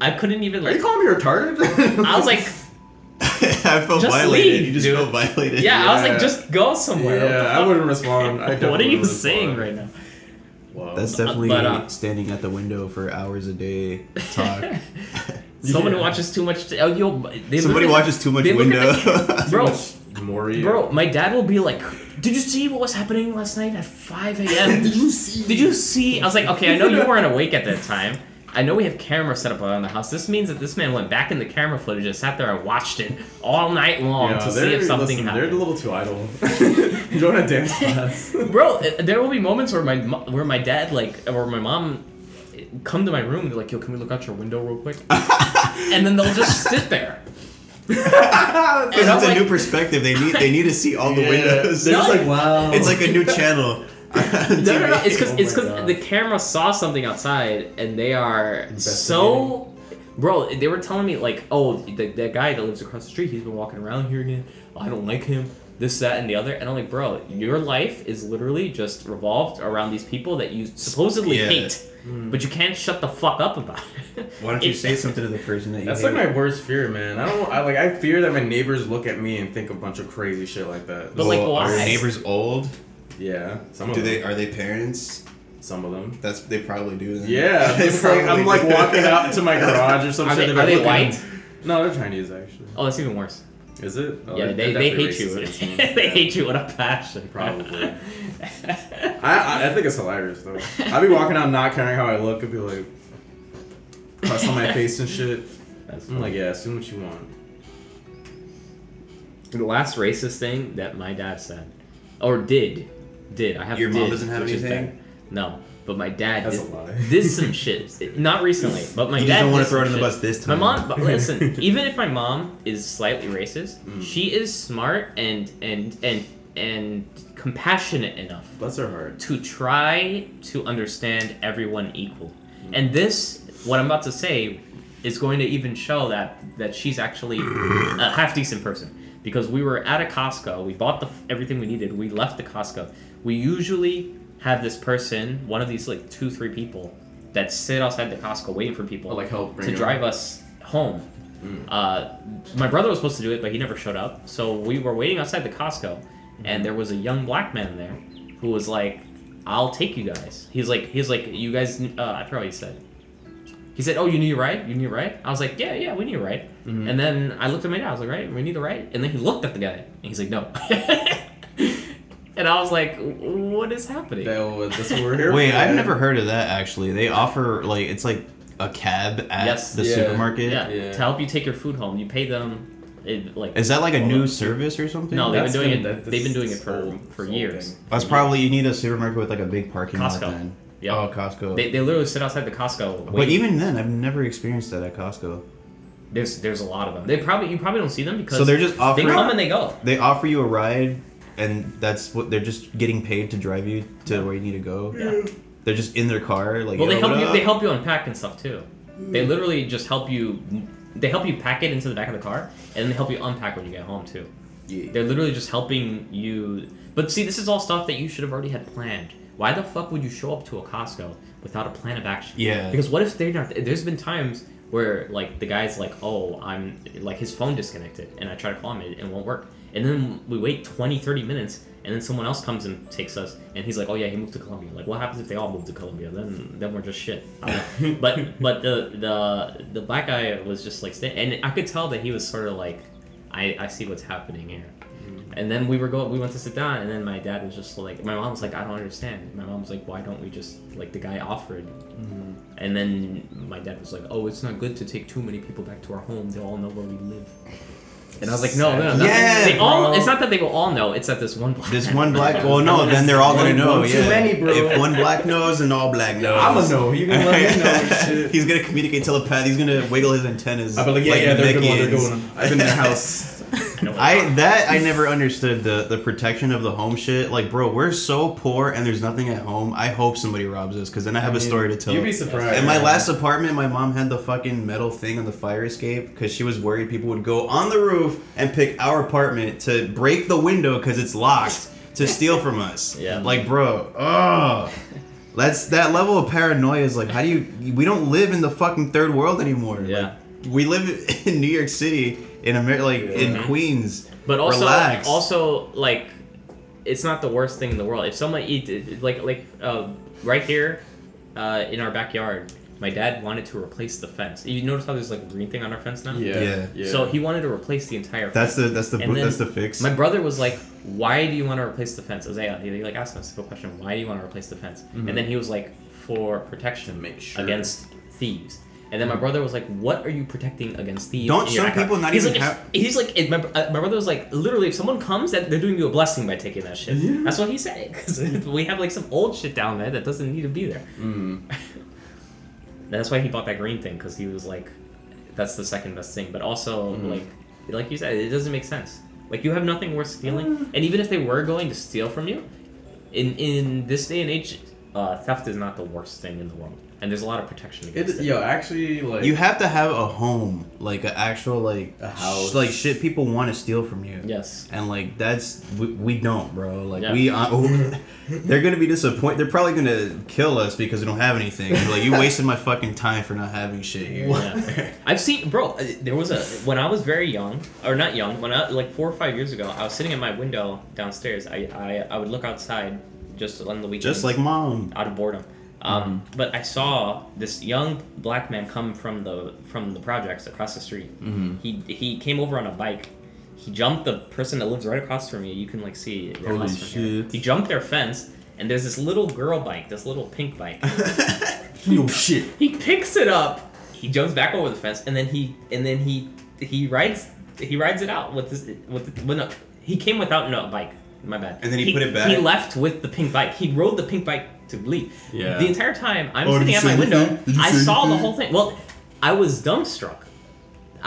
I couldn't even Are you like. calling me retarded? I was like, I felt Just violated. leave, you just dude. felt violated. yeah, I was Yeah. like, just go somewhere. What the yeah, I fuck? wouldn't respond. I What are definitely you wouldn't saying respond. right now? Wow. That's Uh, definitely but, uh, standing at the window for hours a day talk. Someone who Yeah. watches too much. oh, yo, they Somebody look at- watches too much they look window. at the- bro, Maury. bro, my dad will be like, "Did you see what was happening last night at 5 a.m.? Did you see? Did you see?" I was like, "Okay, I know you weren't awake at that time. I know we have cameras set up around the house. This means that this man went back in the camera footage and sat there and watched it all night long Yeah, to they're- see if something listen, They're a happened." little too idle. you don't want to dance class. Bro, uh, there will be moments where my mo- where my dad like or my mom uh, come to my room. They're like, "Yo, can we look out your window real quick?" and then they'll just sit there. And I'm That's like- a new perspective. They need they need to see all the Yeah. windows. They're just No. like, wow. It's like a new channel. on No, no, no. TV. It's because Oh it's my because God. the camera saw something outside, and they are so. Bro, they were telling me like, oh, the, that guy that lives across the street, he's been walking around here again. I don't like him. This, that, and the other. And I'm like, bro, your life is literally just revolved around these people that you supposedly Yeah. hate, Hmm. but you can't shut the fuck up about it. Why don't you It- say something to the person that you That's hate? like my worst fear, man. I don't. I like. I fear that my neighbors look at me and think a bunch of crazy shit like that. But, like, Well, are why? your neighbors old? yeah, some of Do them. they are they parents? Some of them. That's they probably do. Then. Yeah, They it's like, I'm like do. walking out to my garage or Are something. they- are they white? No, they're Chinese actually. Oh, that's even worse. Is it? Oh, yeah, they're they, they definitely hate you. racist, isn't it? they hate you with a passion. Probably. I, I I think it's hilarious though. I'd be walking out not caring how I look. I'd be like, cuss on my face and shit. That's I'm like, yeah, assume what you want. The last racist thing that my dad said, or did, did I have Your mom did, doesn't have which is anything? bad. No, but my dad That's did, a lie. did some shit. Not recently, but my You dad. just don't want want to throw it in the bus this My time. mom, but listen. even if my mom is slightly racist, Mm. she is smart and and and and compassionate enough Bless her heart. to try to understand everyone equal. And this, what I'm about to say, is going to even show that that she's actually a half decent person. Because we were at a Costco, we bought the everything we needed. We left the Costco. We usually have this person, one of these like two, three people, that sit outside the Costco waiting for people Oh, like help bring Mm. to them. drive us home. Uh, my brother was supposed to do it, but he never showed up. So we were waiting outside the Costco, Mm-hmm. and there was a young black man there who was like, "I'll take you guys." He's like, he's like, "You guys," uh, I probably said. He said, "Oh, you need a ride? You need a ride?" I was like, "Yeah, yeah, we need a ride." Mm-hmm. And then I looked at my dad. I was like, "Right, we need a ride." And then he looked at the guy, and he's like, "No." and I was like, "What is happening?" That was, that's what we're here Wait, for. I've never heard of that actually. They offer like it's like a cab at Yes. the Yeah. supermarket. yeah, Yeah. to help you take your food home, you pay them It, like Is that like a Hold new up. service or something? No, they've been That's doing been- that- it. They've been this doing it is for old- for old years. thing. That's probably you need a supermarket with like a big parking lot. Costco. Then. Yeah. Oh, Costco. They, they literally sit outside the Costco. but waiting. even then, I've never experienced that at Costco. there's there's a lot of them. They probably you probably don't see them because So they're just they offering. come and they go. they offer you a ride, and that's what they're just getting paid to drive you to where you need to go. Yeah. They're just in their car, like. Well, they "Yo, help what you. They up?" help you unpack and stuff too. They literally just help you. They help you pack it into the back of the car, and they help you unpack when you get home too. Yeah. They're literally just helping you. But see, this is all stuff that you should have already had planned. Why the fuck would you show up to a Costco without a plan of action? Yeah. Because what if they're not? There's been times where like the guy's like, oh, I'm like his phone disconnected, and I try to call him and it won't work. And then we wait 20, 30 minutes, and then someone else comes and takes us, and he's like, oh yeah, he moved to Colombia. Like, what happens if they all move to Colombia? Then then we're just shit. I don't know. but but the the the black guy was just like, sta- and I could tell that he was sort of like, I I see what's happening here. And then we were going, we went to sit down, and then my dad was just like, my mom was like, I don't understand. My mom was like, why don't we just, like, the guy offered. And then my dad was like, oh, it's not good to take too many people back to our home. They all know where we live. And I was like, no, no, no. Yeah, they all, bro. it's not that they will all know, it's that this one black This guy- one black. Well, no, then they're all gonna One- know. one too yeah. many, bro. If one black knows and all black knows. I'ma know. You can let me know and shit. He's gonna communicate telepath. He's gonna wiggle his antennas. I've been like, yeah, yeah, they're Mickey doing, they're is. doing. them. I've been in the house. I know. I that I never understood the the protection of the home shit. Like, bro, we're so poor and there's nothing at home. I hope somebody robs us because then I have a story to tell. You'd be surprised. In my last apartment, my mom had the fucking metal thing on the fire escape because she was worried people would go on the roof and pick our apartment to break the window because it's locked to steal from us. Yeah. Like, bro, oh. That's that level of paranoia is like, how do you? We don't live in the fucking third world anymore. Yeah. Like, we live in New York City, in America, like in Queens. But also, Relax. also like, it's not the worst thing in the world. If someone eat like like uh, right here, uh, in our backyard, my dad wanted to replace the fence. You notice how there's like a green thing on our fence now. Yeah. Yeah. yeah. So he wanted to replace the entire. that's fence. the that's the And then that's the fix. My brother was like, "Why do you want to replace the fence?" I was like, he like asked him a simple question: "Why do you want to replace the fence?" Mm-hmm. And then he was like, "For protection, Make sure. against thieves." And then my brother was like, "What are you protecting against thieves?" Don't in your some backyard?" people not he's even like, have- if- He's like, if my, uh, my brother was like, literally, if someone comes, that they're doing you a blessing by taking that shit. Yeah. That's what he said. Because we have like some old shit down there that doesn't need to be there. Mm. That's why he bought that green thing because he was like, that's the second best thing. But also, Mm-hmm. like, like you said, it doesn't make sense. Like you have nothing worth stealing, and even if they were going to steal from you, in in this day and age, uh, theft is not the worst thing in the world, and there's a lot of protection It, against it. yo, actually, like You have to have a home, like an actual like A house. sh- like shit people want to steal from you. Yes. And like that's we, we don't, bro. Like Yeah. we uh, they're gonna be disappointed. They're probably gonna kill us because we don't have anything. They're like you wasted my fucking time for not having shit here. Yeah. I've seen, bro. uh, There was a when I was very young, or not young, when I like four or five years ago, I was sitting at my window downstairs. I I, I would look outside just on the weekends, Just like mom. out of boredom. Um, Mm-hmm. But I saw this young black man come from the from the projects across the street. Mm-hmm. He he came over on a bike. He jumped the person that lives right across from you. You can like see their Holy house from here. shit. He jumped their fence, and there's this little girl bike, this little pink bike. Oh, yo shit. he picks it up. He jumps back over the fence, and then he and then he he rides he rides it out with this with the, well, no, he came without no bike. My bad. And then he put it back? He left with the pink bike. He rode the pink bike to leave. Yeah. The entire time I'm Oh, did sitting you at my say window, anything? Did you I say saw the anything? whole thing. Well, I was dumbstruck.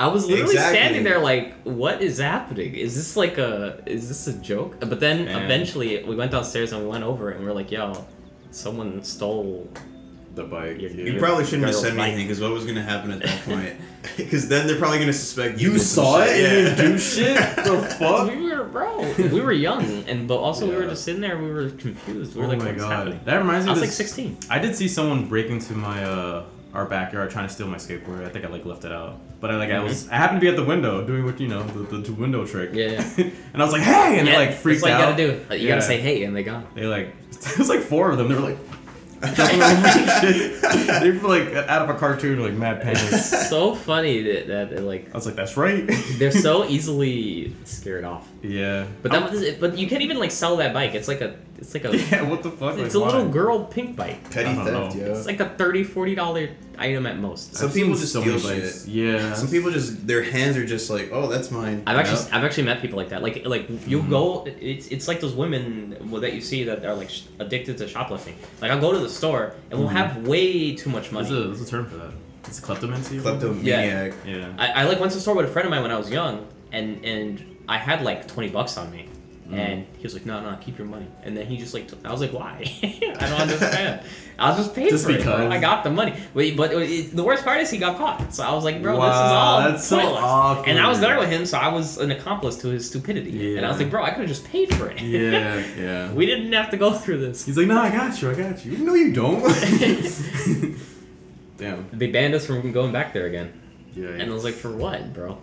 I was literally Exactly. standing there like, what is happening? Is this like a is this a joke? But then Man. eventually we went downstairs and we went over it and we are like, yo, someone stole The bike. You're- yeah. you're- You probably shouldn't have Girls said like- anything because what was gonna happen at that point? Because then they're probably gonna suspect You did some saw it shit. and you didn't do shit. The fuck. We were bro. We were young, and but also we were Yeah. just sitting there. We were confused. We Oh were like, my "What's god, happening?" that reminds I me. was of like this, 16. I did see someone break into my uh our backyard trying to steal my skateboard. I think I like left it out, but I like Mm-hmm. I was I happened to be at the window doing what you know the, the, the window trick. Yeah, and I was like, hey, and Yeah, they like freaked that's what out. You gotta do. You Yeah. gotta say hey, and they gone. They like it was like four of them. They were like. they were like out of a cartoon, like mad panic. It's so funny that, that they're like I was like, that's right. they're so easily scared off. yeah. But that was, but you can't even like sell that bike. It's like a it's like a yeah, what the fuck? it's like, a little why? girl pink bike. Petty I don't theft, know. yo. It's like a 30 40 dollar item at most. Some I've people seen just so steal many shit. places. Yeah. Some people just their hands are just like, oh, that's mine. I've actually Yep. I've actually met people like that. Like like you go, it's it's like those women well, that you see that are like sh- addicted to shoplifting. Like I'll go to the store and we'll have way too much There's money. a, there's a term for that. It's kleptomancy. or something? Kleptomaniac. Yeah. I, I like went to the store with a friend of mine when I was young, and and I had like twenty bucks on me, Mm. and he was like, "No, no, keep your money." And then he just like, took- I was like, "Why? I don't understand. I'll just pay Just for it. bro. because. I got the money." Wait, but it, the worst part is he got caught. So I was like, "Bro, this is Wow, all that's so pointless." awkward. And I was there with him, so I was an accomplice to his stupidity. And I was Yeah. like, "Bro, I could have just paid for it. Yeah. Yeah. we didn't have to go through this." He's like, no, I got you, I got you. No, you don't. Damn. They banned us from going back there again. Yeah. And I was like, for what, bro?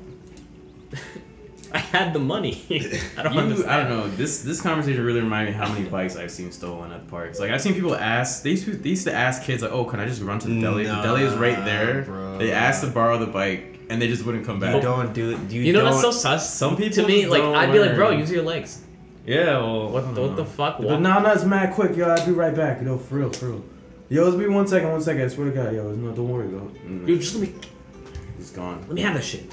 I had the money. I don't You- understand. I don't know. This this conversation really reminded me how many bikes I've seen stolen at parks. Like I've seen people ask. They used to, they used to ask kids like, "Oh, can I just run to the deli? the deli is right there." Nah, bro. They asked to borrow the bike, and they just wouldn't come You back. don't do it. You, You know don't, that's so sus. Some people to me, just like don't I'd be like, bro, learn. use your legs. Yeah. Well, What I don't the- what the know. fuck, But walk? nah, nah, it's mad quick, yo. I'll be right back. Yo, for real, for real. Yo, it's be one second, one second. I swear to God, yo, it's not. Don't worry, yo. Mm, Dude, just let me it's gone. let me have that shit.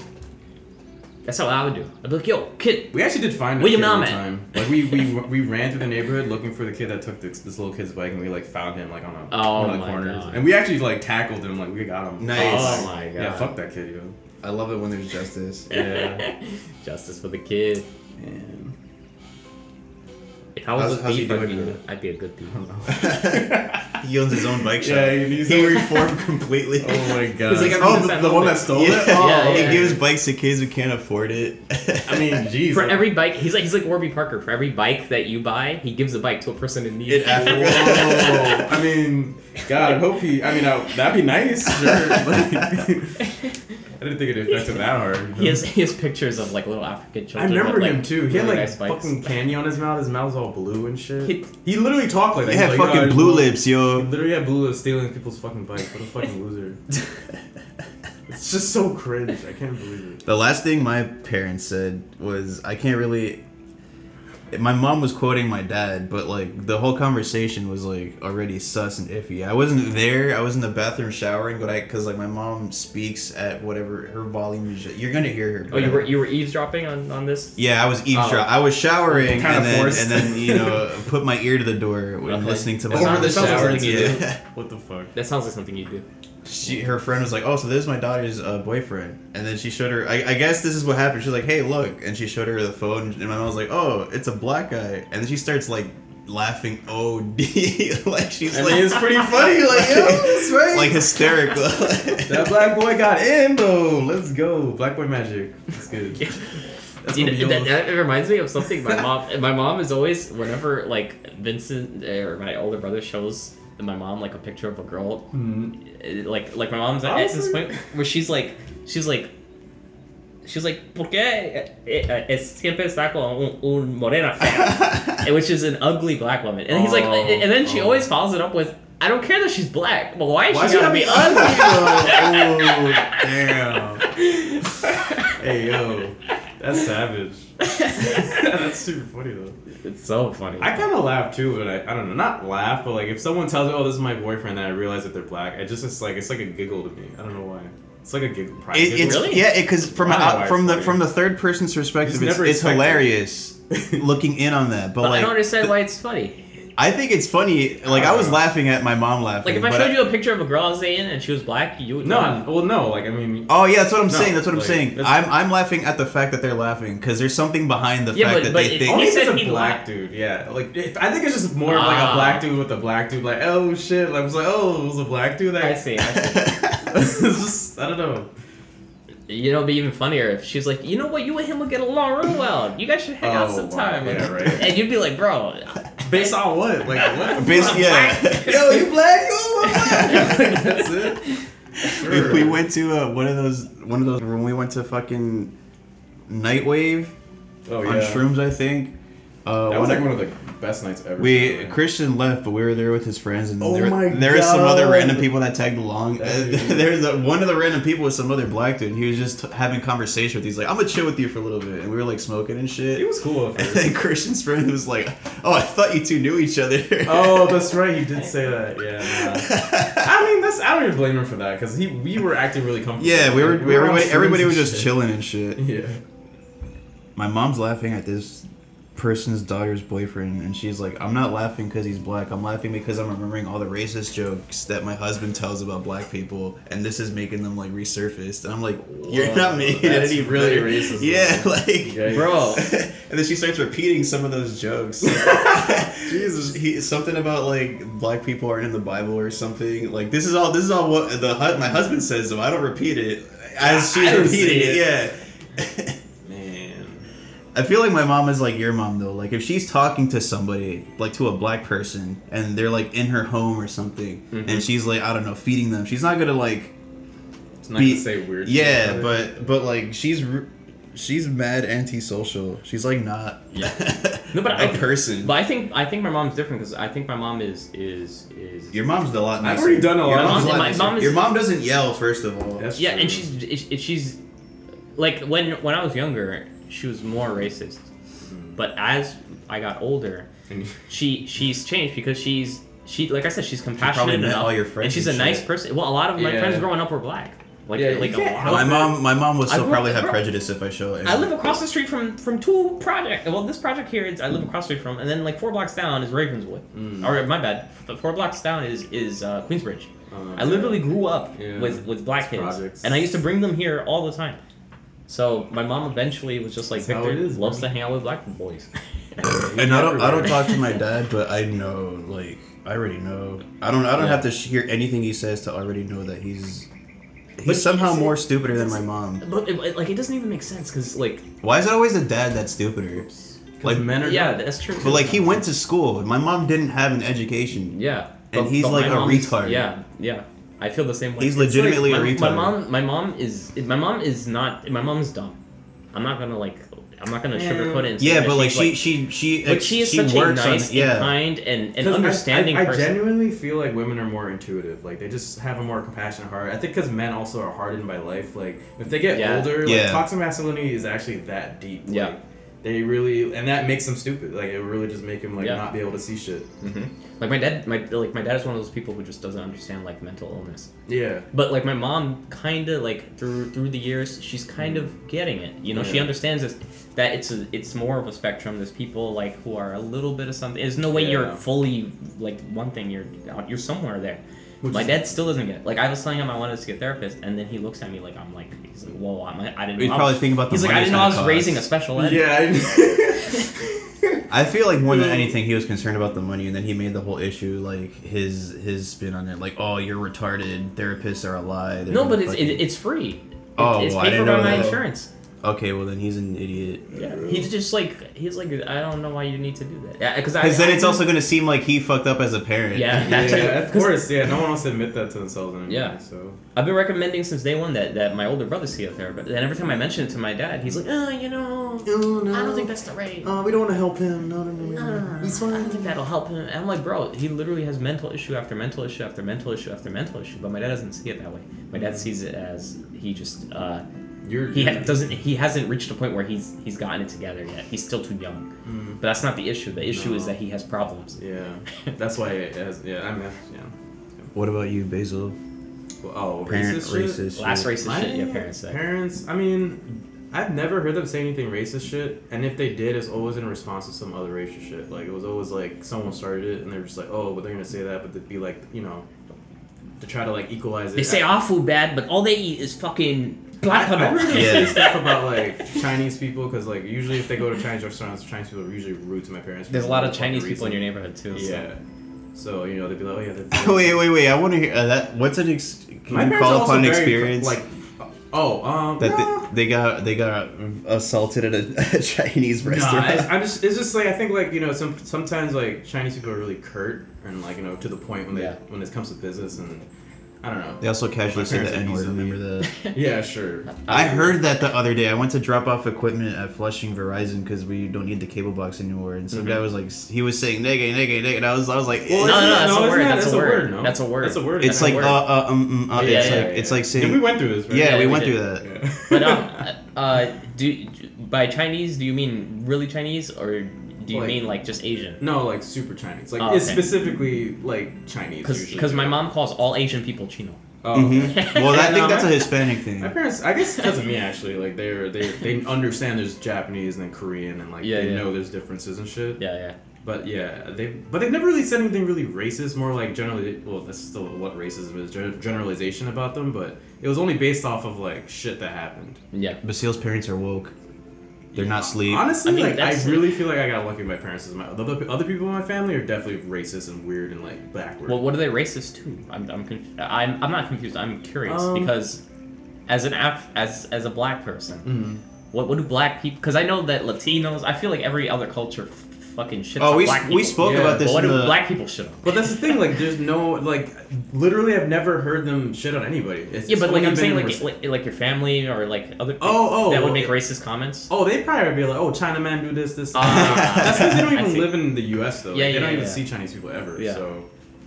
That's how I would do. it. I'd be like, yo, kid. We actually did find a Where your kid mom one at? time. Like we, we we ran through the neighborhood looking for the kid that took this, this little kid's bike, and we like found him like on a Oh one of the my corners, God. and we actually like tackled him. Like we got him. Nice. Oh my god. Yeah, fuck that kid, yo. I love it when there's justice. Yeah. Justice for the kid. Man. If I was How's- a how's he thief, I'd doing be, now? I'd be a good thief. he owns his own bike shop. Yeah, he needs he to- reformed completely. Oh my god. He's like, I'm oh, just the, at the one home. that stole Yeah. it. Oh, Yeah, yeah, he yeah. gives bikes to kids who can't afford it. I mean, jeez. For like- every bike, he's like he's like Warby Parker. For every bike that you buy, he gives a bike to a person in need. In Africa. Whoa. I mean, God, I hope he. I mean, I, that'd be nice. Sure. Like, I didn't think it affected that hard. you know? He has, he has pictures of like little African I children. with, remember like, him too. He had really like nice bikes. fucking candy on his mouth. His mouth's all blue and shit. He- He, literally talked like that. they He's have like, fucking "Yeah, blue I- lips, He yo. literally had blue lips stealing people's fucking bikes. What a fucking loser. It's just so cringe. I can't believe it. The last thing my parents said was, I can't really. My mom was quoting my dad, but like the whole conversation was like already sus and iffy. I wasn't there. I was in the bathroom showering, but I because like my mom speaks at whatever her volume is. You're gonna hear her. Oh, you but- were you were eavesdropping on on this? Yeah, I was eavesdropping. Oh. I was showering Kinda and then, forced. and then you know put my ear to the door when Okay. listening to my Over the That sounds shower, like you it. do. What the fuck? That sounds like something you do. she her friend was like, "Oh, so this is my daughter's uh, boyfriend," and then she showed her. I, I guess this is what happened. She's like, "Hey, look," and she showed her the phone, and my mom was like, "Oh, it's a black guy," and then she starts like laughing od like she's I like mean, it's pretty funny. Like, yo, that's right. like hysterical. that black boy got in though. Let's go, black boy magic. That's good. That's You gonna know, be yours. that, that reminds me of something my mom. My mom is always whenever like Vincent eh, or my older brother shows my mom like a picture of a girl, Mhm. eh, like like my mom's at, at this Awesome. point where she's like she's like she's like porque eh, eh, es siempre está con un, un morena fea, Eh, which is an ugly black woman, and he's like, Oh, eh, and then she oh. always follows it up with. I don't care that she's black, but why is Why she she gotta gotta be ugly though? Oh, damn. Hey yo, that's savage. that's super funny though. It's so funny. I kind of laugh too, but I, I don't know, not laugh, but like if someone tells me, "Oh, this is my boyfriend," and I realize that they're black, I just it's like it's like a giggle to me. I don't know why. It's like a giggle. Pride It, giggle. it's Really? yeah, because from I don't know out, why from it's the funny. from the third person's perspective, Just it's, never it's expected. hilarious looking in on that. But, but like, I don't understand the- why it's funny. I think it's funny. Like I was Uh, laughing at my mom laughing. Like if I but showed you a picture of a girl I was dating and she was black, you would No, I'm- well, no. Like I mean, Oh yeah, that's what I'm No, saying. That's what I'm like, saying. that's- I'm I'm laughing at the fact that they're laughing because there's something behind the Yeah, fact but- that but they it- think. He Only if said it's a he black laugh- dude, yeah. Like if, I think it's just more of like Ah. a black dude with a black dude, like oh shit, like, I was like oh it was a black dude. That I see. I see. it's just I don't know. You know, it'd be even funnier if she's like, you know what, you and him would get along real well. You guys should hang out Oh, wow. sometime. Yeah, right. And you'd be like, bro, Based on what? Like what? Bas- yeah. black. Yo, you black? You black? That's it. If we went to uh, one of those, one of those when we went to fucking Nightwave oh, on shrooms, I think. Uh, That was one- like one of the best nights ever. we Yeah. Christian left, but we were there with his friends, and Oh there, my there was some other God. random people that tagged along. That dude. There's a, one of the random people was some other black dude, and he was just having conversation with. He's like, "I'm gonna chill with you for a little bit," and we were like smoking and shit. It was cool. At And first. then Christian's friend was like, "Oh, I thought you two knew each other." Oh, that's right. You did say that. Yeah. nah. I mean, that's honestly, I don't even blame him for that because he we were acting really comfortable. Yeah, we were, Like, all everybody, friends everybody and was just shit. chilling and shit. Yeah. My mom's laughing at this person's daughter's boyfriend, and she's like, "I'm not laughing because he's black. I'm laughing because I'm remembering all the racist jokes that my husband tells about black people, and this is making them like resurfaced." And I'm like, "You're Whoa, not making it that's any really better." racist, Yeah, man. like, Yeah, Bro, and then she starts repeating some of those jokes. Jesus, he, something about like black people aren't in the Bible or something. Like this is all this is all what the hu- my husband says. So I don't repeat it as she's I didn't see repeating it. Yeah. man. I feel like my mom is like your mom though. Like if she's talking to somebody, like to a black person, and they're like in her home or something, and she's like I don't know feeding them, she's not gonna like It's not Be- gonna say weird. shit yeah, about it. but but like she's r- she's mad antisocial. She's like not No, but a I- person. but I think I think my mom's different because I think my mom is is is Your mom's a lot nicer. I've already done a Your lot. mom's a My lot mom- nicer. my mom is- Your mom doesn't yell, first of all. That's yeah, true. and she's it- it- she's like when when I was younger, she was more racist, Mm-hmm. but as I got older, And- she she's changed because she's she like I said she's compassionate probably met enough, all your friends and she's and a nice shit. person. Well, a lot of my Yeah. friends growing up were black. Like Yeah, you like a can't lot. help my mom, my mom would I still grew up- probably I have grew up- prejudice if I show it. I live across the street from from two project. Well, this project here is I live across the street from, and then like four blocks down is Ravenswood. Mm. Or my bad, f- four blocks down is is uh, Queensbridge. Oh, I literally grew up Yeah. with with black kids, projects. and I used to bring them here all the time. So my mom eventually was just like That's how Victor it is, loves man. to hang out with black boys. and I don't, I don't Everywhere. talk to my dad, but I know, like, I already know. I don't, I don't Yeah. have to sh- hear anything he says to already know that he's. He's But somehow is it- more stupider than my mom. but it, it- like it doesn't even make sense because like Why is it always the dad that's stupider? like men are. yeah that's true. But like he went to school, and my mom didn't have an education. Yeah. And he's like my a mom's- retard. Yeah, yeah. I feel the same way. He's It's like legitimately a my- My retard. mom, my mom is my mom is not my mom's dumb. I'm not gonna like I'm not gonna Yeah. sugarcoat it. And say Yeah, that but like she's, she, she, she, but she is such a works on- nice, and yeah. kind, and, 'Cause and I- understanding I, I, person. genuinely feel like women are more intuitive. Like they just have a more compassionate heart. I think because men also are hardened by life. Like if they get Yeah. older, Yeah. like toxic masculinity is actually that deep. Yeah. Like, they really and that makes them stupid. Like it really just make them like Yeah. not be able to see shit. Mm-hmm. Like my dad, my like my dad is one of those people who just doesn't understand like mental illness. Yeah. But like my mom, kind of like through through the years, she's kind of getting it. You know, she Yeah. understands this, that it's a, it's more of a spectrum. There's people like who are a little bit of something. There's no way Yeah. you're fully like one thing. You're you're somewhere there. Which my is- dad still doesn't get it. Like I was telling him I wanted to see a therapist, and then he looks at me like I'm like he's like whoa I'm, I didn't. He's know I probably was- thinking about the He's like money I it's didn't know gonna I was cost." raising a special ed. Yeah. I- I feel like more than Yeah. anything, he was concerned about the money, and then he made the whole issue like his his spin on it, like, "Oh, you're retarded. Therapists are a lie." they're No, but it's fucking-" it, it's free. It- Oh, it's I paid didn't for by know my that. insurance. okay. Well, then he's an idiot. Yeah, he's just like he's like I don't know why you need to do that. Yeah, because Because then it's also gonna seem like he fucked up as a parent. Yeah. yeah, of course. Yeah, no one wants to admit that to themselves anymore. Yeah. So I've been recommending since day one that, that my older brother see a therapist. And every time I mention it to my dad, he's like, oh, you know, I don't think that's the right. Oh, we don't want to help him. No, no, no. Nah, I don't think that'll help him. And I'm like, bro, he literally has mental issue after mental issue after mental issue after mental issue. But my dad doesn't see it that way. My dad sees it as he just uh, you're. he ha- doesn't he hasn't reached a point where he's he's gotten it together yet. He's still too young. But that's not the issue. The issue is No. that he has problems. Yeah. That's why. It has, yeah. I mean. Yeah. What about you, Basil? Oh, Parent racist shit? racist. Last shit. racist shit your parents say. Parents, I mean, I've never heard them say anything racist shit, and if they did, it's always in response to some other racist shit. Like it was always like someone started it, and they're just like, oh, but they're gonna say that, but they'd be like, you know, to try to like equalize it. They say "Ah, our food bad, but all they eat is fucking black I puddle. heard them Yeah. say stuff about like Chinese people because like usually if they go to Chinese restaurants, Chinese people are usually rude to my parents. for There's a no lot of fucking Chinese people in your reason. neighborhood too. so- Yeah. So you know they'd be like, oh yeah, they're wait, wait, wait. I want to hear uh, that. What's an ex- can My you parents are call also upon an very, experience Like, oh, um, that nah. they, they got they got assaulted at a, a Chinese Nah, restaurant? it's, I'm just, it's just like I think like you know some sometimes like Chinese people are really curt and like you know to the point when they Yeah. when it comes to business and I don't they also casually My said the parents N word. abused me. Remember that. know. yeah, sure. I heard that the other day. I went to drop off equipment at Flushing Verizon because we don't need the cable box anymore. And some guy was like, he was saying nigga, nigga, nigga, and I was, I was like, Mm-hmm. Well, No, it's, no, not- that's no, a it's word. not- That's it's a a word. word, no? That's a word. It's a word. That's it's a like, uh, word. uh, um, um, uh, Yeah, it's yeah, like, yeah, it's yeah. like Did we saying, went through this. Right? yeah, Yeah, we we went did. through that. Yeah. um, uh, But um, uh, do by Chinese do you mean really Chinese or do Do you Like- mean like just Asian? No, like super Chinese. Like Oh, it's okay. specifically like Chinese. usually. Because my mom calls all Asian people Chino. Oh. Mm-hmm. Well, I And, think um, that's a Hispanic thing. My parents, I guess, because of me actually, like they're they they understand there's Japanese and then Korean and like Yeah, they yeah. know there's differences and shit. Yeah, yeah. But yeah, they but they've never really said anything really racist. More like generally, well, that's still what racism is gen- generalization about them. But it was only based off of like shit that happened. Yeah. Basile's parents are woke. They're not sleep. Honestly, I mean, like I that's- really feel like I got lucky. with My parents, is my other other people in my family are definitely racist and weird and like backward. Well, what are they racist to? I'm I'm conf- I'm, I'm not confused. I'm curious Um, because as an Af- as as a black person, mm-hmm. what what do black people? Because I know that Latinos. I feel like every other culture f- fucking shit. Oh, we, black we people. spoke Yeah, about But this. what in do the, black people shit on? But that's the thing, like, there's no, like, literally, I've never heard them shit on anybody. It's Yeah, but only like I'm been saying, in like, res- like like your family or like other. Oh, oh, that would okay. make racist comments. oh, they probably be like, oh, Chinaman do this, this. Ah. that. that's because they don't I even see. live in the U.S. though. Like, Yeah, they yeah, don't even yeah. see Chinese people ever. Yeah. So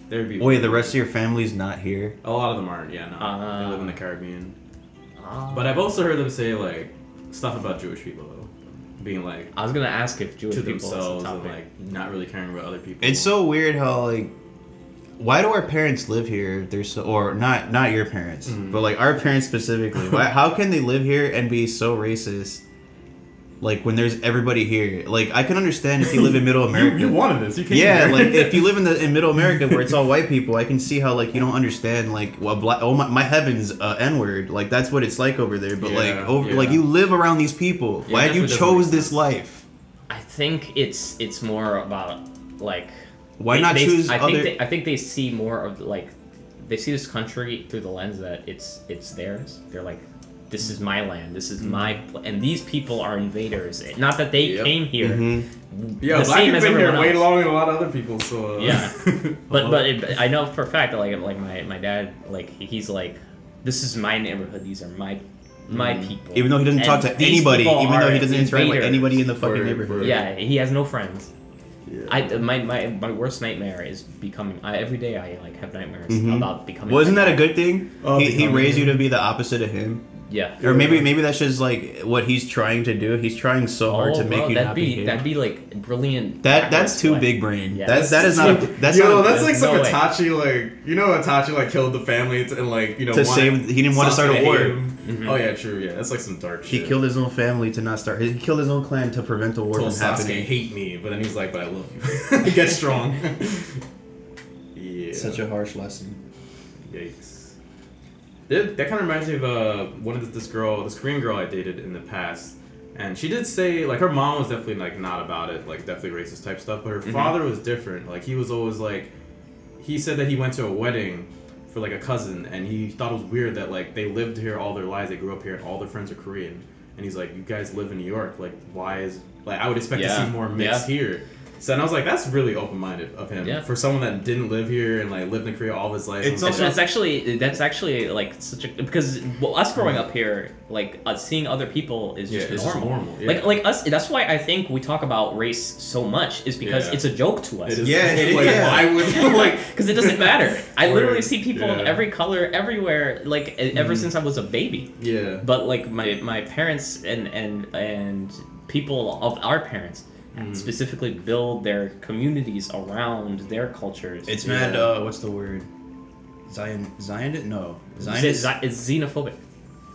there'd be wait, Oh, the rest of your family's not here. a lot of them aren't. Yeah, no, they Ah. live in the Caribbean. Ah. But I've also heard them say like stuff about Jewish people though, being like I was gonna ask if Jewish to people is a themselves and topic. like not really caring about other people. It's so weird how like, why do our parents live here? If they're so, or not not your parents, Mm-hmm. but like our parents specifically. why, how can they live here and be so racist? Like when there's everybody here. Like I can understand if you live in Middle you, America. you wanted this. You came yeah, here. like if you live in the in Middle America where it's all white people, I can see how like you don't understand like well, black. Oh my, my heavens, uh, N word. Like that's what it's like over there. But Yeah, like over, yeah. like you live around these people. Yeah, Why that's you what doesn't chose make this sense. life? I think it's it's more about like Why they- not they- choose I other? think they, I think they see more of like they see this country through the lens that it's it's theirs. They're like, this is my land. This is my pl- and these people are invaders. Not that they Mm-hmm. Yep. came here, Mhm. yeah, the black same people as been here everyone way else. longer than a lot of other people. So uh, Yeah. but but it, but I know for a fact that like like my my dad like he's like, this is my neighborhood. These are my my Mm. people. even though he doesn't talk And to these anybody, people even though are he doesn't interact with invaders. anybody in the fucking Word, neighborhood. word. Yeah, he has no friends. Yeah. I uh, my, my my worst nightmare is becoming. I, every day I like have nightmares Mhm. about becoming. Wasn't like that a good thing? Oh, he, he becoming raised you him. to be the opposite of him, Yeah. or maybe maybe that's just like what he's trying to do. He's trying so hard Oh, to make bro, you that'd not be be him. that'd be like brilliant. That that's backwards too way. big brain. Yeah. That's that is not. A, that's yo, not a- that's like some no way. Itachi, like you know, Itachi like killed the family to- and like you know To wanted- save- he didn't want to start a Sasuke war. hated him. Mm-hmm. Oh yeah, true. Yeah, that's like some dark He shit. killed his own family to not start. He killed his own clan to prevent the war Told from Sasuke happening. hate me, but then he's like, but I love you. Get strong. yeah. Such a harsh lesson. Yikes. That, that kind of reminds me of uh, one of this girl, this Korean girl I dated in the past, and she did say like her mom was definitely like not about it, like definitely racist type stuff, but Mm-hmm. her father was different. Like he was always like, he said that he went to a wedding for like a cousin, and he thought it was weird that like they lived here all their lives, they grew up here, and all their friends are Korean, and he's like, you guys live in New York, like why is like I would expect to Yeah. see more mix Yeah. here. So and I was like, that's really open minded of him Yeah. for someone that didn't live here and like lived in Korea all of his life. It's I was That's, like, that's actually that's actually like such a because well, us growing up here, like us seeing other people is just Yeah, it's just normal. normal, yeah. Like like us. That's why I think we talk about race so much is because Yeah. it's a joke to us. It is. Yeah, it like, is. Why would like? like because it doesn't matter. I Word. literally see people of Yeah. every color everywhere. Like e- Mm-hmm. ever since I was a baby. Yeah. But like my my parents and and and people of our parents Mm-hmm. specifically build their communities around their cultures. It's Yeah. mad. Uh, what's the word? Zion Zion? No, Zion. Is it- is xenophobic.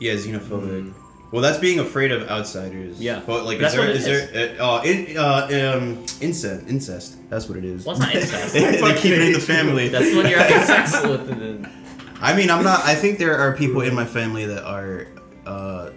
yeah, xenophobic. Well, that's being afraid of outsiders. Mm. Yeah. but like, That's is there what it is there uh, oh, in, uh, um, incest? Incest. That's what it is. Well, it's not incest. they keep it in the family. That's when you're having sex with the. I mean, I'm not. I think there are people in my family that are uh,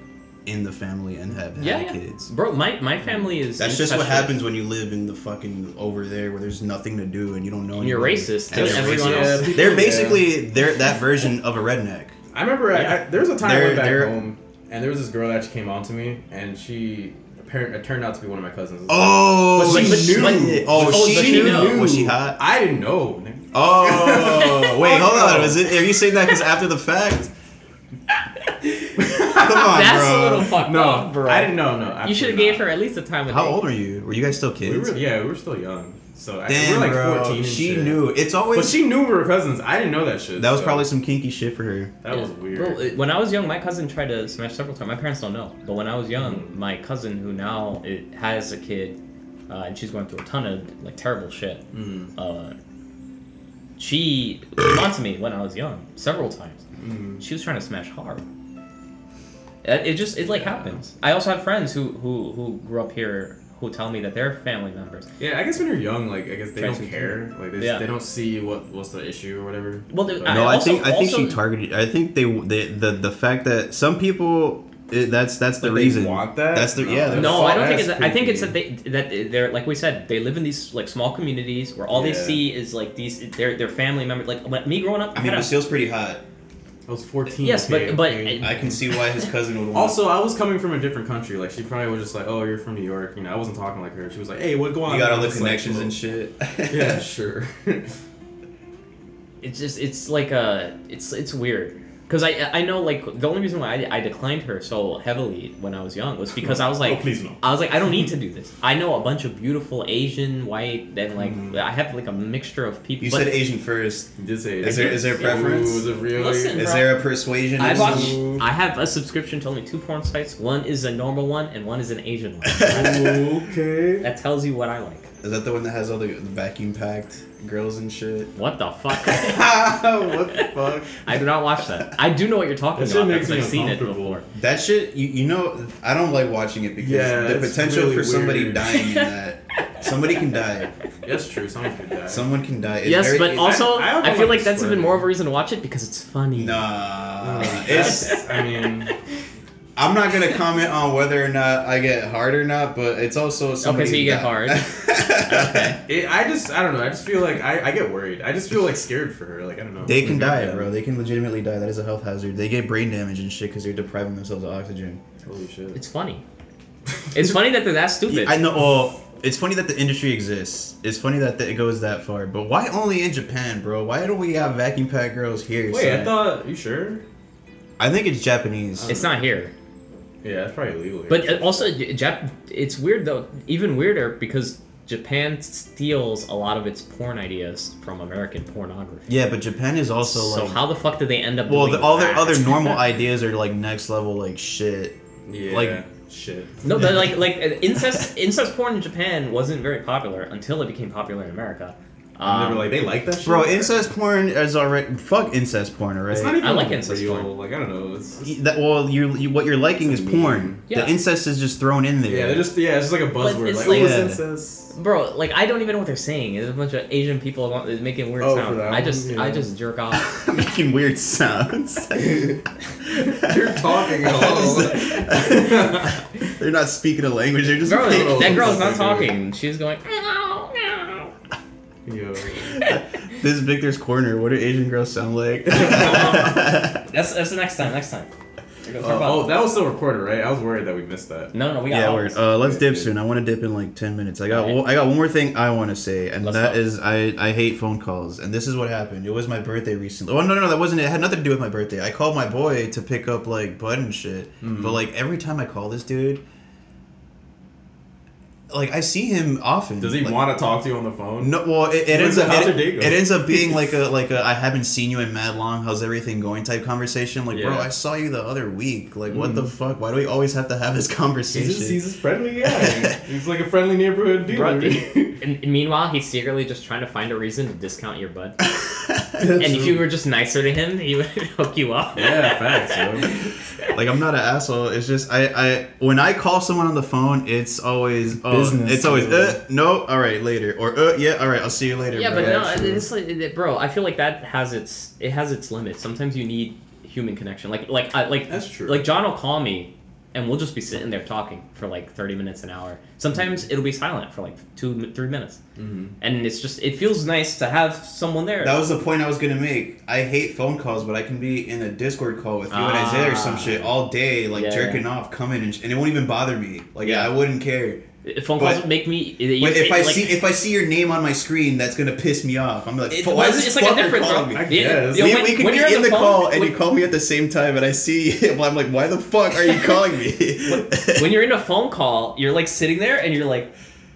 in the family and have had Yeah, yeah. kids. Bro, my, my family is. That's just what incestuous. happens when you live in the fucking over there where there's nothing to do and you don't know. And you're anybody. racist, And just they're everyone racist. else. Yeah. They're basically they're that version of a redneck. I remember I, I, there was a time I They're- went back they're- home, and there was this girl that actually came on to me, and she apparent it turned out to be one of my cousins. Oh, But she she- knew. Oh, Oh, she, she knew. knew. Was she hot? I didn't know. nigga. Oh, wait, hold Fuck on. no. Was it? Are you saying that because after the fact? Come on, That's bro. a little fucked No, up, bro. I didn't know. No, You should have absolutely gave not. her at least a time of How day. old are you? Were you guys still kids? We were, yeah, we were still young, so I, we Damn, were like bro. fourteen. and she shit. knew. It's always but she knew we were cousins. I didn't know that shit. that was so probably some kinky shit for her. that was weird. Bro, it- when I was young, my cousin tried to Mm-hmm. smash several times. My parents don't know, but when I was young, my cousin who now it, has a kid, uh, and she's going through a ton of like terrible shit. Hmm. Uh, she came on to me when I was young several times. Mm-hmm. She was trying to smash hard. Uh, It it just it like happens. I also have friends who who who grew up here who tell me that their family members. Yeah, I guess when you're young, like I guess they Tries don't to- care. Like they, just, Yeah. they don't see what what's the issue or whatever. Well, there- But- I No, I also- think I think she also- targeted. I think they, they the the fact that some people it, that's that's the But they reason. want that? That's the No. yeah. that's- No, I don't think it's. That's I think it's that they creepy. that they're like we said they live in these like small communities where all they Yeah. see is like these their their family members. Like when, me growing up, I mean, had a- Basil's pretty hot. I was 14. yes, but okay, but okay. I can see why his cousin Mm. would want. also I was coming from a different country. Like she probably was just like, "Oh, you're from New York." You know, I wasn't talking like her. She was like, "Hey, what go on?" you got And all I the was like, connections and "Well, shit. Yeah, sure. it's just it's like a it's it's weird because I I know like the only reason why I, I declined her so heavily when I was young was because I was like Oh, please no. I was like I don't need to do this. I know a bunch of beautiful Asian white and like I have like a mixture of people. Mm-hmm. You but said Asian first. You did say Is there- is there Ooh, preference? is it really? Listen. Is Bro. there a persuasion? I or watch. something? Ooh. I have a subscription to only two porn sites. One is a normal one, and one is an Asian one. okay. That tells you what I like. Is that the one that has all the, the vacuum packed girls and shit? What the fuck? what the fuck? I do not watch that. I do know what you're talking That shit about makes me because I've seen it uncomfortable. before. That shit, you, you know, I don't like watching it because Yeah, the it's potential really for somebody weird. dying in that. Somebody can die. That's true. Someone could die. Someone can die. It's Yes, very- but it- also I- I don't I, feel like like that's even sweating. more of a reason to watch it because it's funny. Nah, uh, it's. It's. Uh, I mean. I'm not gonna comment on whether or not I get hard or not, but it's also somebody. so you get hard. Okay. It, I just, I don't know. I just feel like I, I get worried. I just feel like scared for her. Like I don't know. They can die, Yeah. bro. They can legitimately die. That is a health hazard. They get brain damage and shit because they're depriving themselves of oxygen. Holy shit. It's funny. It's funny that they're that stupid. I know. Well, it's funny that the industry exists. It's funny that the, it goes that far. But why only in Japan, bro? Why don't we have vacuum pack girls here? Wait, I son? thought. Uh, You sure? I think it's Japanese. It's not here. Yeah, it's probably illegal. here. But uh, also, J- Jap- it's weird though. Even weirder because Japan steals a lot of its porn ideas from American pornography. yeah, but Japan is also so like. how the fuck did they end up? well, doing the, all their that? other normal ideas are like next level, like shit. yeah, like- shit. No, but like like uh, incest incest porn in Japan wasn't very popular until it became popular in America. And they Um, were like, they like that shit. Bro, incest porn is already fuck incest porn, alright? It's not even I like incest real, porn. Like I don't know. It's, it's- that, well, you, you what you're liking is It's a meme. porn. Yeah. The incest is just thrown in there. yeah, they're just yeah, it's just like a But buzzword. it's Like, like- oh, it's Yeah. incest. Bro, like I don't even know what they're saying. There's a bunch of Asian people want- they're making weird Oh, for sounds. that I one? just I Yeah. just jerk off. making weird sounds. You're talking. hello. They're not speaking a language. They're just Bro, making- that girl's Oh, not dude. talking. She's going. "Meow, meow." Yo. This is Victor's corner. What do Asian girls sound like? That's that's the next time. Next time. We're gonna talk Uh, about- oh, that was still recorded, right? I was worried that we missed that. no, no, no, we got yeah, all word. this. Uh, let's dip soon. I want to dip in like ten minutes. I got Alright. well, I got one more thing I want to say, and Let's that go. is I I hate phone calls, and this is what happened. It was my birthday recently. Oh no no no, that wasn't. It It had nothing to do with my birthday. I called my boy to pick up like bud and shit, but like every time I call this dude. Like I see him often. Does he Like, want to talk to you on the phone? No, well, it, it Where's ends the- up how's it, your day going? it ends up being like a like a I haven't seen you in mad long. How's everything going? Type conversation. Like, bro, Yeah. Mm-hmm. I saw you the other week. Like, what the fuck? Why do we always have to have this He's conversation? just, he's just friendly guy. he's like a friendly neighborhood Bro, dealer. and and meanwhile, he's secretly just trying to find a reason to discount your butt. and if you were just nicer to him, he would hook you up. yeah, facts, yo. like, I'm not an asshole. It's just I I when I call someone on the phone, it's always oh, Business, It's always dude. uh, no, all right, later, or uh, yeah, all right, I'll see you later. Yeah, bro. but no, That's true. it's like, it- bro. I feel like that has its it has its limits. Sometimes you need human connection. Like like I like That's true. Like John will call me, and we'll just be sitting there talking for like thirty minutes an hour. Sometimes Mm. it'll be silent for like two three minutes, Mm-hmm. and it's just it feels nice to have someone there. That was the point I was gonna make. I hate phone calls, but I can be in a Discord call with you and Isaiah or some Ah. shit all day, like Yeah. jerking off, coming, and, sh- and it won't even bother me. Like, Yeah. I wouldn't care. Phone calls but- make me. it But irritate- if I like, see if I see your name on my screen, that's gonna piss me off. I'm like, it- why is it's- this it's like a fucker different calling me? I Yeah, guess. yeah, we, when- we could when be you're on in the, phone, call and when- you call me at the same time, and I see you. I'm like, why the fuck are you calling me? when you're in a phone call, you're like sitting there and you're like,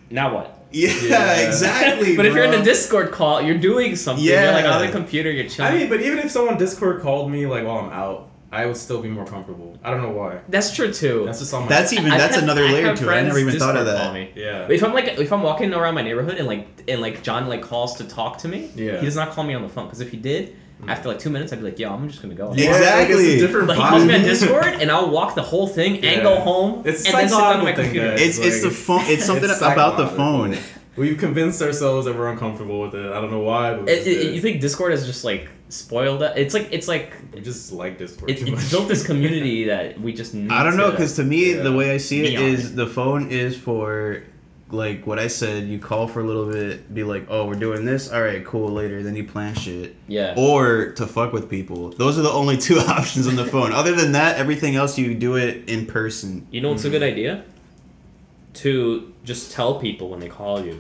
now what? yeah, Yeah. exactly. but if you're in bro. a Discord call, you're doing something. You're like on Yeah. the computer, you're chilling. I mean, but even if someone Discord called me like while I'm out, I would still be more comfortable. I don't know why. That's true too. That's just on my. That's even I've that's had- another I layer have to it. I friends never even thought of Discord call that. me. yeah. If I'm like if I'm walking around my neighborhood and like and like John like calls to talk to me, Yeah. he does not call me on the phone because if he did, after like two minutes, I'd be like, yo, I'm just gonna go. Mm. Yeah. Like, Exactly. it's a different But he calls me on vibe. Discord and I'll walk the whole thing and go Yeah. home It's and then sit down to my psychological thing, computer. guys. It's it's the Like- phone. It's something It's about the psychological. phone. We've convinced ourselves that we're uncomfortable with it. I don't know why, but we It- just it- did. you think Discord is just like spoiled? That it's like it's like we just like Discord it, too much. it's built this community that we just. Need I don't know to- because to me the Yeah. way I see it Neon. is the phone is for like what I said. You call for a little bit, be like, oh, we're doing this. All right, cool. Later, then you plan shit. Yeah. Or to fuck with people. Those are the only two options on the phone. Other than that, everything else you do it in person. You know what's a Mm-hmm. good idea? To just tell people when they call you.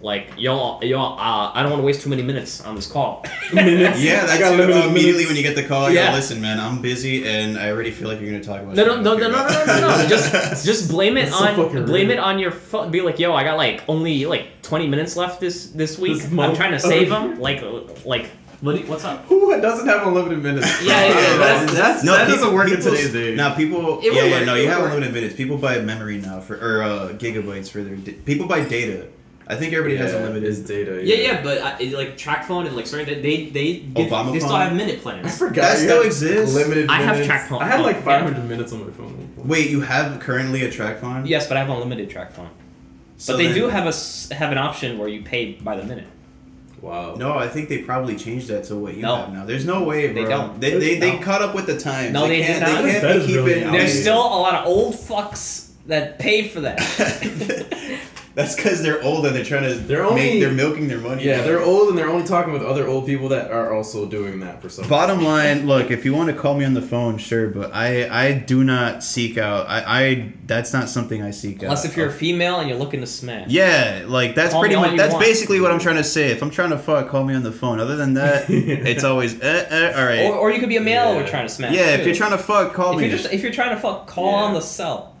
Like, y'all, y'all, uh, I don't want to waste too many minutes on this call. Minutes. Yeah, that's I got it. limited immediately minutes. when you get the call. Yeah. Yeah. listen, man, I'm busy and I already feel like you're gonna talk about. No, no, something no, I'm no, no, not no, no, here no, no. about. Just, just blame it That's so on, fucking blame rude. it on your phone. Be like, yo, I got like only like twenty minutes left this this week. This I'm month. trying to save them. Like, like, what do you- what's up? Who doesn't have unlimited minutes? Yeah, yeah, yeah, that's, that's- that's, that people- doesn't work in people- today's day. Now people, It would yeah, yeah, work, no, it you would have work. unlimited minutes. People buy memory now for or uh, gigabytes for their. Da- people buy data. I think everybody has It's unlimited. data. Yeah, yeah, but I, it- like track phone and like sorry, they they they, give, Obama they still phone? have minute I plans. forgot That you still had exists. Limited. I have minutes. track phone. I had like Yeah. 500 minutes on my phone. Wait, you have currently a track phone? Yes, but I have unlimited track phone. But So they then- do have a s- have an option where you pay by the minute. Wow. No, I think they probably changed that to what you No. have now. There's no way, They bro. don't. They they, they No. caught up with the times. No, they can't. did not. They That can't be is really keeping. outdated. There's still a lot of old fucks that pay for that. That's because they're old and they're trying to. They're make- only- They're milking their money. Yeah, they're old and they're only talking with other old people that are also doing that for some. Bottom line, look, if you want to call me on the phone, sure, but I I do not seek out. I, I that's not something I seek out. Oh, Unless if you're a female and you're looking to smash. Yeah, like that's Call pretty me all much you that's want. basically what I'm trying to say. If I'm trying to fuck, call me on the phone. Other than that, it's always eh, eh, all right. Or, or you could be a male Yeah. we're trying to smash. yeah, too. if you're trying to fuck, call if me. you're just if you're trying to fuck, call Yeah. on the cell.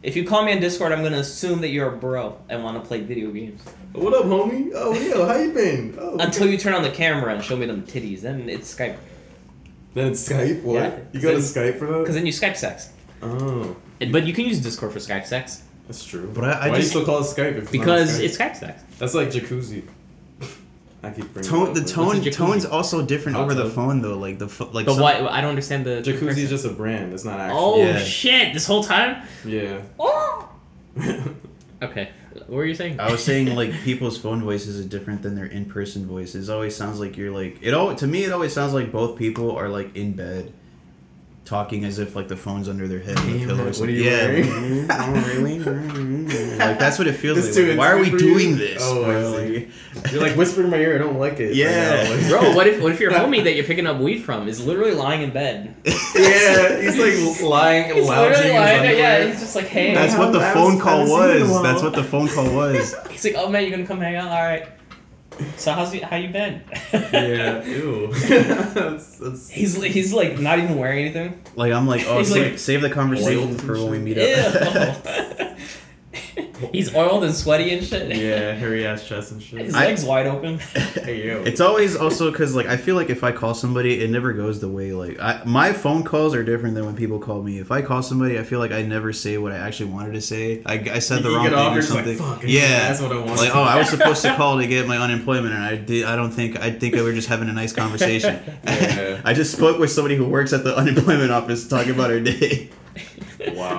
If you call me on Discord, I'm gonna assume that you're a bro and want to play video games What up, homie? Oh, yo, how you been? Oh, until you turn on the camera and show me them titties. Then it's Skype Then it's Skype. What? Yeah. You go to Then- Skype for that? because then you Skype sex. Oh, But you can use Discord for Skype sex that's true. But I- I Why just- do you still call it Skype? If it's not because Skype? it's Skype sex. that's like jacuzzi. I keep bringing it tone up, the but- tone What's a jacuzzi? tone's also different Hot over the tub. phone though. Like the ph- like But some- why? I don't understand the Jacuzzi is just a brand. It's not actually. Oh Yeah. shit! This whole time. Yeah. Oh. Okay. What were you saying? I was saying like people's phone voices are different than their in person voices. It always sounds like you're like it all to me it always sounds like both people are like in bed talking as if like the phone's under their head on the pillow what or are something. you yeah. wearing? Mm, like that's what it feels It's like. too Why are we intimate for you? doing this? Oh, I bro? see. Like- You're like whispering in my ear. I don't like it. Yeah. right now. Bro, what if what if your homie that you're picking up weed from is literally lying in bed? yeah, he's like lying, lounging. in He's literally his lying. there, Yeah, underwear. he's just like, hey. That's I what the haven't- I phone haven't seen call you in a was. while. That's what the phone call was. He's like, oh man, you gonna come hang out? All right. So how's you, how you been? Yeah, ew. that's, that's, He's li- he's like not even wearing anything. Like I'm like, oh, He's save, like- save the conversation Oiled for when we meet up. Ew. he's oiled and sweaty and shit. yeah, hairy ass chest and shit. His I- legs wide open. Hey, yo. It's always also because like I feel like if I call somebody, it never goes the way like I, my phone calls are different than when people call me. If I call somebody, I feel like I never say what I actually wanted to say. I, I said the You wrong get thing off, or you're just like, something. "Fuck, I didn't- yeah, that's what I wanted Like to oh, I do." was supposed to call to get my unemployment, and I did. I don't think I think we were just having a nice conversation. Yeah. I just spoke with somebody who works at the unemployment office talking about her day. Wow.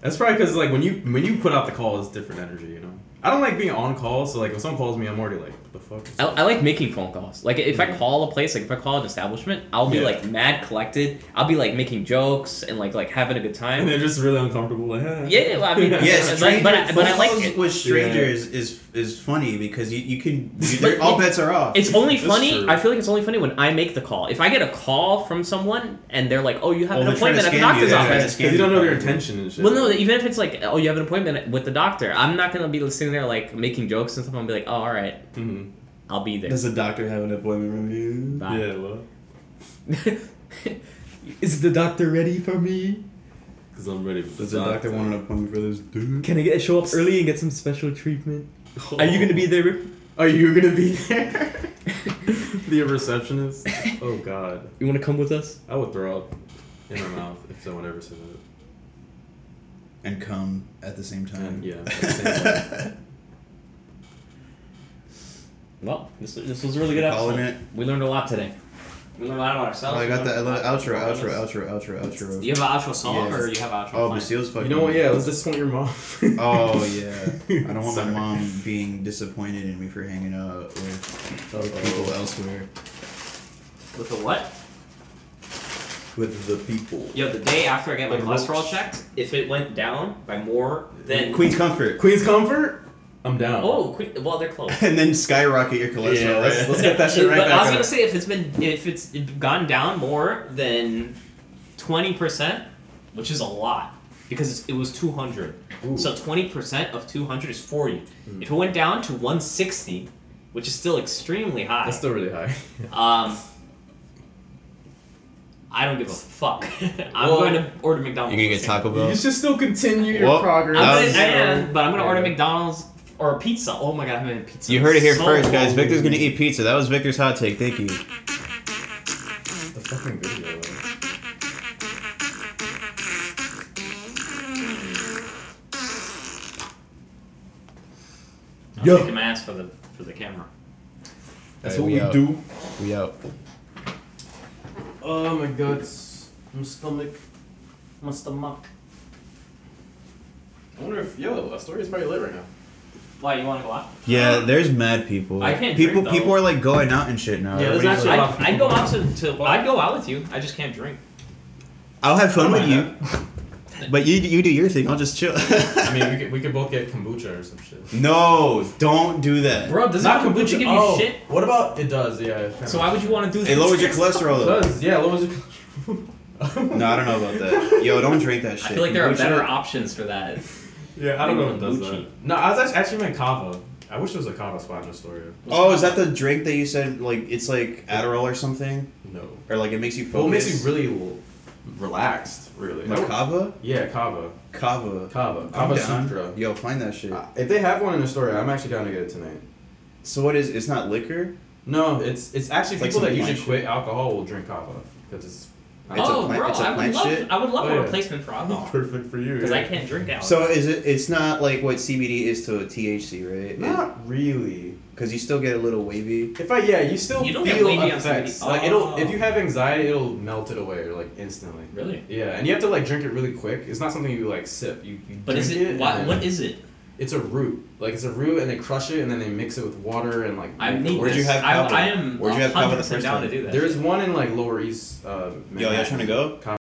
That's probably because like when you when you put out the call, it's different energy, you know. I don't like being on call, so like when someone calls me, I'm already like, what the fuck? Is I, this?" I like making phone calls. Like if I call a place, like if I call an establishment, I'll be Yeah. like mad collected. I'll be like making jokes and like like having a good time. and they're just really uncomfortable. Like, "Huh." Yeah, well, I mean, Yes, Yes, but- but I- but I like phone calls it. with strangers is is funny because you, you can you, But all it- bets are off. It's only That's funny. true. I feel like it's only funny when I make the call. If I get a call from someone and they're like, "Oh, you have Oh, an they're trying to appointment at the scam you, doctor's they're trying office," to Because you don't know their intention and shit. Well, no, even if it's like, "Oh, you have an appointment with the doctor," I'm not gonna be sitting there like making jokes and stuff. I'm gonna be like, "Oh, all right, Mm-hmm. Mhm. I'll be there." Does the doctor have an appointment with you? Bye. Yeah, well, Is the doctor ready for me? because I'm ready. For Does the doctor want an appointment for this dude? Can I get show up early and get some special treatment? to? Are you gonna be there? Are you gonna be there? the receptionist. Oh God, You want to come with us? I would throw up. in my mouth if someone ever says it. and come at the same time. And, yeah, at the same Well, this, this was a really good Calling episode. We learned a lot today. We learned a lot about Oh, ourselves. I got We the I learned love a lot outro, about outro, others. outro, outro, outro. Do you have an outro song Yeah. or you have an outro Oh, plan? Basil's fucking. You know what? Yeah, let's just point your mom. Oh yeah. I don't want my Sorry. mom being disappointed in me for hanging out with people elsewhere. With the what? with the people. Yo, the day after I get my Like cholesterol ropes. checked, if it went down by more than Queen's comfort. Queen's Comfort. I'm down. Oh, que- well, they're close. And then skyrocket your cholesterol. yeah. Let's, let's right? get that shit right but back. I was up. gonna say if it's been if it's gone down more than twenty percent, which is a lot because it was two hundred. So twenty percent of two hundred is forty. Hmm. If it went down to one sixty, which is still extremely high, That's still really high. um, I don't give a fuck. I'm Well, going to order McDonald's. You gonna this get thing. Taco Bell? You should still continue your Well, progress. I'm gonna, That was- I am, but I'm gonna order Yeah. McDonald's or a pizza. Oh my god, I haven't had pizza. You heard it here so first, guys. long. Victor's gonna eat pizza. That was Victor's hot take. Thank you. The fucking video. I'm Yo. kicking my ass for the for the camera. That's Hey, what we we out. do. We out. Oh my guts. My stomach. Mr. Monk. I wonder if yo, Astoria's probably lit right now. Why you want to go out? Yeah, there's mad people. I can't people drink, though. people are like going out and shit now. Yeah, there's Everybody's actually- like- I'd, I'd go out to, to I'd go out with you. I just can't drink. I'll have fun I with don't you, but you you do your thing. I'll just chill. I mean, we could, we could both get kombucha or some shit. no, don't do that. Bro, does Not not kombucha give you oh, shit? What about it does? Yeah. kinda. So why would you want to do It this? lowers your cholesterol It though. does. Yeah. What was it? No, I don't know about that. Yo, don't drink that shit. I feel like there are Kombucha- better options for that. Yeah, I don't know Maybe if it does kombucha. that. No, I was actually, actually meant kava. I wish there was a kava spot in Astoria. Oh, is that the drink that you said like it's like Adderall or something, No. or like it makes you focus? Well, it makes you really l- relaxed. Really. Oh. I would- Macava? Yeah, kava. Kava. Kava. I'm Kava down. sutra. Yo, find that shit. Uh, If they have one in Astoria, I'm actually down to get it tonight. So what is? It's not liquor. No, it's it's actually It's like people some that usually wine quit alcohol will drink kava because it's It's a oh, plant- bro, it's a I would plant love shit? I would love Oh, a yeah. replacement for alcohol perfect for you. because I yeah. can't drink alcohol. So is it? It's not like what CBD is to a THC, right? Not really. Because you still get a little wavy. If I yeah, you still You don't get feel wavy on effects. somebody- Like it'll Oh. if you have anxiety, it'll melt it away like instantly. really, Yeah, and you have to like drink it really quick. It's not something you like sip. You, you but drink is it? and Why, then- what is it? It's a root. Like it's a root, and they crush it, and then they mix it with water and like. I make the need word. Where'd you this. have I, Pablo? I am Where'd you have Pablo the 100% first down time? to do that. There's one in like Lower East. Uh, Yo, y'all trying to go?